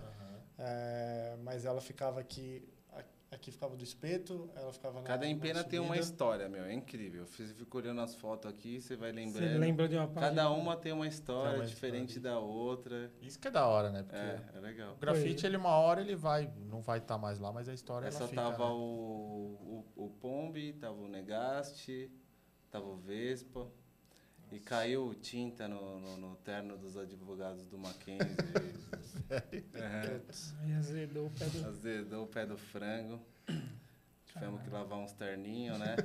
É, mas ela ficava aqui... a- Aqui ficava do espeto, ela ficava na Cada na empena tem um uma subida. história, meu. É incrível. Eu fiz- fico olhando as fotos aqui, você vai Você lembrando. lembra de um. uma parte? Cada um. uma tem uma história Tem uma diferente história. da outra. Isso que é da hora, né? Porque É, é legal. o grafite, ele uma hora ele vai, não vai estar mais lá, mas a história Essa ela fica. tava né? o, o, o Pombe, tava o Negaste, tava o Vespa. E caiu tinta no, no, no terno dos advogados do Mackenzie. Aham. Aí azedou o pé [LAUGHS] do... Azedou o pé do frango. Tivemos que lavar uns terninhos, né?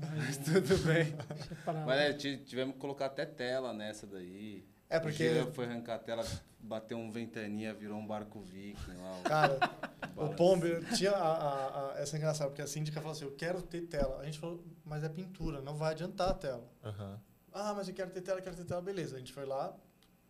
Ai, Tudo bem. deixa eu parar. Mas é, ti- tivemos que colocar até tela nessa daí. É, O porque, Jean foi arrancar a tela, bateu um ventania, virou um barco viking lá. cara, [LAUGHS] o- o né? Pombe tinha a, a, a, essa é engraçada, porque a síndica falou assim, eu quero ter tela. A gente falou, mas é pintura, não vai adiantar a tela. Aham. Hum? Ah, mas eu quero ter tela, quero ter tela, beleza. A gente foi lá,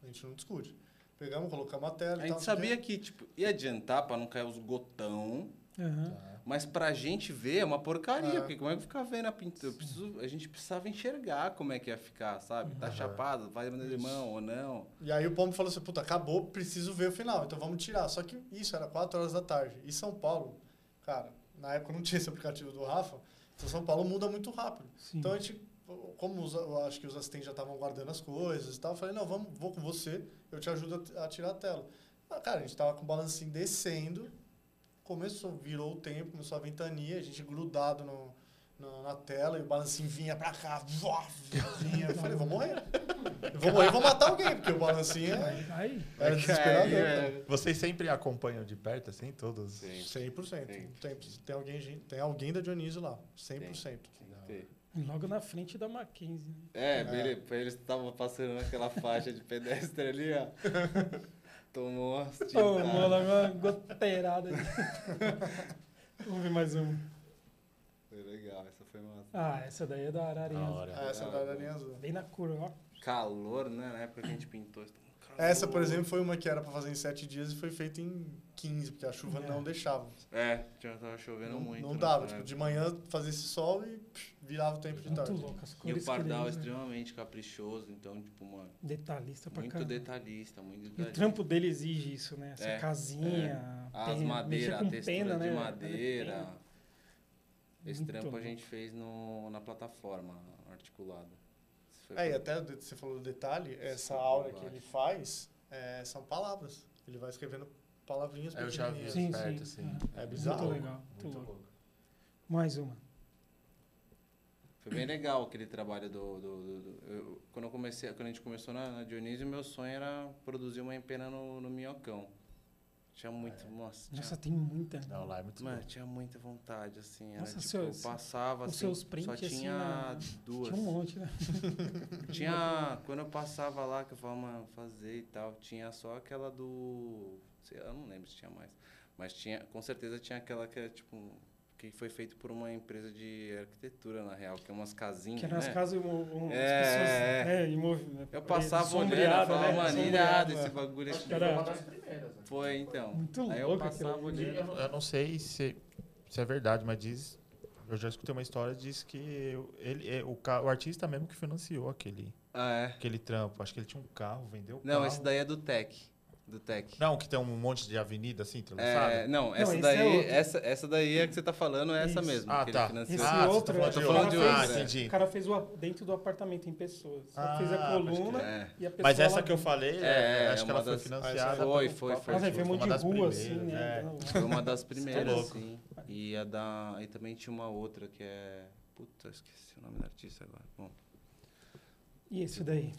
a gente não discute. Pegamos, colocamos a tela A e tal. gente sabia que tipo, ia adiantar pra não cair os gotão, Aham. Tá. mas pra gente ver é uma porcaria, É. porque como é que ficar vendo a pintura? Eu preciso- a gente precisava enxergar como é que ia ficar, sabe? Tá Aham. chapado, vai de limão ou não. E aí o Pombo falou assim, puta, acabou, preciso ver o final, então vamos tirar. Só que isso era 4 horas da tarde. E São Paulo, cara, na época não tinha esse aplicativo do Rafa, então São Paulo muda muito rápido. Sim. Então a gente, como os- eu acho que os assistentes já estavam guardando as coisas e tal, eu falei, não, vamos, vou com você, eu te ajudo a t- a, tirar a tela. Ah, cara, a gente tava com o balancinho descendo, começou, virou o tempo, começou a ventania, a gente grudado no, no- na tela e o balancinho vinha pra cá, vó, vinha. Eu falei, vou morrer. Eu vou morrer, vou matar alguém, porque o balancinho é, Aí, era desesperador. Caiu, cara. Vocês sempre acompanham de perto, assim, todos? Sim. 100%. Sim. Tem, tem, alguém, gen- tem alguém da Dionísio lá, 100%. Sim. logo na frente da Mackenzie. né? É, pra ele- pra eles estavam passando naquela faixa de pedestre ali, ó. Tomou as tintas. Ô, mano, uma goteirada. [LAUGHS] Vamos ver mais uma. Foi legal, essa foi massa. Ah, essa daí é da Da Ararinha. hora. Ah, essa da Aranha Azul. Bem na curva, ó. Calor, né? Na época que a gente pintou. estava um calor. Essa, por exemplo, foi uma que era pra fazer em 7 dias e foi feita em 15, porque a chuva É. não deixava. É, já tava chovendo não, muito. não né, dava. na Tipo, época. de manhã fazia esse sol e psh, virava o tempo de Muito tarde. louco. As E cores o Pardal é que ele- extremamente caprichoso, então, tipo, mano, Detalhista pra muito caramba. detalhista, muito E o detalhista. trampo dele exige isso, né? Essa É, casinha, As pen- madeiras, mexer a com textura pena, de né? É. madeira. Esse Muito trampo a louco. gente fez no, na plataforma articulada. Isso foi É, e pra- até de- você falou do detalhe, essa Sim, aura eu que ele acho. faz é, são palavras. Ele vai escrevendo palavrinhas Eu já vi pequenininhas. Sim, de perto, sim. assim. É bizarro. Muito legal, muito Muito louco. louco. Mais uma. Foi bem legal aquele trabalho do. do- do- do- eu- quando, eu comecei, quando a gente começou na, na Dionísio, meu sonho era produzir uma empena no, no minhocão. Tinha muito. Nossa, tinha, Nossa, tem muita. Não, lá é muito mano, louco. tinha muita vontade, assim. Era, Nossa, tipo, seus- eu passava os assim. seus só prints, assim, tinha na- duas. Tinha um monte, né? Tinha. Quando eu passava lá, que eu falava, mano, fazer e tal, tinha só aquela do. Sei lá, eu não lembro se tinha mais. Mas tinha, com certeza tinha aquela que era tipo. Que foi feito por uma empresa de arquitetura, na real, que é umas casinhas. Que nas né? casas um, um, É, as pessoas é. né, em movimento. Eu passava olhando e Sombreado, falava, né? mano, Sombreado. irado esse bagulho. Acho Esse que Era- foi uma das primeiras, né? Foi, então. Muito Aí eu louco aquilo passava ali. né? Eu olhando. não- eu não sei se, se é verdade, mas diz. Eu já escutei uma história, diz que eu- ele, é, o, ca- o artista mesmo que financiou aquele, Ah, é. aquele trampo. Acho que ele tinha um carro, vendeu o Não, carro. esse daí é do Tech. Do Tech. Não, que tem um monte de avenida assim, entrelaçada. É, não, essa esse é daí, outro. essa, essa daí é que você tá falando, é essa Isso. mesmo. Ah, que tá. Ele financiou. Esse ah, outro você tá falando é- de outro. Falando de Ah, outro, é. entendi. O cara fez o, a- dentro do apartamento em pessoas. Ah, fez a pode coluna crer. e a pessoa. Mas essa lá que eu falei, É, é, é acho que uma ela foi das- financiada. Foi, por- foi, foi. Nossa, aí foi vem um uma monte de das rua, assim, primeiras, né? é. Foi uma das primeiras, louco. sim. E a da. E também tinha uma outra que é. Puta, esqueci o nome da artista agora. Bom. E esse daí?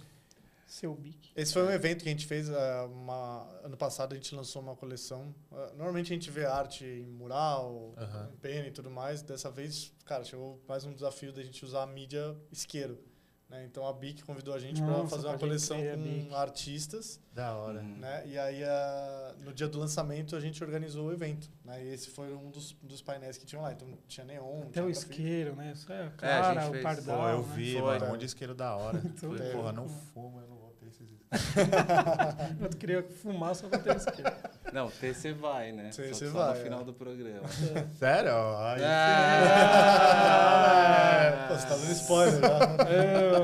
Seu bique. Esse foi um evento que a gente fez ah, uma, ano passado. A gente lançou uma coleção. Ah, Normalmente a gente vê arte em mural, Aham. em pena e tudo mais. Dessa vez, cara, chegou mais um desafio da gente usar a mídia isqueiro. né? Então a Bic convidou a gente para Nossa, fazer uma pode coleção crer, a Bic. com artistas. Da hora. Hum. Né? E aí, ah, no dia do lançamento, a gente organizou o evento. Né? E esse foi um dos, dos painéis que tinham lá. Então tinha neon, Até tinha o grafite. isqueiro, né? Isso é a cara, gente o fez. Pô, pardal. eu né? vi, Foi, mano, um cara. monte de isqueiro da hora. [LAUGHS] Muito Falei, louco, porra, não mano. fumo, eu não vou [LAUGHS] TCC. Eu queria fumar só pra ter um isso aqui. Não, TC vai, né? TC só, Só vai, no final é. do programa. Sério? Aí sim. É. [LAUGHS] Ah! [LAUGHS] Pô, você tá dando spoiler, [LAUGHS] né?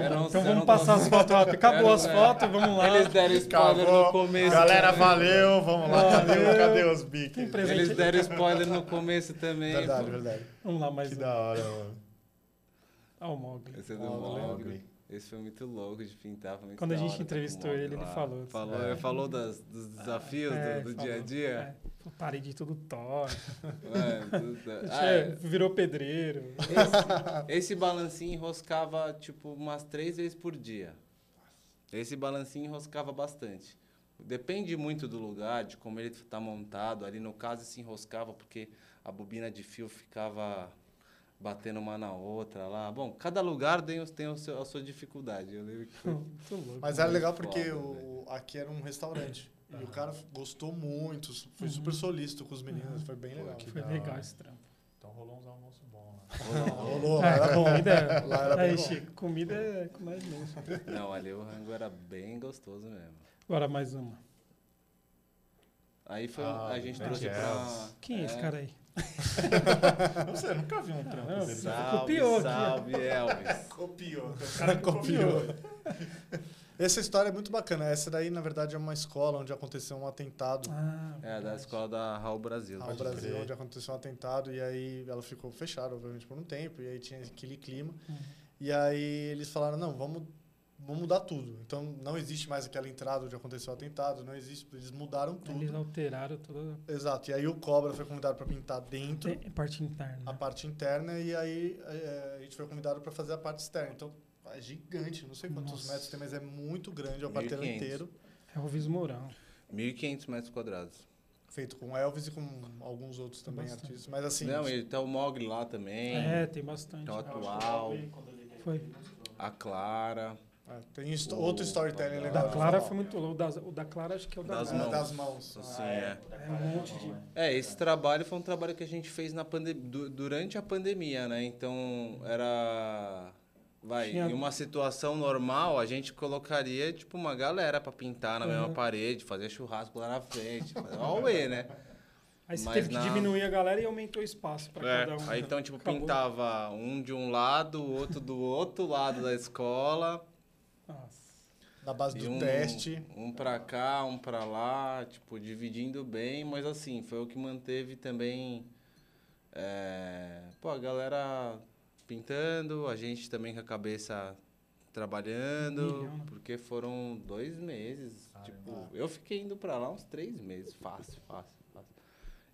Eu- não- então eu vamos não passar gosto. as fotos rápido. Acabou Eu as não- fotos, vamos lá. um Eles deram spoiler no Acabou. começo. Galera, valeu. Vamos lá. Cadê, Valeu. o- cadê os Tem biques? presente Eles aí? deram spoiler no começo também. Verdade, pô. verdade. Vamos lá, mais Que um. da hora, mano. Ah, o Mogli. Esse é do Ah, eu Mogli. lembro. Esse foi muito louco de pintar. Foi muito Quando a da gente hora tá com o entrevistou Mogli ele, ele lá. falou disso. Falou, É. falou das- dos desafios É, do, do falou. dia a dia. É. Pô, Parede tudo torta. É, tudo- A gente Ah, [LAUGHS] é, é. virou pedreiro. Esse, esse balancinho enroscava, tipo, umas três vezes por dia. Esse balancinho enroscava bastante. Depende muito do lugar, de como ele está montado. Ali, no caso, se enroscava porque a bobina de fio ficava batendo uma na outra lá. Bom, cada lugar tem, os- tem o seu- a sua dificuldade. Eu lembro que [LAUGHS] foi... Muito louco. Mas era Muito legal porque foda, o, aqui era um restaurante. E o cara gostou muito, su- foi Uhum. super solícito com os meninos, foi bem Pô, é legal. né? que Foi da legal hora. esse trampo. Então rolou uns almoços bons né? lá. Rolou, Ah, era bom. comida. Lá era bem aí, bom. Chico, comida é com nós mesmo. Não, ali o rango era bem gostoso mesmo. Agora mais uma. Aí foi, Ah, a gente bem trouxe pra... delas. Quem é esse cara aí? Não sei, eu nunca vi um trampo Não, desse. não. Salve, Copiou aqui, ó. salve, Elvis. [LAUGHS] Copiou. O cara copiou. Essa história é muito bacana. Essa daí, na verdade, é uma escola onde aconteceu um atentado. Ah, É, da escola da Raul Brasil. ao pode Brasil, crer. onde aconteceu um atentado, e aí ela ficou fechada, obviamente, por um tempo, e aí tinha aquele clima. Uhum. E aí eles falaram, não, vamos, vamos mudar tudo. Então não existe mais aquela entrada onde aconteceu o atentado, não existe, eles mudaram tudo. eles alteraram toda Exato, e aí o Cobra foi convidado para pintar dentro, a parte a interna. parte interna, e aí eh, a gente foi convidado para fazer a parte externa. Então é gigante, não sei quantos Nossa. metros tem, mas é muito grande, é o quarteirão 1.500. inteiro, É o Viso Mourão. 1.500 metros quadrados. feito com Elvis e com alguns outros também Bastante. artistas. Mas assim, Não, e tá o Mogli lá também. É, tem bastante. Então, atual. é Foi. A Clara. é, tem isto- O- outro storytelling o O legal. da Clara foi muito louco. O das- O da Clara acho que é o da Das É, mãos. das mãos. Assim, é. É um monte de. É, esse trabalho foi um trabalho que a gente fez na pande- du- durante a pandemia, né? Então, era... Vai, Tinha- em uma situação normal, a gente colocaria, tipo, uma galera pra pintar na mesma Uhum. parede, fazer churrasco lá na frente. fazer Auê, né? Aí você Mas teve que na- diminuir a galera e aumentou o espaço pra É, cada um. Aí então, tipo, Acabou. pintava um de um lado, o outro do outro lado da escola. Nossa. Na base E do um, teste. Um pra cá, um pra lá, tipo, dividindo bem, mas assim, foi o que manteve também. é, pô, a galera pintando, a gente também com a cabeça trabalhando, Milhão, né? porque foram dois meses. tipo, eu fiquei indo pra lá uns três meses, fácil, fácil, fácil.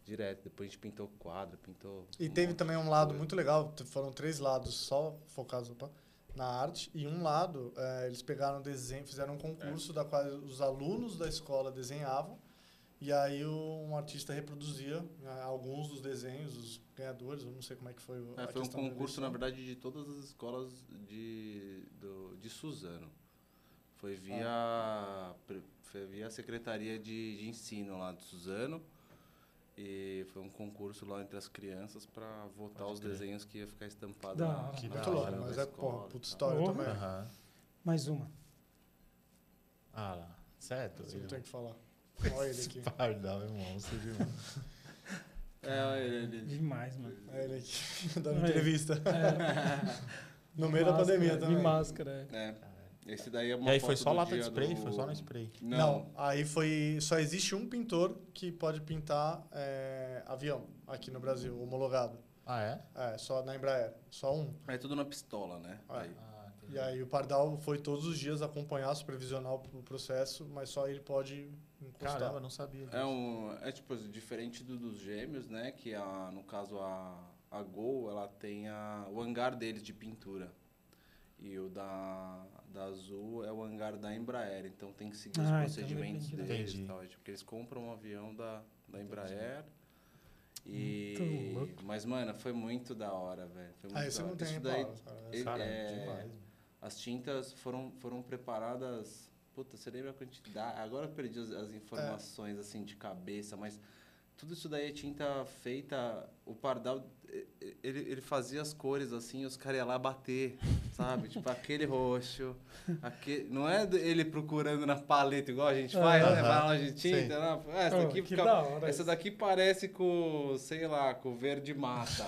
Direto, depois a gente pintou quadro, pintou. E um teve monte também de um lado coisa. muito legal, t- foram três lados só focados opa, na arte, e um lado eh, eles pegaram desenho, fizeram um concurso É. da qual os alunos da escola desenhavam, e aí o- um artista reproduzia né, alguns dos desenhos, os ganhadores, eu não sei como é que foi o- É, a foi um questão da concurso, na eleição. verdade, de todas as escolas de, do, de Suzano. Foi Tá. via, pre- foi via Secretaria de, de Ensino lá de Suzano. E foi um concurso lá entre as crianças para votar Pode os crer. desenhos que ia ficar estampado Da na, hora. Que na da Muito louco, hora, da mas é, escola tá. porra, e puta tal. história Porra. também. Aham. Mais uma. Ah lá. Certo? Você não tem o que falar. Olha ele aqui. Pardal é um monstro, viu? É, olha ele ali. Demais, mano. Olha É, ele aqui, [LAUGHS] dando Olha ele. entrevista. É, [LAUGHS] No meio da máscara, pandemia De também. máscara. é. É, esse daí é E uma aí foi foto só do lata de dia spray? do- Foi só no spray. Não, Não, aí foi. Só existe um pintor que pode pintar é, avião aqui no Brasil, homologado. Ah, é? É, só na Embraer, só um. é tudo na pistola, né? Ah, Aí. Ah, entendi. E aí o Pardal foi todos os dias acompanhar, supervisionar o processo, mas só ele pode encostar. Caramba, não sabia. disso. É, um, é tipo diferente do, dos gêmeos, né? Que a, no caso a, a Gol, ela tem a, o hangar deles de pintura. E o da, da Azul é o hangar da Embraer. Então tem que seguir os Ah, então procedimentos depende da- deles e Entendi. tal. É, tipo, que eles compram um avião da, da Embraer. E, Muito louco. mas, mano, foi muito da hora, velho. Foi muito Aí da você hora. Ah, não tem Isso nem daí palavras, cara. ele- Cara, é- demais. as tintas foram, foram preparadas. Puta, você lembra a quantidade? Agora eu perdi as, as informações assim de cabeça, mas tudo isso daí é tinta feita. O Pardal, e- e- ele, ele fazia as cores assim, os caras iam lá bater, sabe? tipo, aquele roxo. Aquele, não é do- ele procurando na paleta, igual a gente faz, né? Aham. Vai na loja de Sim. tinta. Não, ah, essa Oh, daqui que fica- da hora Essa isso. daqui parece com, sei lá, com o verde mata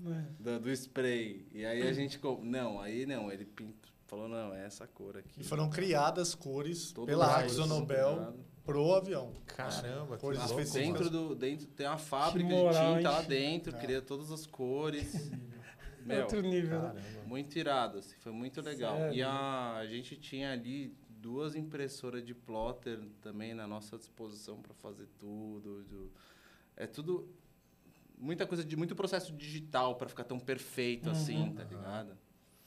né? do, do spray. E aí a gente. co- Não, aí não, ele pinta, falou, não, é essa cor aqui. E foram criadas cores Todo pela mundo Axo fez, Nobel nada. pro avião. Caramba, que Cores louco. feitas mano. [LAUGHS] Dentro do. Dentro, tem uma fábrica moral, de tinta hein? lá dentro, É. cria todas [LAUGHS] as cores. Meu, Outro nível. né? Caramba. muito irado, assim, foi muito legal. E Sério? né? a, a gente tinha ali duas impressoras de plotter também na nossa disposição para fazer tudo. do- é tudo. Muita coisa de muito processo digital para ficar tão Uhum. perfeito assim, tá ligado?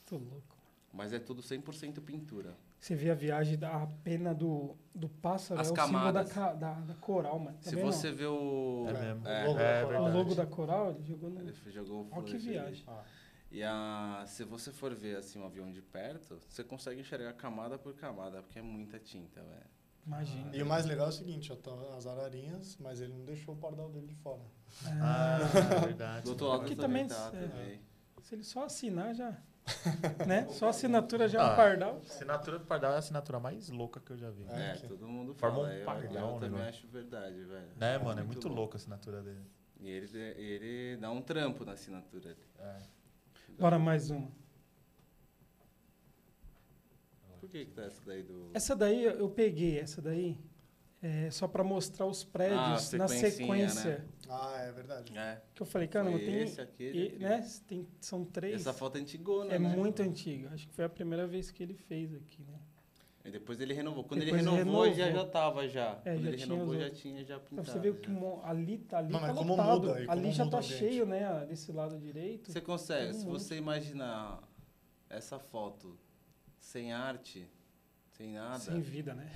Tô louco. Mas é tudo 100% pintura. Você vê a viagem, da, a pena do, do pássaro As é o camadas. símbolo da, ca- da, da coral, mano. Tá Se vendo, você vê o. É É, mesmo. o É, logo é não? da Coral. verdade. O logo da coral, ele jogou no... Ele f- jogou Olha que flores ali. viagem. Ah, E a, se você for ver assim, um avião de perto, você consegue enxergar camada por camada, porque é muita tinta, velho. Imagina. E o mais legal é o seguinte, ó, tão as ararinhas, mas ele não deixou o pardal dele de fora. É. Ah, verdade. Do outro lado Aqui também também tá, é. também. né? Se ele só assinar, [LAUGHS] já... né? Só assinatura já é Ah. um pardal. Assinatura do Pardal é a assinatura mais louca que eu já vi. É. É, aqui. todo mundo Forma fala. um eu- eu pardal, né, também mano? acho verdade, velho. Né, mano? É muito louco. louca a assinatura dele. E ele, ele dá um trampo na assinatura ali. É. Bora mais uma. Por que que tá essa daí do... Essa daí eu eu peguei, essa daí é só pra mostrar os prédios Ah, na sequencinha, sequência. Ah, é verdade. É, Que eu falei, caramba, foi tem, esse, aquele, e, aquele. né? tem- são três. Essa foto é antigona, é né? muito antiga. Acho que foi a primeira vez que ele fez aqui, né? E depois ele renovou. Quando Depois ele ele renovou, já, renovou. já tava já. É, Quando já ele tinha renovou, os já outros. tinha já Então, pintado. você vê que já. mo- ali tá ali Não, tá mas como lotado. muda, e como ali já muda tá o ambiente. cheio, né? a- Desse lado direito. Você consegue, se Todo mundo. você imaginar essa foto sem arte, sem nada, Sem sem, vida, né?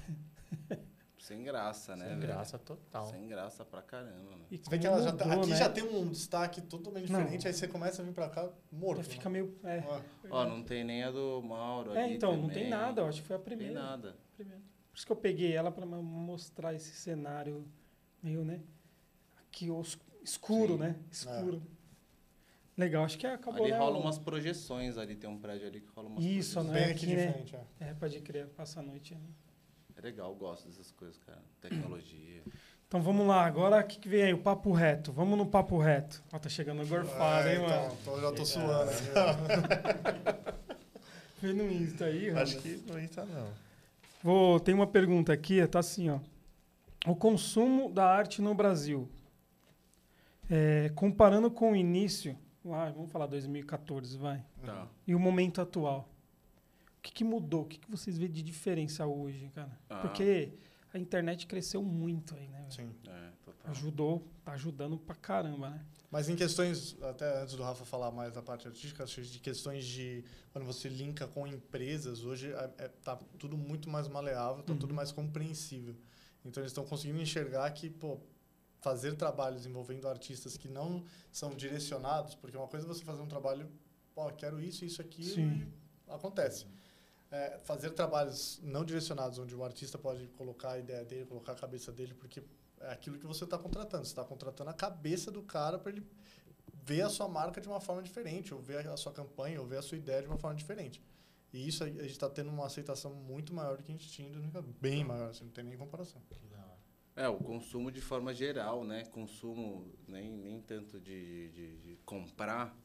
graça, né? Sem velho? graça total. Sem graça pra caramba, né? E Você vê que como ela já tá, mudou, aqui né? já tem um destaque totalmente Não. diferente, aí você começa a vir pra cá morto. Já fica meio. né? É, Ah, Ó, não tem nem a do Mauro É, ali então, não também. tem nada. Eu acho que foi a Não tem primeira. nada. primeira. Por isso que eu peguei ela pra mo- mostrar esse cenário meio, né? Aqui os- escuro, Sim. né? Escuro. Legal, acho que acabou. ali né, rola o- umas projeções ali, tem um prédio ali que rola umas Isso, projeções. Não bem é aqui aqui, né? diferente, é. É, pode crer, passa a noite. Né? É legal, eu gosto dessas coisas, cara. [CLEARS THROAT] Tecnologia. Então vamos lá, agora o que, que vem aí? O papo reto. Vamos no papo reto. Ó, tá chegando a gorfada, É, hein, então, mano? tô- já tô suando. [LAUGHS] Vem no Insta aí, Acho Acho que não entra, não. Vou, tem uma pergunta aqui, tá assim, ó. O consumo da arte no Brasil. É, comparando com o início, lá, vamos falar 2014, vai. Tá. E o momento atual. O que, que mudou? O que, que vocês vê de diferença hoje, cara? Ah. Porque a internet cresceu muito aí, né? velho? Sim. É, total. Ajudou, tá ajudando pra caramba, né? Mas em questões, até antes do Rafa falar mais da parte artística, acho que de questões de quando você linka com empresas, hoje é, é- tá tudo muito mais maleável, tá Uhum. tudo mais compreensível. Então eles estão conseguindo enxergar que, pô, fazer trabalhos envolvendo artistas que não são direcionados, porque uma coisa é você fazer um trabalho, pô, quero isso, isso, aquilo, Sim. e acontece. É, fazer trabalhos não direcionados, onde o artista pode colocar a ideia dele, colocar a cabeça dele, porque é aquilo que você está contratando. Você está contratando a cabeça do cara para ele ver a sua marca de uma forma diferente, ou ver a sua campanha, ou ver a sua ideia de uma forma diferente. E isso a a gente está tendo uma aceitação muito maior do que a gente tinha, em 2014. bem maior, assim, não tem nem comparação. É, o consumo de forma geral, né? Consumo nem, nem tanto de, de, de comprar,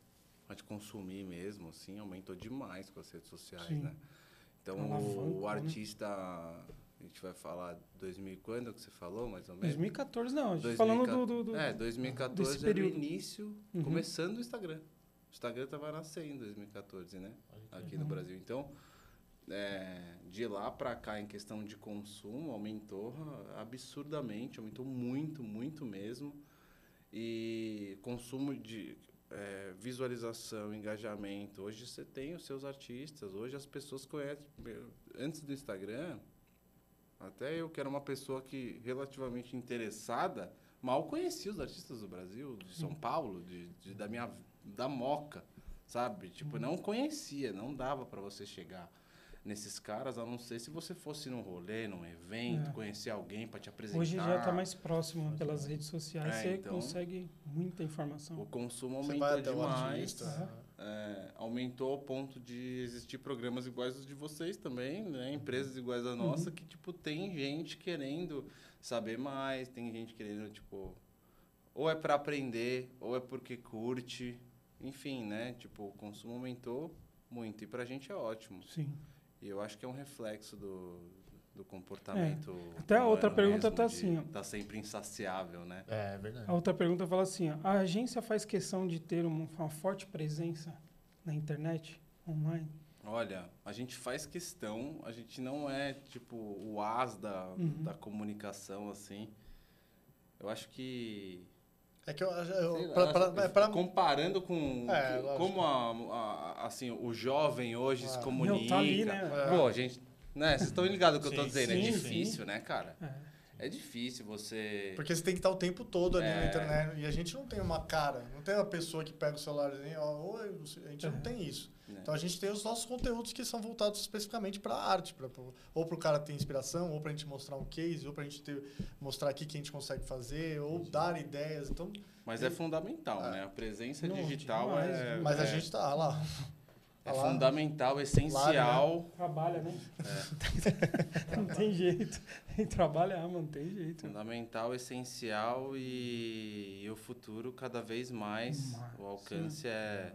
mas de consumir mesmo, assim, aumentou demais com as redes sociais, Sim. né? Então, Alavancou, o, né? artista, a gente vai falar 2000 e quando que você falou, mais ou menos? 2014 não, a gente tá 2014. falando do, do, do- É, desse 2014 era o período. início, Uhum. começando o Instagram. O Instagram estava nascendo em 2014, né? Aqui no legal. Brasil. Então, é, de lá para cá, em questão de consumo, aumentou absurdamente, aumentou muito, muito mesmo. E consumo de é, visualização, engajamento. Hoje você tem os seus artistas, hoje as pessoas conhecem. Meu, Antes do Instagram, até eu que era uma pessoa que relativamente interessada, mal conhecia os artistas do Brasil, de São Paulo, de, de- da minha Uhum. da Moca, sabe? Tipo, não conhecia, não dava para você chegar nesses caras, a não ser se você fosse num rolê, num evento, É. conhecer alguém para te apresentar. tá Hoje já está mais próximo pelas redes sociais, É, você então- consegue muita O informação. consumo Você vai aumentou até o demais. artista. Aham. É, aumentou ao ponto de existir programas iguais aos de vocês também, né? Empresas iguais à Uhum. nossa, que, tipo, tem gente querendo saber mais, tem gente querendo, tipo... Ou é para aprender, ou é porque curte. Enfim, né? Tipo, o consumo aumentou muito. E pra gente é ótimo. Sim. E eu acho que é um reflexo do, do comportamento... É. Até a humano outra pergunta mesmo, tá de assim, ó. Tá sempre insaciável, né? É, é verdade. A outra pergunta fala assim: ó, a agência faz questão de ter uma, uma forte presença na internet, online? Olha, a gente faz questão, a gente não é tipo o as da, Uhum. da comunicação, assim. Eu acho que. É que eu, sei eu lá, pra, pra, é pra- comparando com É, com- lógico. como a- a- assim, o jovem hoje se Ah. comunica. Não, tá ali, né? É. Pô, a gente. Né, vocês estão ligados no que eu tô Sim, dizendo? sim, é difícil, né, cara? É. É difícil você. Porque você tem que estar o tempo todo ali na É. internet. E a gente não tem uma cara, não tem uma pessoa que pega o celularzinho, ó, oi, não sei", a gente não tem isso. né? Então a gente tem os nossos conteúdos que são voltados especificamente para a arte, pra, pro- ou para o cara ter inspiração, ou para a gente mostrar um case, ou para a gente ter, mostrar aqui o que a gente consegue fazer, ou dar ideias. Então, Mas é fundamental, Ah. né? A presença Não, digital demais, é. mas é, a gente tá lá. é tá lá. fundamental, essencial. Trabalha, né? É. [LAUGHS] não tem jeito. Quem trabalha, ah, mano, não tem jeito. Fundamental, essencial e, e o futuro cada vez mais. Nossa. O alcance é,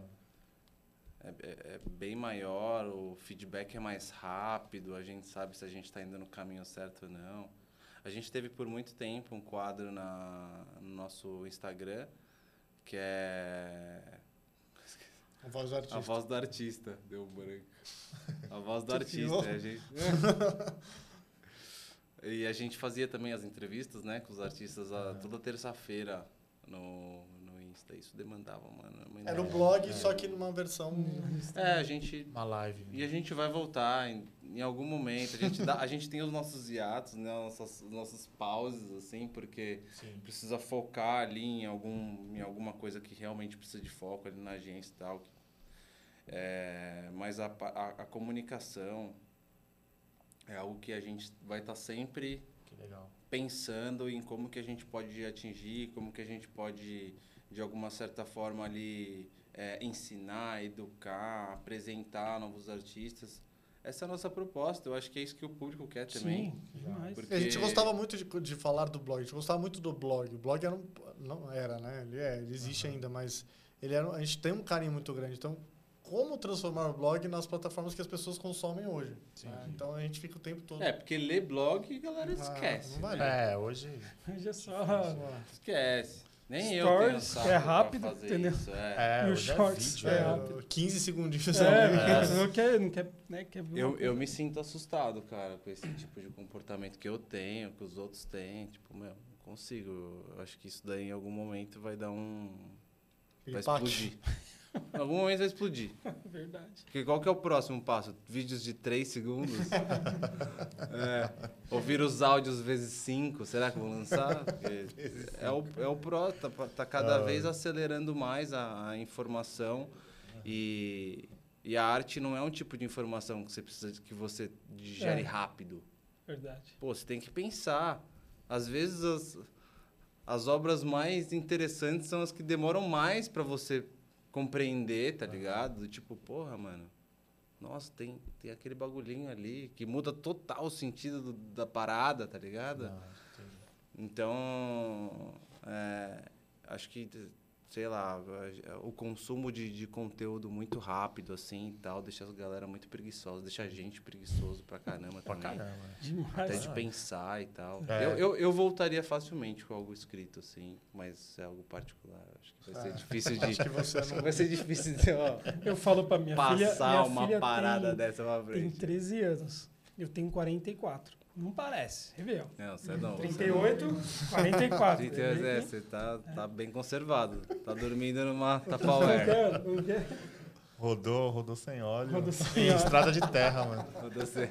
é, é- é bem maior, o feedback é mais rápido, a gente sabe se a gente está indo no caminho certo ou não. A gente teve por muito tempo um quadro na, no nosso Instagram que é A voz do artista. a voz do artista. Deu um branco. A voz [LAUGHS] do Tu artista. piou. A gente... e a gente fazia também as entrevistas, né? Com os artistas a- toda terça-feira no, no Insta. Isso demandava, mano. uma Era o energia. blog, só que numa versão. Uhum. É, a gente... Uma live. E a gente vai voltar em, em algum momento. A gente, dá- a gente tem os nossos hiatos, né? os Nossos, os nossos pauses, assim, porque Sim. precisa focar ali em, algum, em alguma coisa que realmente precisa de foco ali na agência e tal. É, mas a, pa- a, a comunicação é algo que a gente vai estar sempre Que legal. pensando em como que a gente pode atingir, como que a gente pode, de alguma certa forma, ali é, ensinar, educar, apresentar novos artistas. Essa é a nossa proposta. Eu acho que é isso que o público quer também. Sim, demais. Porque- A gente gostava muito de, de falar do blog, a gente gostava muito do blog. O blog era um, não era, né? Ele, é, ele existe ainda, mas ele era, um- a gente tem um carinho muito grande. Então, como transformar o blog nas plataformas que as pessoas consomem hoje? Sim. né? Então, a gente fica o tempo todo. É, porque ler blog, a galera Ah, esquece. não vai né? É, hoje. Hoje é só. Esquece. Nem eu tenho Stories, saco é pra rápido, fazer entendeu? isso, é. É, E os hoje é shorts, vídeo. é, né? rápido. 15 segundinhos. É, [LAUGHS] É. não quer, não quer, né, quer ver Eu, uma eu coisa. me sinto assustado, cara, com esse tipo de comportamento que eu tenho, que os outros têm. Tipo, meu, não consigo. Eu acho que isso daí em algum momento vai dar um. Vai explodir. [LAUGHS] em algum momento vai explodir. Verdade. Porque qual que é o próximo passo? Vídeos de 3 segundos? é. Ouvir os áudios vezes 5, será que vão lançar? Porque é o, é o pró, tá, tá cada vez acelerando mais a, a informação e, e a arte não é um tipo de informação que você precisa de- que você digere É. rápido. Verdade. Pô, você tem que pensar. Às vezes as, as obras mais interessantes são as que demoram mais pra você compreender, tá ligado? Do Tipo, porra, mano. Nossa, tem, tem aquele bagulhinho ali que muda total o sentido do- da parada, tá ligado? é. Não, entendi. Então, é, acho que, sei lá, o consumo de, de conteúdo muito rápido, assim, e tal, deixa a galera muito preguiçosa, deixa a gente preguiçoso pra caramba Pra também. caramba. né? Até Demais. de pensar e tal. É. Eu, eu, eu voltaria facilmente com algo escrito, assim, mas é algo particular. Acho que vai ser difícil de. Acho que você não. Vai ser difícil de ó, Eu falo pra minha filha. passar minha uma filha parada tem, dessa pra Tem frente. 13 anos. Eu tenho 44. Não parece. Revê, ó. Não, você é não. você não. 38, 44. 38, é, você tá, tá bem conservado. Tá dormindo numa Tupperware. é. Rodou, rodou sem óleo. Rodou sem Em óleo. estrada de terra, mano. Quando você-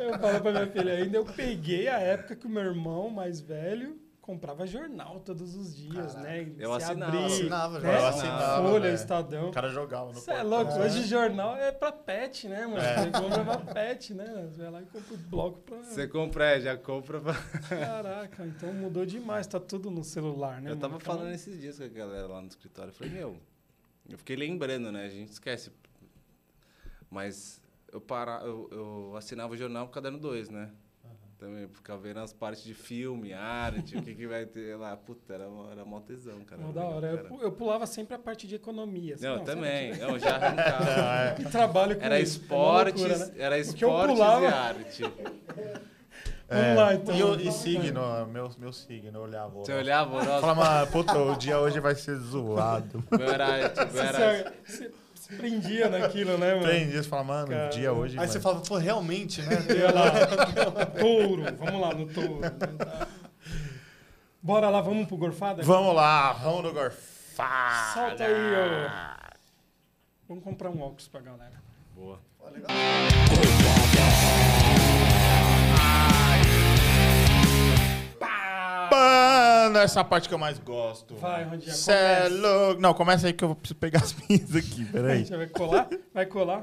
Eu falo pra minha filha ainda, eu peguei a época que o meu irmão mais velho comprava jornal todos os dias, Caraca. né? Eu Se assinava. abrir, Assinava, né? Eu assinava, Folha, velho. Estadão. O cara jogava no Você é portão. né? louco, É. hoje jornal é pra pet, né, mano? É. Você compra pra pet, né? Você vai lá e compra o bloco pra. Você compra, é, já compra. pra- Caraca, então mudou demais, tá tudo no celular, né? Eu tava mano? falando esses dias com a galera lá no escritório. Eu falei, meu, eu fiquei lembrando, né? A gente esquece. Mas eu, para, eu, eu assinava o jornal Caderno 2, né? Também, ficava vendo as partes de filme, arte, o que, que vai ter lá. Puta, era, mó- era mó tesão, cara. Mó Era da legal, hora. Eu, cara. pu- eu pulava sempre a parte de economia. assim, Não, sabe? também. Não, já [LAUGHS] arrancava. E trabalho com Era isso, é uma esportes, loucura, né? era O que eu esportes e pulava- arte. Vamos lá, então. É. E, eu- e signo, meu, meu signo, eu olhava. Você olhava, nossa, Fala, mano, puta, o dia hoje vai ser [LAUGHS] zoado. meu era, tipo, Você era se- se prendia naquilo, né, mano? Três dias, fala, mano, o dia hoje. Aí você mano. fala, pô, realmente, né? Olha lá. touro, vamos lá no touro. Bora lá, vamos pro Gorfada? Vamos lá, vamos no gorfada. Solta aí, ô. Vamos comprar um óculos pra galera. Boa. Mano, essa parte que eu mais gosto. Vai, Rondinha, Cê é começa. louco. Não, começa aí que eu preciso pegar as [LAUGHS] minhas aqui, A peraí. gente vai colar? Vai colar?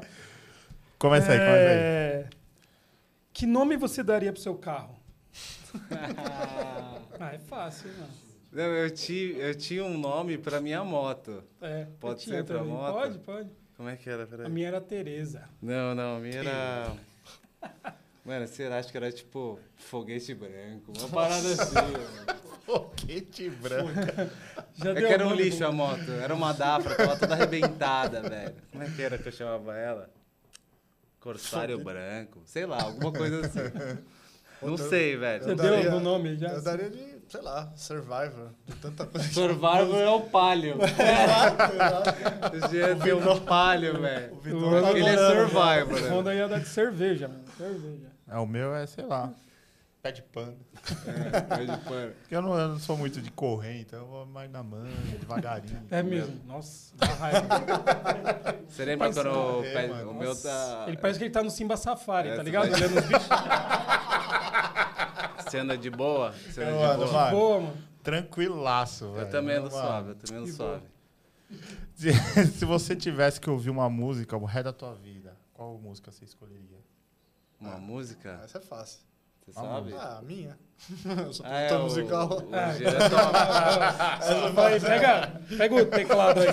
Começa aí, começa aí. É, Que nome você daria pro seu [LAUGHS] carro? ah, é fácil, mano. Não, eu, ti, eu tinha um nome pra minha moto. É, Pode eu tinha ser pra também. moto? Pode, pode. Como é que era? Peraí. A minha era Tereza. Não, não, a minha [LAUGHS] era. Mano, você acha que era tipo foguete branco? Uma parada assim. mano. Foguete branco. Já É que era um nome, lixo a moto. Era uma Dafra, tava toda arrebentada, velho. Como é que era que eu chamava ela? Corsário branco. Sei lá, alguma coisa [LAUGHS] assim. Não Você sei, Eu velho. deu daria- no nome [LAUGHS] já? Eu daria de, sei lá, Survivor, de tanta coisa. Survival é o [LAUGHS] palio. Esse deu um palio, velho. Vitão tá Ele é adorando, O survival, né? Honda ia dar de cerveja, mano. Cerveja. É, o meu é, sei lá, pé de pano. É, de pano. Porque eu não, eu não sou muito de correr, então eu vou mais na manga, devagarinho. [LAUGHS] É mesmo. Nossa, dá raiva. Você lembra quando o, É, pé- mano, o meu tá. Ele parece que ele tá no Simba Safari, É, tá você ligado? vai- Olhando os bichos. Você anda de boa? Você anda Eu de ando, boa? Então, mano. Boa, mano. Tranquilaço, velho. Eu também ando Mano, suave, eu também ando Que boa. suave. [LAUGHS] Se, se você tivesse que ouvir uma música o resto da tua vida, qual música você escolheria? Uma música? Essa é fácil. Você sabe? Ah, a minha. [LAUGHS] Eu sou produtor é, o- musical. o Ah, Jean Vai, pega, pega o teclado aí.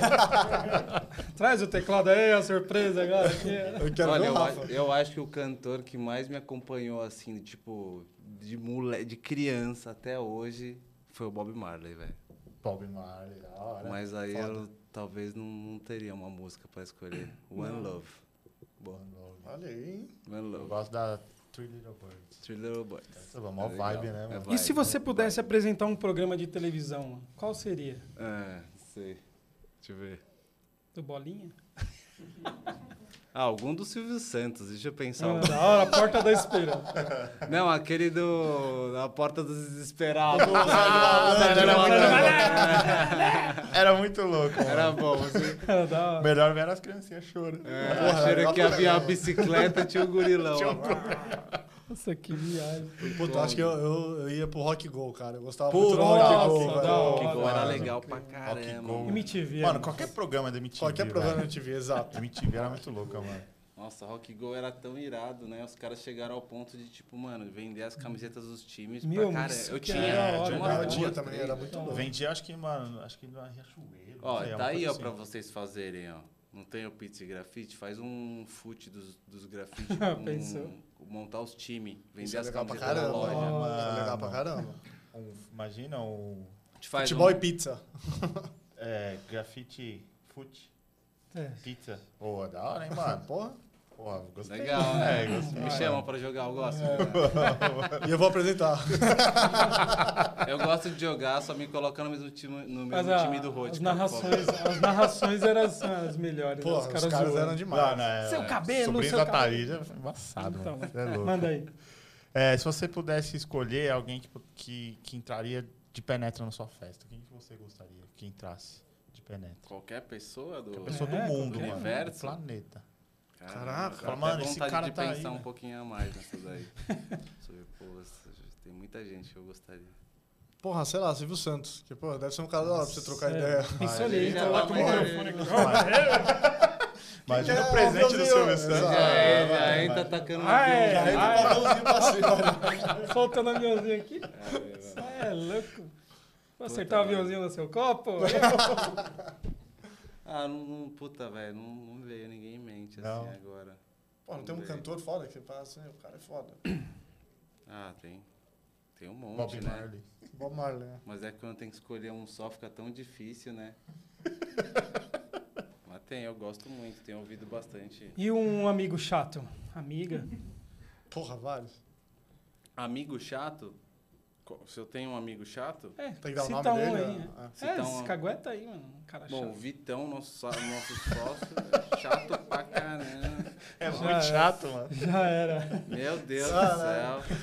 [LAUGHS] Traz o teclado aí, a surpresa agora. aqui. Eu quero Olha, ver o eu, Rafa. a- eu acho que o cantor que mais me acompanhou, assim, tipo, de, mole... de criança até hoje, foi o Bob Marley, velho. Bob Marley, da hora. Mas aí Foda. eu talvez não, não teria uma música pra escolher. One Love. Boa noite. Olha aí, hein? One Eu Love. gosto da Three Little Birds. Three Little Boys. Essa é uma maior É legal, vibe, né, é mano? vibe. E se você pudesse apresentar um programa de televisão, mano, qual seria? É, sei. Deixa eu ver. Do Bolinha? Ah, algum do Silvio Santos, deixa eu pensar. um. Ah, algum. da hora, Porta da Esperança. Não, aquele do. A Porta dos Desesperados. Ah, velho, era, muito, era muito louco, mano. Era bom. Você... Ah, [LAUGHS] da hora. Melhor ver as criancinhas chorando. É, acharam que havia a bicicleta, tinha o gurilão. Nossa, que viagem. um Puta, eu acho que eu, eu, eu ia pro Rock Go, cara. Eu gostava muito Puta, do Rock nossa, Go, da velho. hora. Que gol era Mano, legal pra caramba. Gol. mano. MTV. Mano, qualquer programa da MTV. Qualquer programa velho. eu tive, exato. MTV era muito louca, mano. Nossa, Rock Go era tão irado, né? Os caras chegaram ao ponto de, tipo, mano, vender as camisetas dos times Meu, pra caramba. isso Eu que tinha, era da eu hora, né? tinha umas Eu duas, tinha também, três. era muito louco. Vendia, acho que, mano, acho que no Riachuelo. não Ó, sei, é uma tá aí, coisa ó, assim. pra vocês fazerem, ó. Não tem o pizza e grafite? Faz um foot dos, [LAUGHS] dos grafites. com- Pensou. montar os times, vender Isso é as legal pra camisetas na caramba. loja. mano. Isso Mano. é legal pra caramba. Um- imagina um. A gente faz Futebol um- e pizza. É, grafite foot, É. pizza. Pô, da hora, hein, mano? Ah, Porra. Pô, gostei. Legal, né? É, gostei. Me chamam pra jogar, eu gosto. E eu vou apresentar. Eu gosto de jogar, só me colocar no mesmo time, no Mas mesmo a- time do Rote. as, narrações, as narrações eram as, as melhores. Porra, né? os caras, eram demais. Não, não, é, Seu cabelo, sobrinho seu da cabelo. Thaísa, é embaçado, Então, mano. Você é louco. Manda aí. É, se você pudesse escolher alguém que, que, que entraria de penetra na sua festa, quem que você gostaria que entrasse de penetra? Qualquer pessoa É. do. A pessoa É, do mundo, do mano. universo. Do planeta. Caraca. dá até Mano, esse vontade cara de tá aí, pensar um velho. [LAUGHS] pouquinho a mais nessa daí. Sobre, pô, essa- tem muita gente que eu gostaria. Porra, sei lá, Silvio Santos. Que, pô, deve ser um cara da hora pra você trocar Sério. ideia. Ah, é. Pensou Mas ali, ele tá já lá tá com o mais- microfone aqui. Imagina Que o que é, presente do Brasil? Silvio Santos. Exato. Já é, já vai, entra né? vai. atacando Ah, é. Já avião, entra já. com a mãozinha pra cima. Soltando o aviãozinho aqui. É, Isso é louco. Vou acertar o merda. aviãozinho no seu copo? Ah, não, não- puta, velho, não, não me veio ninguém em mente assim Não. agora. Pô, não tem um Bem. cantor foda que passa, assim, o cara é foda. Ah, tem. Tem um monte, Bob né? Marley. Bob Marley, né? Mas é que quando tem que escolher um só fica tão difícil, né? Mas tem, eu gosto muito, tenho ouvido bastante. E um amigo chato? Amiga? Porra, vários. Amigo chato? Co- Se eu tenho um amigo chato? É, Tem que dar o cita nome um dele, aí. né? né? Ah. Cita é, um. esse cagueta aí, mano. Um cara Bom, o chato. Vitão, nosso, só- nosso sócio, é chato pra caramba. É Já muito era. chato, mano. Já era. [LAUGHS] Meu Deus Ah, do céu.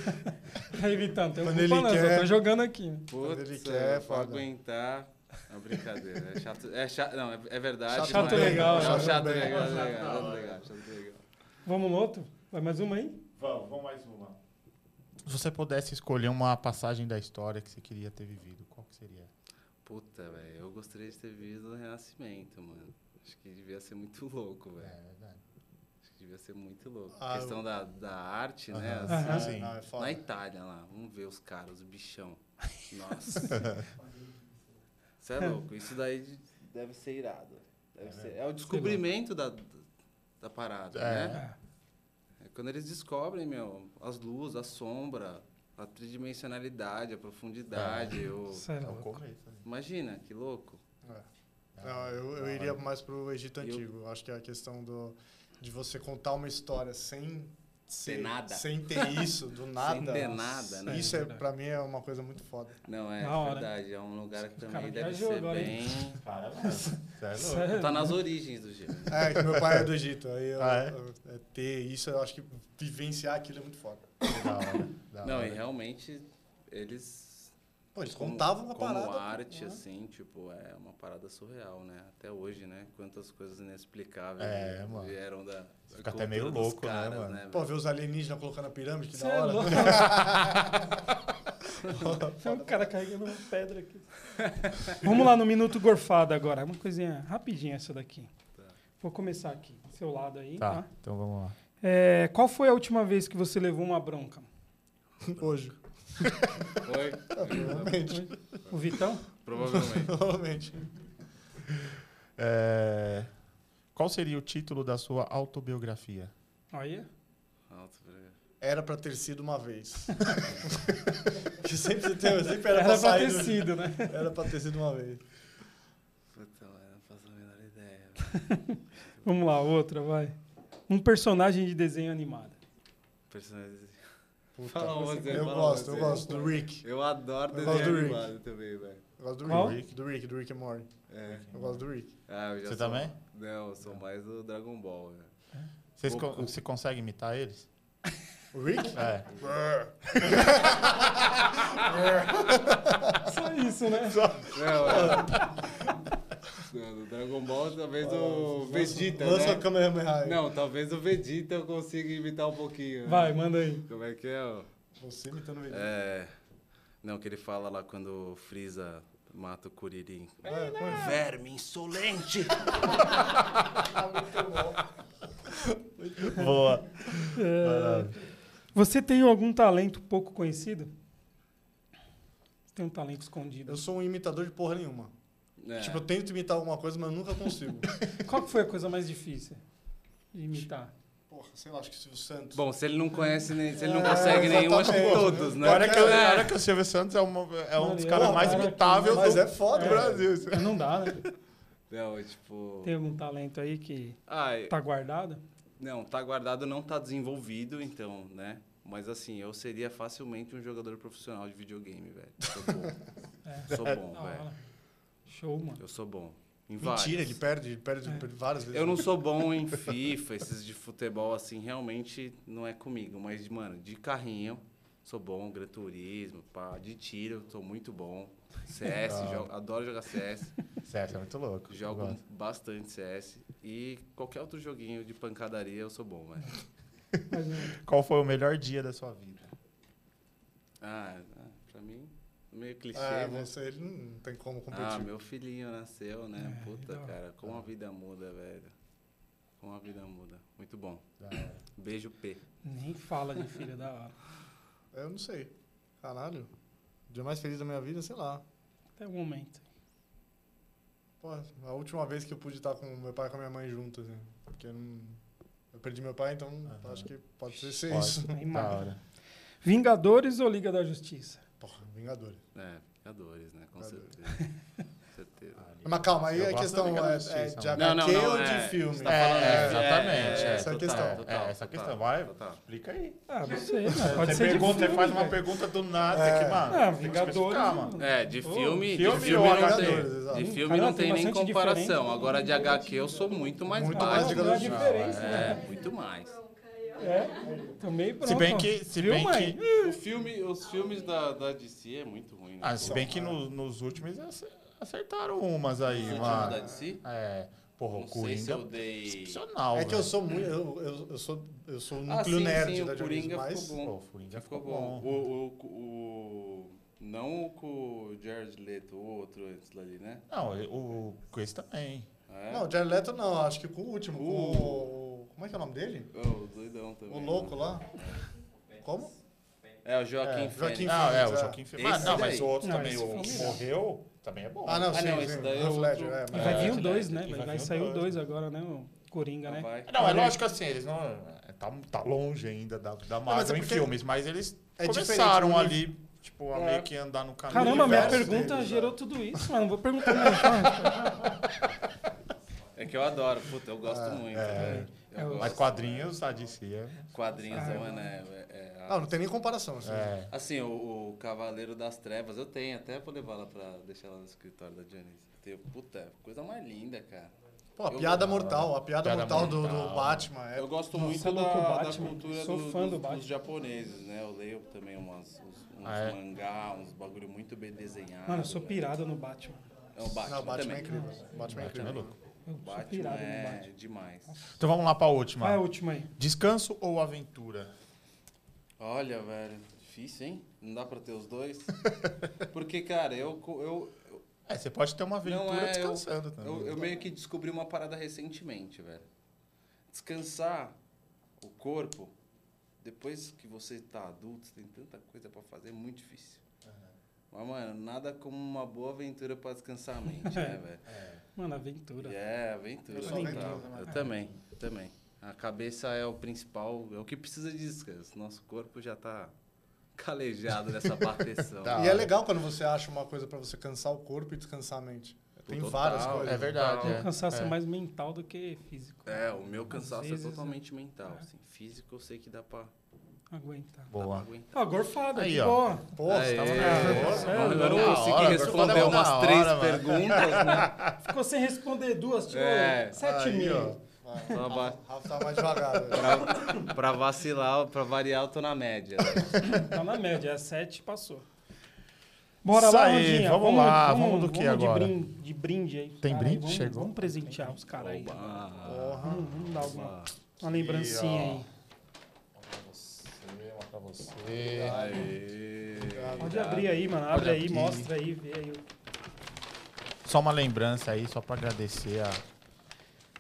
Aí, Vitão, tem um Quando ele culpa não, eu só quer. tô jogando aqui. né? Quando ele Putz, quer, é é, pra foda. aguentar. É brincadeira. É chato. É chato não, é, é verdade. Chato mas- legal, Não, né? chato Também. legal, Chato legal, da chato hora. legal, chato legal. Vamos no outro? Vai mais uma aí? Vamos, vamos mais uma. Se você pudesse escolher uma passagem da história que você queria ter vivido, qual que seria? Puta, velho, eu gostaria de ter vivido o Renascimento, mano. Acho que devia ser muito louco, É, velho. verdade. Acho que devia ser muito louco. Ah, questão da, da arte, né? Aham. assim, [LAUGHS] Aham. Sim. Não, é Na foda. Itália lá, vamos ver os caras, os bichão. Nossa. Isso é louco, isso daí de- deve ser irado. Deve ser- É o descobrimento da, da parada, É. né? É quando eles descobrem, meu, as luzes, a sombra, a tridimensionalidade, a profundidade. o- Isso é tá É um o louco. começo, né? Imagina, que louco. Não, Ah, eu, eu Da iria hora. mais pro Egito Eu- Antigo. Eu Acho que é a questão do, de você contar uma história sem... ser- nada. Sem [LAUGHS] ter isso, do nada. ter nada, né? Isso, é, Verdade. pra mim, é uma coisa muito foda. Não, é Da hora. verdade. É um lugar que cara também deve viajou ser agora, hein? bem. [LAUGHS] Cara, mano, você é louco. Sério? Tá nas origens do gênero. É, que meu pai é do Egito. Aí eu, Ah, é? eu- é, ter isso, eu acho que vivenciar aquilo é muito foda. Da hora, da Não, hora. e realmente eles Pô, eles Como- contavam uma como parada. arte, né? assim, tipo, é uma parada surreal, né? Até hoje, né? Quantas coisas inexplicáveis É, vi- mano. vieram da. da fica até cultura meio dos louco, né, mano? Pô, [LAUGHS] velho? ver os alienígenas colocando a pirâmide, que Você da é hora. [LAUGHS] louco. Tem um cara carregando uma pedra aqui. [LAUGHS] Vamos lá no Minuto Gorfado agora. Uma coisinha rapidinha essa daqui. Tá. Vou começar aqui, do seu lado aí, tá? Tá, então vamos lá. É, qual foi a última vez que você levou uma bronca? [LAUGHS] [LAUGHS] Hoje, Foi? né? provavelmente. O Vitão? [LAUGHS] Provavelmente. provavelmente. É, Qual seria o título da sua autobiografia? Olha. Alto, pra- Era pra ter sido uma vez. [LAUGHS] que sempre, você tem, sempre era, Era, pra pra sair ter do- sido, né? Era pra ter sido uma vez. Puta, mano, não faço a menor ideia. Vamos lá, outra, vai. Um personagem de desenho animado. Personagens. Puta, Fala eu você, fala gosto, eu você. gosto do Rick. Eu adoro Eu gosto desenho do Rick. animado também, velho. Eu gosto do Qual? Rick. Do Rick, do Rick and Morty. É. Eu gosto do Rick. Ah, eu já Você sou- também? Não, eu sou mais do Dragon Ball, né? velho. Vocês Goku. con- você consegue imitar eles? O [LAUGHS] Rick? É. Só isso, né? Não, é. [LAUGHS] Não, do Dragon Ball, talvez o Vegeta, Lança né? a Kamehameha aí. Não, talvez o Vegeta eu consiga imitar um pouquinho. né? Vai, manda aí. Como é que é? ó? Você imitando o Vegeta. É. Não, que ele fala lá quando o Freeza mata o Kuririn. Vai, vai. Verme insolente! É. Boa. É. Você tem algum talento pouco conhecido? Você tem um talento escondido. Eu sou um imitador de porra nenhuma. É. Tipo, eu tento imitar alguma coisa, mas eu nunca [LAUGHS] consigo. Qual que foi a coisa mais difícil de imitar? Porra, sei lá, acho que o Silvio Santos. Bom, se ele não conhece, nem, se ele não É, consegue nenhum, acho que exatamente. todos, né? Olha que, É. olha que o Silvio Santos é, uma- é um Mano, dos eu- caras mais cara, imitáveis mas do é foda, do é. Brasil. isso. Não dá, né? Não, é tipo. Tem algum talento aí que Ai, tá guardado? não, tá guardado, não tá desenvolvido, então, né? Mas assim, eu seria facilmente um jogador profissional de videogame, velho. Sou bom. [LAUGHS] É. Sou bom, Da velho. hora. Show, mano. Eu sou bom. Em Mentira, vários. ele perde, ele perde É. perde várias vezes. Eu não sou bom em FIFA, esses de futebol, assim, realmente não é comigo. Mas, mano, de carrinho, sou bom, Gran Turismo, pá, de tiro, sou muito bom. CS, [LAUGHS] Legal. jogo- adoro jogar CS, Certo, é muito louco. jogo Eu gosto. bastante CS. E qualquer outro joguinho de pancadaria eu sou bom, velho. Mas, né, Qual foi o melhor dia da sua vida? Ah, ah, pra mim, meio clichê, É, né? você ele não tem como competir. Ah, meu filhinho nasceu, né? É, Puta, da hora. cara, como a vida muda, velho. Como a vida muda. Muito bom. Da hora. Beijo, P. Nem fala de filha da hora. Eu não sei. Caralho. O dia mais feliz da minha vida, sei lá. Até o momento. Pô, a última vez que eu pude estar com meu pai e com a minha mãe junto, assim. Porque eu, não... eu perdi meu pai, então Aham. acho que pode ser, ser Pode. isso. Nem Da mais. hora. Vingadores ou Liga da Justiça? [LAUGHS] Porra, Vingadores. É, Vingadores, né? Com Vingadores. certeza. Com [LAUGHS] certeza. Mas calma, aí Eu a gosto questão da Liga da é, Justiça, é de HQ mano. Não, não, não, ou de é, filme? você tá É, falando de- exatamente, é, essa é a questão. É, essa questão, vai. total. Explica aí. Ah, não sei. Não, pode você, ser pergunta, de filme, você faz uma velho. pergunta do nada que, mano. Ah, tem que Vingadores, especificar, não- mano. É, de filme filme, de filme ou não Vingadores, exato. tem, de filme Cara, não tem tem nem bastante comparação. diferença. Agora de HQ eu sou muito mais Muito mais Ah, de não, não é Liga da a Justiça. diferença, É, né? muito mais. É, também pronto. Se bem que. Se Viu, bem mãe? que O filme, os filmes da, da DC é muito ruim. Né? ah, se bem que no- nos últimos ace- acertaram umas aí, Os últimos da mano. DC? É. Porra, Não o sei se Coringa. eu dei... Excepcional. né? É que eu velho. sou muito. Eu, eu, eu sou, eu sou o Ah, núcleo sim, nerd sim, da o Jones, Coringa mas. ficou bom. Pô, o Coringa Ficou bom. O, o, o- não o com o Jared Leto, o outro antes dali, né? Não, o o Chris também. É. Uh. Não, o Jared Leto não, acho que com o último. com O- o- Como é que é o nome dele? Oh, o doidão também. O louco né? lá? Como? É, o Joaquim É, Fênix. Joaquim Não, é, o Phoenix, é. Joaquim Phoenix. Mas, Esse não, mas daí. o outro Não, também, esse o filme não. morreu, também é bom. Ah, não, Ah, sim. não, sim, esse daí é Heath outro. Ledger, é, E mas- vai vir É, o dois, né? e Vai, vai vai vir o sair o dois. dois agora, né? O Coringa, Ah, né? vai. Não, é lógico assim, eles não. é, Tá, tá longe ainda da, da mas é Marvel em porque filmes, mas eles é começaram diferente, ali, tipo, a É. meio que andar no caminho. Caramba, minha universo pergunta deles, gerou tudo isso, mano. Vou perguntar [LAUGHS] mais. mano. É que eu adoro, puta, eu gosto Ah, muito. é. velho. Eu É, gosto, Mas quadrinhos, a DC é. né? Quadrinhos, Ah, mano, é, é- é- Não, não tem nem comparação. Assim. é. Assim, o, o Cavaleiro das Trevas, eu tenho, até vou levar lá pra deixar lá no escritório da Janice. Tenho, puta, coisa mais linda, cara. Pô, a Eu- piada mortal, a piada, Piada mortal, do- Do, mortal. Batman. É... Eu gosto Nossa, muito é louco, da, o da Batman. cultura Sou do- fã do dos- Batman. dos japoneses, né? Eu leio também umas, uns, uns Ah, é? mangá, uns bagulho muito bem desenhado. Mano, eu sou né? pirado no Batman. É o Batman, não, Batman é também. incrível. Batman é Batman é incrível. louco. Eu sou Batman pirado no é Batman. demais. Então vamos lá pra Qual é a última. última aí? Descanso ou aventura? Olha, velho, difícil, hein? Não dá pra ter os dois? [LAUGHS] Porque, cara, eu, co- eu, É, você pode ter uma aventura Não, é, eu- descansando também. Eu, eu meio que descobri uma parada recentemente, velho. Descansar o corpo, depois que você tá adulto, você tem tanta coisa pra fazer, é muito difícil. Mas, mano, nada como uma boa aventura pra descansar a mente, né, velho? Mano, E aventura. É, aventura. Eu sou total. aventuroso, né? Eu também, também. A cabeça é o principal, é o que precisa de descanso. Nosso corpo já tá calejado dessa bateção. Tá. E é legal quando você acha uma coisa pra você cansar o corpo e descansar a mente. Tem Tipo, Total, várias coisas. É verdade. O é. cansaço é É. mais mental do que físico. É, o meu Às cansaço é vezes, totalmente mental, é. assim. Físico eu sei que dá pra, dá Aguentar. pra Boa. aguentar. Ó, gorfada, Aí, que ó. boa. Porra, Aê, tava nervoso. é, Agora agora eu eu da consegui hora, agora responder deu umas da três hora, mano. perguntas, [LAUGHS] né? Ficou sem responder duas, tirou É. sete Aí, mil. ó. Só Vai. ba- Rafa- Rafa tá mais devagar. velho. pra, pra vacilar, pra variar, eu tô na média. né? Tá na média, é sete, passou. Bora Isso lá, aí, Rondinha. vamos lá, vamos do que de agora? brinde, de brinde aí. Tem Cara, brinde? Vamos, Chegou? Vamos presentear os caras aí. Ah, Porra. Vamos, vamos dar alguma ah, uma lembrancinha ó. aí. Uma pra você, uma pra você. aê. Pode abrir aí, mano. Abre Olha aí, aqui. mostra aí, vê aí. Só uma lembrança aí, só pra agradecer a,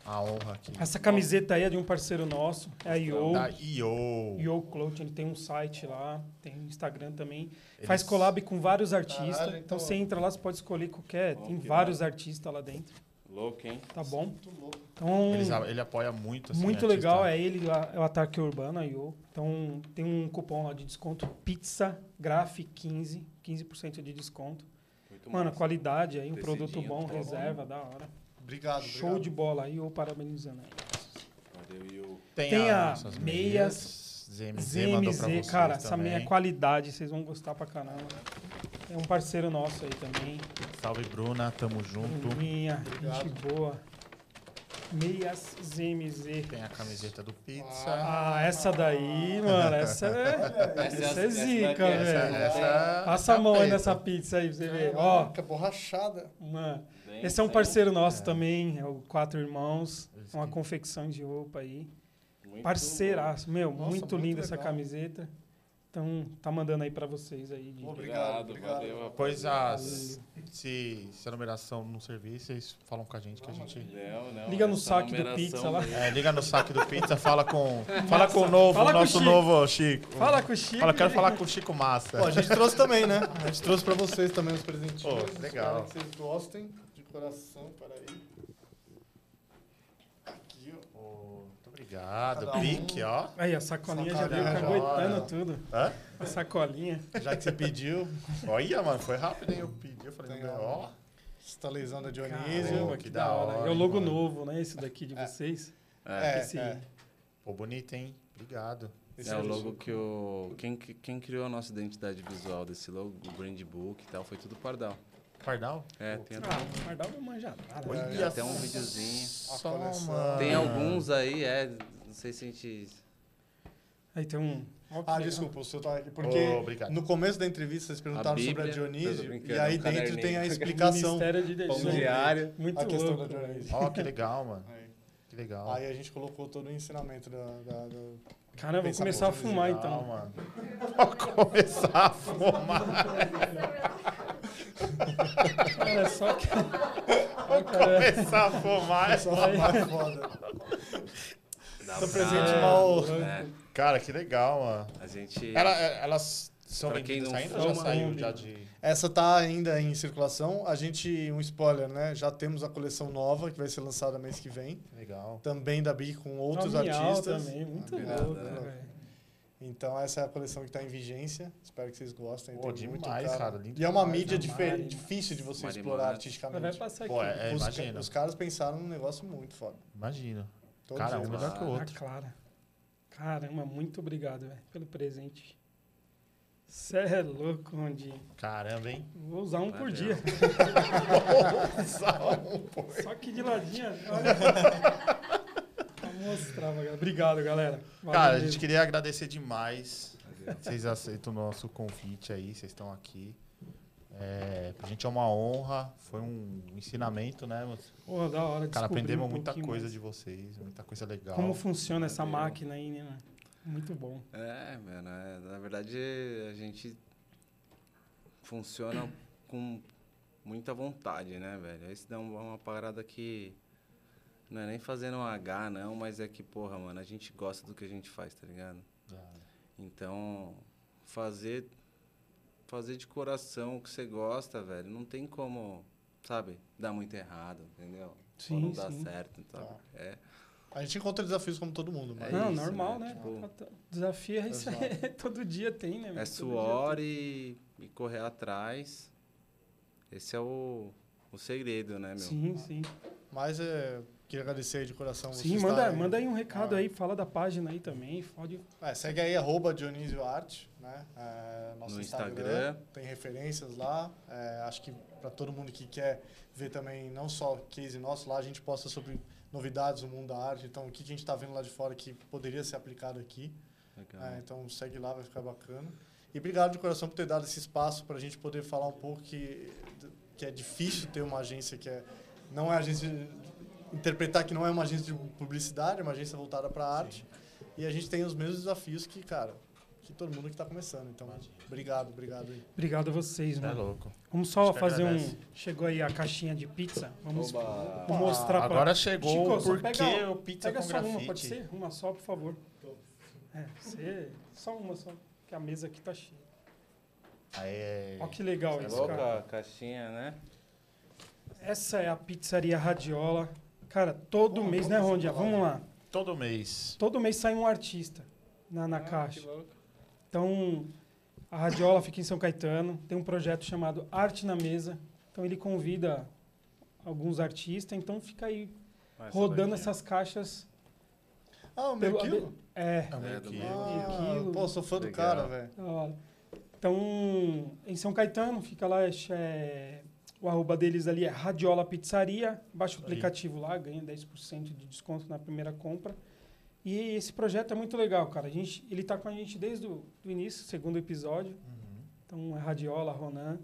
a honra aqui. Essa camiseta aí é de um parceiro nosso, é a Yo. Da Io. Yo Clout, ele tem um site lá, tem um Instagram também. Eles- Faz collab com vários artistas. Caralho, então então- né? você entra lá, você pode escolher qualquer. Ó, tem que vários artistas lá dentro, Louco, hein? tá bom? é Muito louco. Então, Eles a- ele apoia muito. Assim, muito artista. legal, é ele, lá, é o Ataque Urbano, a Yo. Então tem um cupom lá de desconto, pizza, graf 15, 15% de desconto. Muito Mano, massa. qualidade aí, um Tecidinho, produto bom, tá bom. reserva, da hora. Obrigado. Show de bola aí, eu parabenizando aí. Valeu, Yu. Tem, Tem a, a nossas meias, meias. ZMZ, mandou pra vocês ZMZ, cara, essa também. meia é qualidade, vocês vão gostar pra caramba. É um parceiro nosso aí também. Salve, Bruna. Tamo junto. Minha, Obrigado. gente boa. Meias ZMZ. Tem a camiseta do Pizza. Ah, essa daí, mano, essa [LAUGHS] é, Essa é a- né? essa é essa daqui, zica, essa- velho. é. Passa a essa é mão aí peita. nessa pizza aí pra você ver. Ó, borrachada. mano, Vem, esse é um vem. parceiro nosso também, é o Quatro Irmãos. Eles É uma que- confecção de roupa aí. Muito Parceiraço, meu, Nossa, muito muito linda essa legal. camiseta. Então, tá mandando aí para vocês aí. de- Obrigado, obrigado. valeu. rapaziada. Pois as. Se, se a numeração não servir, vocês falam com a gente que a gente. Não, não, Liga no essa saque do numeração pizza lá. mesmo. É, liga no saque do Pizza, fala com. Fala com o novo, Fala com o nosso Chico. novo Chico. Fala com o Chico. Fala, quero né? falar com o Chico Massa. Bom, a gente trouxe também, né? A gente trouxe pra vocês também os presentinhos. Pô, Espero legal. que vocês gostem de coração, peraí. Aqui, ó. Pô, Muito obrigado. Cada um. Pique, ó. Aí, a sacolinha já Sacolinha veio já, caguetando olha. tudo. Hã? A sacolinha. Já que você pediu, Olha, mano, foi rápido, hein? Eu pedi, eu falei, Tem não, ó. Estalezão da Dionísio. Caramba, que da hora, É o logo mano. novo, né? Esse daqui de vocês. É, Esse- Pô, bonito, hein? Obrigado. é o logo que o... Quem, quem criou a nossa identidade visual desse logo, o brand book e tal, foi tudo Pardal. Pardal? É, tem até, Ah, o Pardal não manja nada. né? tem até um videozinho. Só, coleção. mano. Tem alguns aí, é, não sei se a gente... Aí tem um... Ó, que Ah, legal. desculpa, o senhor tá aqui. Porque Ô, obrigado. no começo da entrevista vocês perguntaram A sobre a Bíblia, tô Dionísio. brincando, E aí um [LAUGHS] dentro caderninho. tem a explicação. Ministério de Pão Jesus. diário, Muito a questão louco. da Dionísio. Ó, que legal, mano. Aí. Que legal. Tá. Aí a gente colocou todo o ensinamento da. da- do- Cara, eu vou Pensamento começar a fumar, legal, então. mano. Vou começar a fumar. [LAUGHS] Cara, só que... Vou começar a fumar. Só vai foda. Dá pra- Tô presente mal. É, Cara, que legal, mano. a gente... Ela- é, elas são Pra quem vendidas não ainda ou já fuma, saiu não. já de... Essa tá ainda em circulação. A gente, um spoiler, né? Já temos a coleção nova que vai ser lançada mês que vem. Legal. Também da Big com outros Ó, Miau artistas. também. Muito Ah, virada, louco, né? velho. Então essa é a coleção que está em vigência. Espero que vocês gostem. Pô, Tem demais, muito cara, lindo e é uma demais, mídia né? difer- Mari- difícil de você Mari explorar Mora. Mas Vai artisticamente. passar aqui. Pô, é, os, imagina. os caras pensaram num negócio muito foda. Imagina. Todos Cara, um eles. melhor que o Ah, Ah, outro. Clara. Caramba, muito obrigado, velho, pelo presente. Cê é louco, Rondinho. Caramba, hein? Vou usar um por Valeu. dia. Só que de ladinho. Olha. Pra mostrar, pra galera. Obrigado, galera. Valeu Cara, a gente mesmo. queria agradecer demais. Vocês aceitam o nosso convite aí, vocês estão aqui. É, pra gente é uma honra, foi um ensinamento, né? mano? Porra, da hora. Cara, descobrir aprendemos um muita pouquinho coisa mais. de vocês, muita coisa legal. Como funciona essa Valeu. máquina aí, né? mano? Muito bom. É, mano, é, na verdade a gente funciona com muita vontade, né, velho? Isso dá uma, uma parada que não é nem fazendo um H, não, mas é que, porra, mano, a gente gosta do que a gente faz, tá ligado? É. Então, fazer fazer de coração o que você gosta, velho, não tem como, sabe, dar muito errado, entendeu? Ou Sim, não dá sim. certo, sabe? Tá. É, A gente encontra desafios como todo mundo, mas É Não, isso, normal, né? né? Tipo- Desafio é isso aí. [LAUGHS] Todo dia tem, né? mano? É Todo suor dia e, e correr atrás. Esse é o, o segredo, né, tem. Sim, meu? sim. mas é, queria agradecer aí de coração. Sim, vocês manda, estarem- manda aí um recado Ah. aí, fala da página aí também. Pode É, segue aí, arroba Dionísio Arte, né? É, nosso No Instagram. Instagram. Tem referências lá. É, acho que para todo mundo que quer ver também, não só case nosso, lá a gente posta sobre novidades do mundo da arte. Então, o que que a gente está vendo lá de fora que poderia ser aplicado aqui. Legal. Ah, É, então, segue lá, vai ficar bacana. E obrigado de coração por ter dado esse espaço para a gente poder falar um pouco que, que é difícil ter uma agência que é, não é agência... Interpretar que não é uma agência de publicidade, é uma agência voltada para arte. E a gente tem os mesmos desafios que, cara, que todo mundo que está começando. Então, obrigado, obrigado aí. Obrigado a vocês, Tá mano. louco. Vamos só Acho que fazer agradece. um. Chegou aí a caixinha de pizza. Vamos Oba! vou mostrar pra Tá. Agora chegou Chico, só porque pega- o pizza Pega com só uma, pode grafite. ser? Uma só, por favor. É, você. Só uma só. Que a mesa aqui tá cheia. Aê. Ó, que legal É isso, cara. louca a caixinha, né? Essa é a pizzaria Radiola. Cara, todo mês, né, Rondia? Vamos lá. Todo mês. Todo mês sai um artista na, Ah, na caixa. Então, a Radiola fica em São Caetano, tem um projeto chamado Arte na Mesa. Então, ele convida alguns artistas. Então, fica aí Olha essa rodando doidinha. essas caixas. Ah, o meu Pelo- quilo? É, É, meio do que- meio. Ah, quilo. pô, sou fã do Legal. cara, velho. da hora. Então, em São Caetano, fica lá, é ch- é, o arroba deles ali é Radiola Pizzaria. Baixa o Aí. aplicativo lá, ganha 10% de desconto na primeira compra. E esse projeto é muito legal, cara. A gente, ele está com a gente desde o do início, segundo episódio. Uhum. Então, é radiola, Ronan.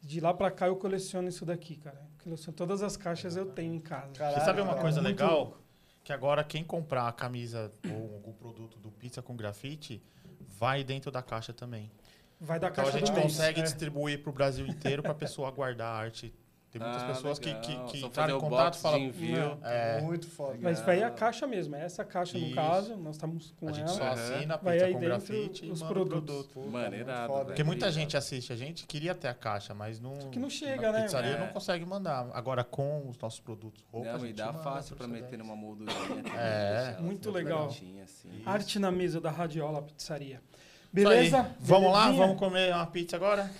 De lá pra cá eu coleciono isso daqui, cara. Eu Coleciono todas as caixas eu tenho em casa. Caralho, Você sabe uma cara. coisa Muito legal? que agora quem comprar a camisa ou algum produto do Pizza com grafite vai dentro da caixa também. Vai da Então a caixa gente do mês, consegue é. distribuir para o Brasil inteiro para a pessoa guardar a arte. Tem muitas Ah, pessoas que, que, legal. que Só fazer entraram o em contato box e de falaram. envio. É, Muito foda. Mas vai a caixa mesmo, é essa caixa no né? Isso. caso, nós estamos com a gente só ela. Aham. assina a Vai pizza aí com dentro grafite e os manda o produtos. produto. Mano, muito irado, foda. velho. Porque muita Irado. gente assiste a gente, queria ter a caixa, mas não. que não na chega, né, Pizzaria velho? não consegue mandar. Agora com os nossos produtos, roupas. a Não, e gente dá manda fácil pra pra meter vocês. numa [LAUGHS] moldurinha. também, É. deixar elas Muito bem legal. bonitinhas, Assim. Isso. Arte na mesa da Radiola Pizzaria. Isso aí. Beleza? Vamos lá? Belezinha? [LAUGHS] Vamos comer uma pizza agora?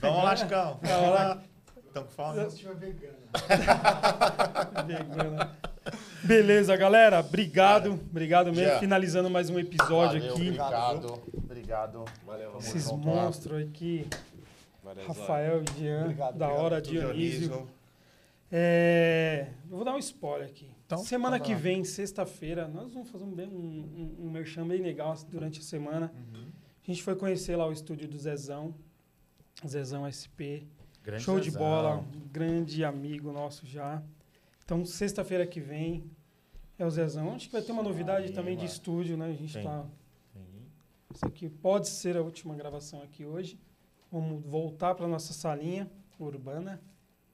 Vamos lá, Chicão. Vamos lá. Estamos com fome? tiver vegano. Vegana. Beleza, galera. Obrigado. Obrigado mesmo. já. Finalizando mais um episódio Valeu, aqui. Obrigado. Obrigado. Valeu, Vamos Esses junto lá. monstros aqui, Valeu, Rafael e Jean, Obrigado, da obrigado, hora, doutor Dionísio. É, eu vou dar um spoiler aqui. Então, semana então que vai lá. vem, sexta-feira, nós vamos fazer um, bem, um, um, um merchan bem legal durante a semana. Uhum. A gente foi conhecer lá o estúdio do Zezão, Zezão SP. Grande Show de Zezão. bola, um grande amigo nosso já. Então, sexta-feira que vem é o Zezão. Acho que vai ter uma novidade Aí, também de mano. estúdio, né? A gente Tem. tá. Sim. Isso aqui pode ser a última gravação aqui hoje. Vamos voltar para nossa salinha urbana,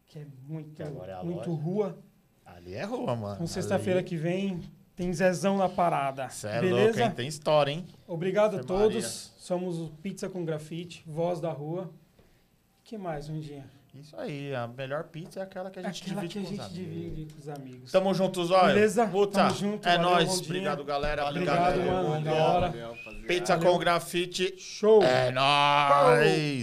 que é muito, Que agora é a muito loja. rua. Ali é rua, mano. Então, sexta-feira Ali- que vem tem Zezão na parada. Cê é louco, Beleza? hein? Tem história, hein? Obrigado a Ave todos. Maria. Somos o Pizza com Grafite, Voz da Rua. que mais, Rundinha? Isso aí, a melhor pizza é aquela que a gente Aquela divide que a com os gente amigos. divide com os amigos. Tamo junto, Zóio. Beleza? Puta, Tamo junto, É valeu, nóis. Rondinha. Obrigado, galera. Obrigado, Obrigado, mano. Rondon. Da hora. Valeu, rapaziada. Uh, Pizza com grafite. Show! É nóis.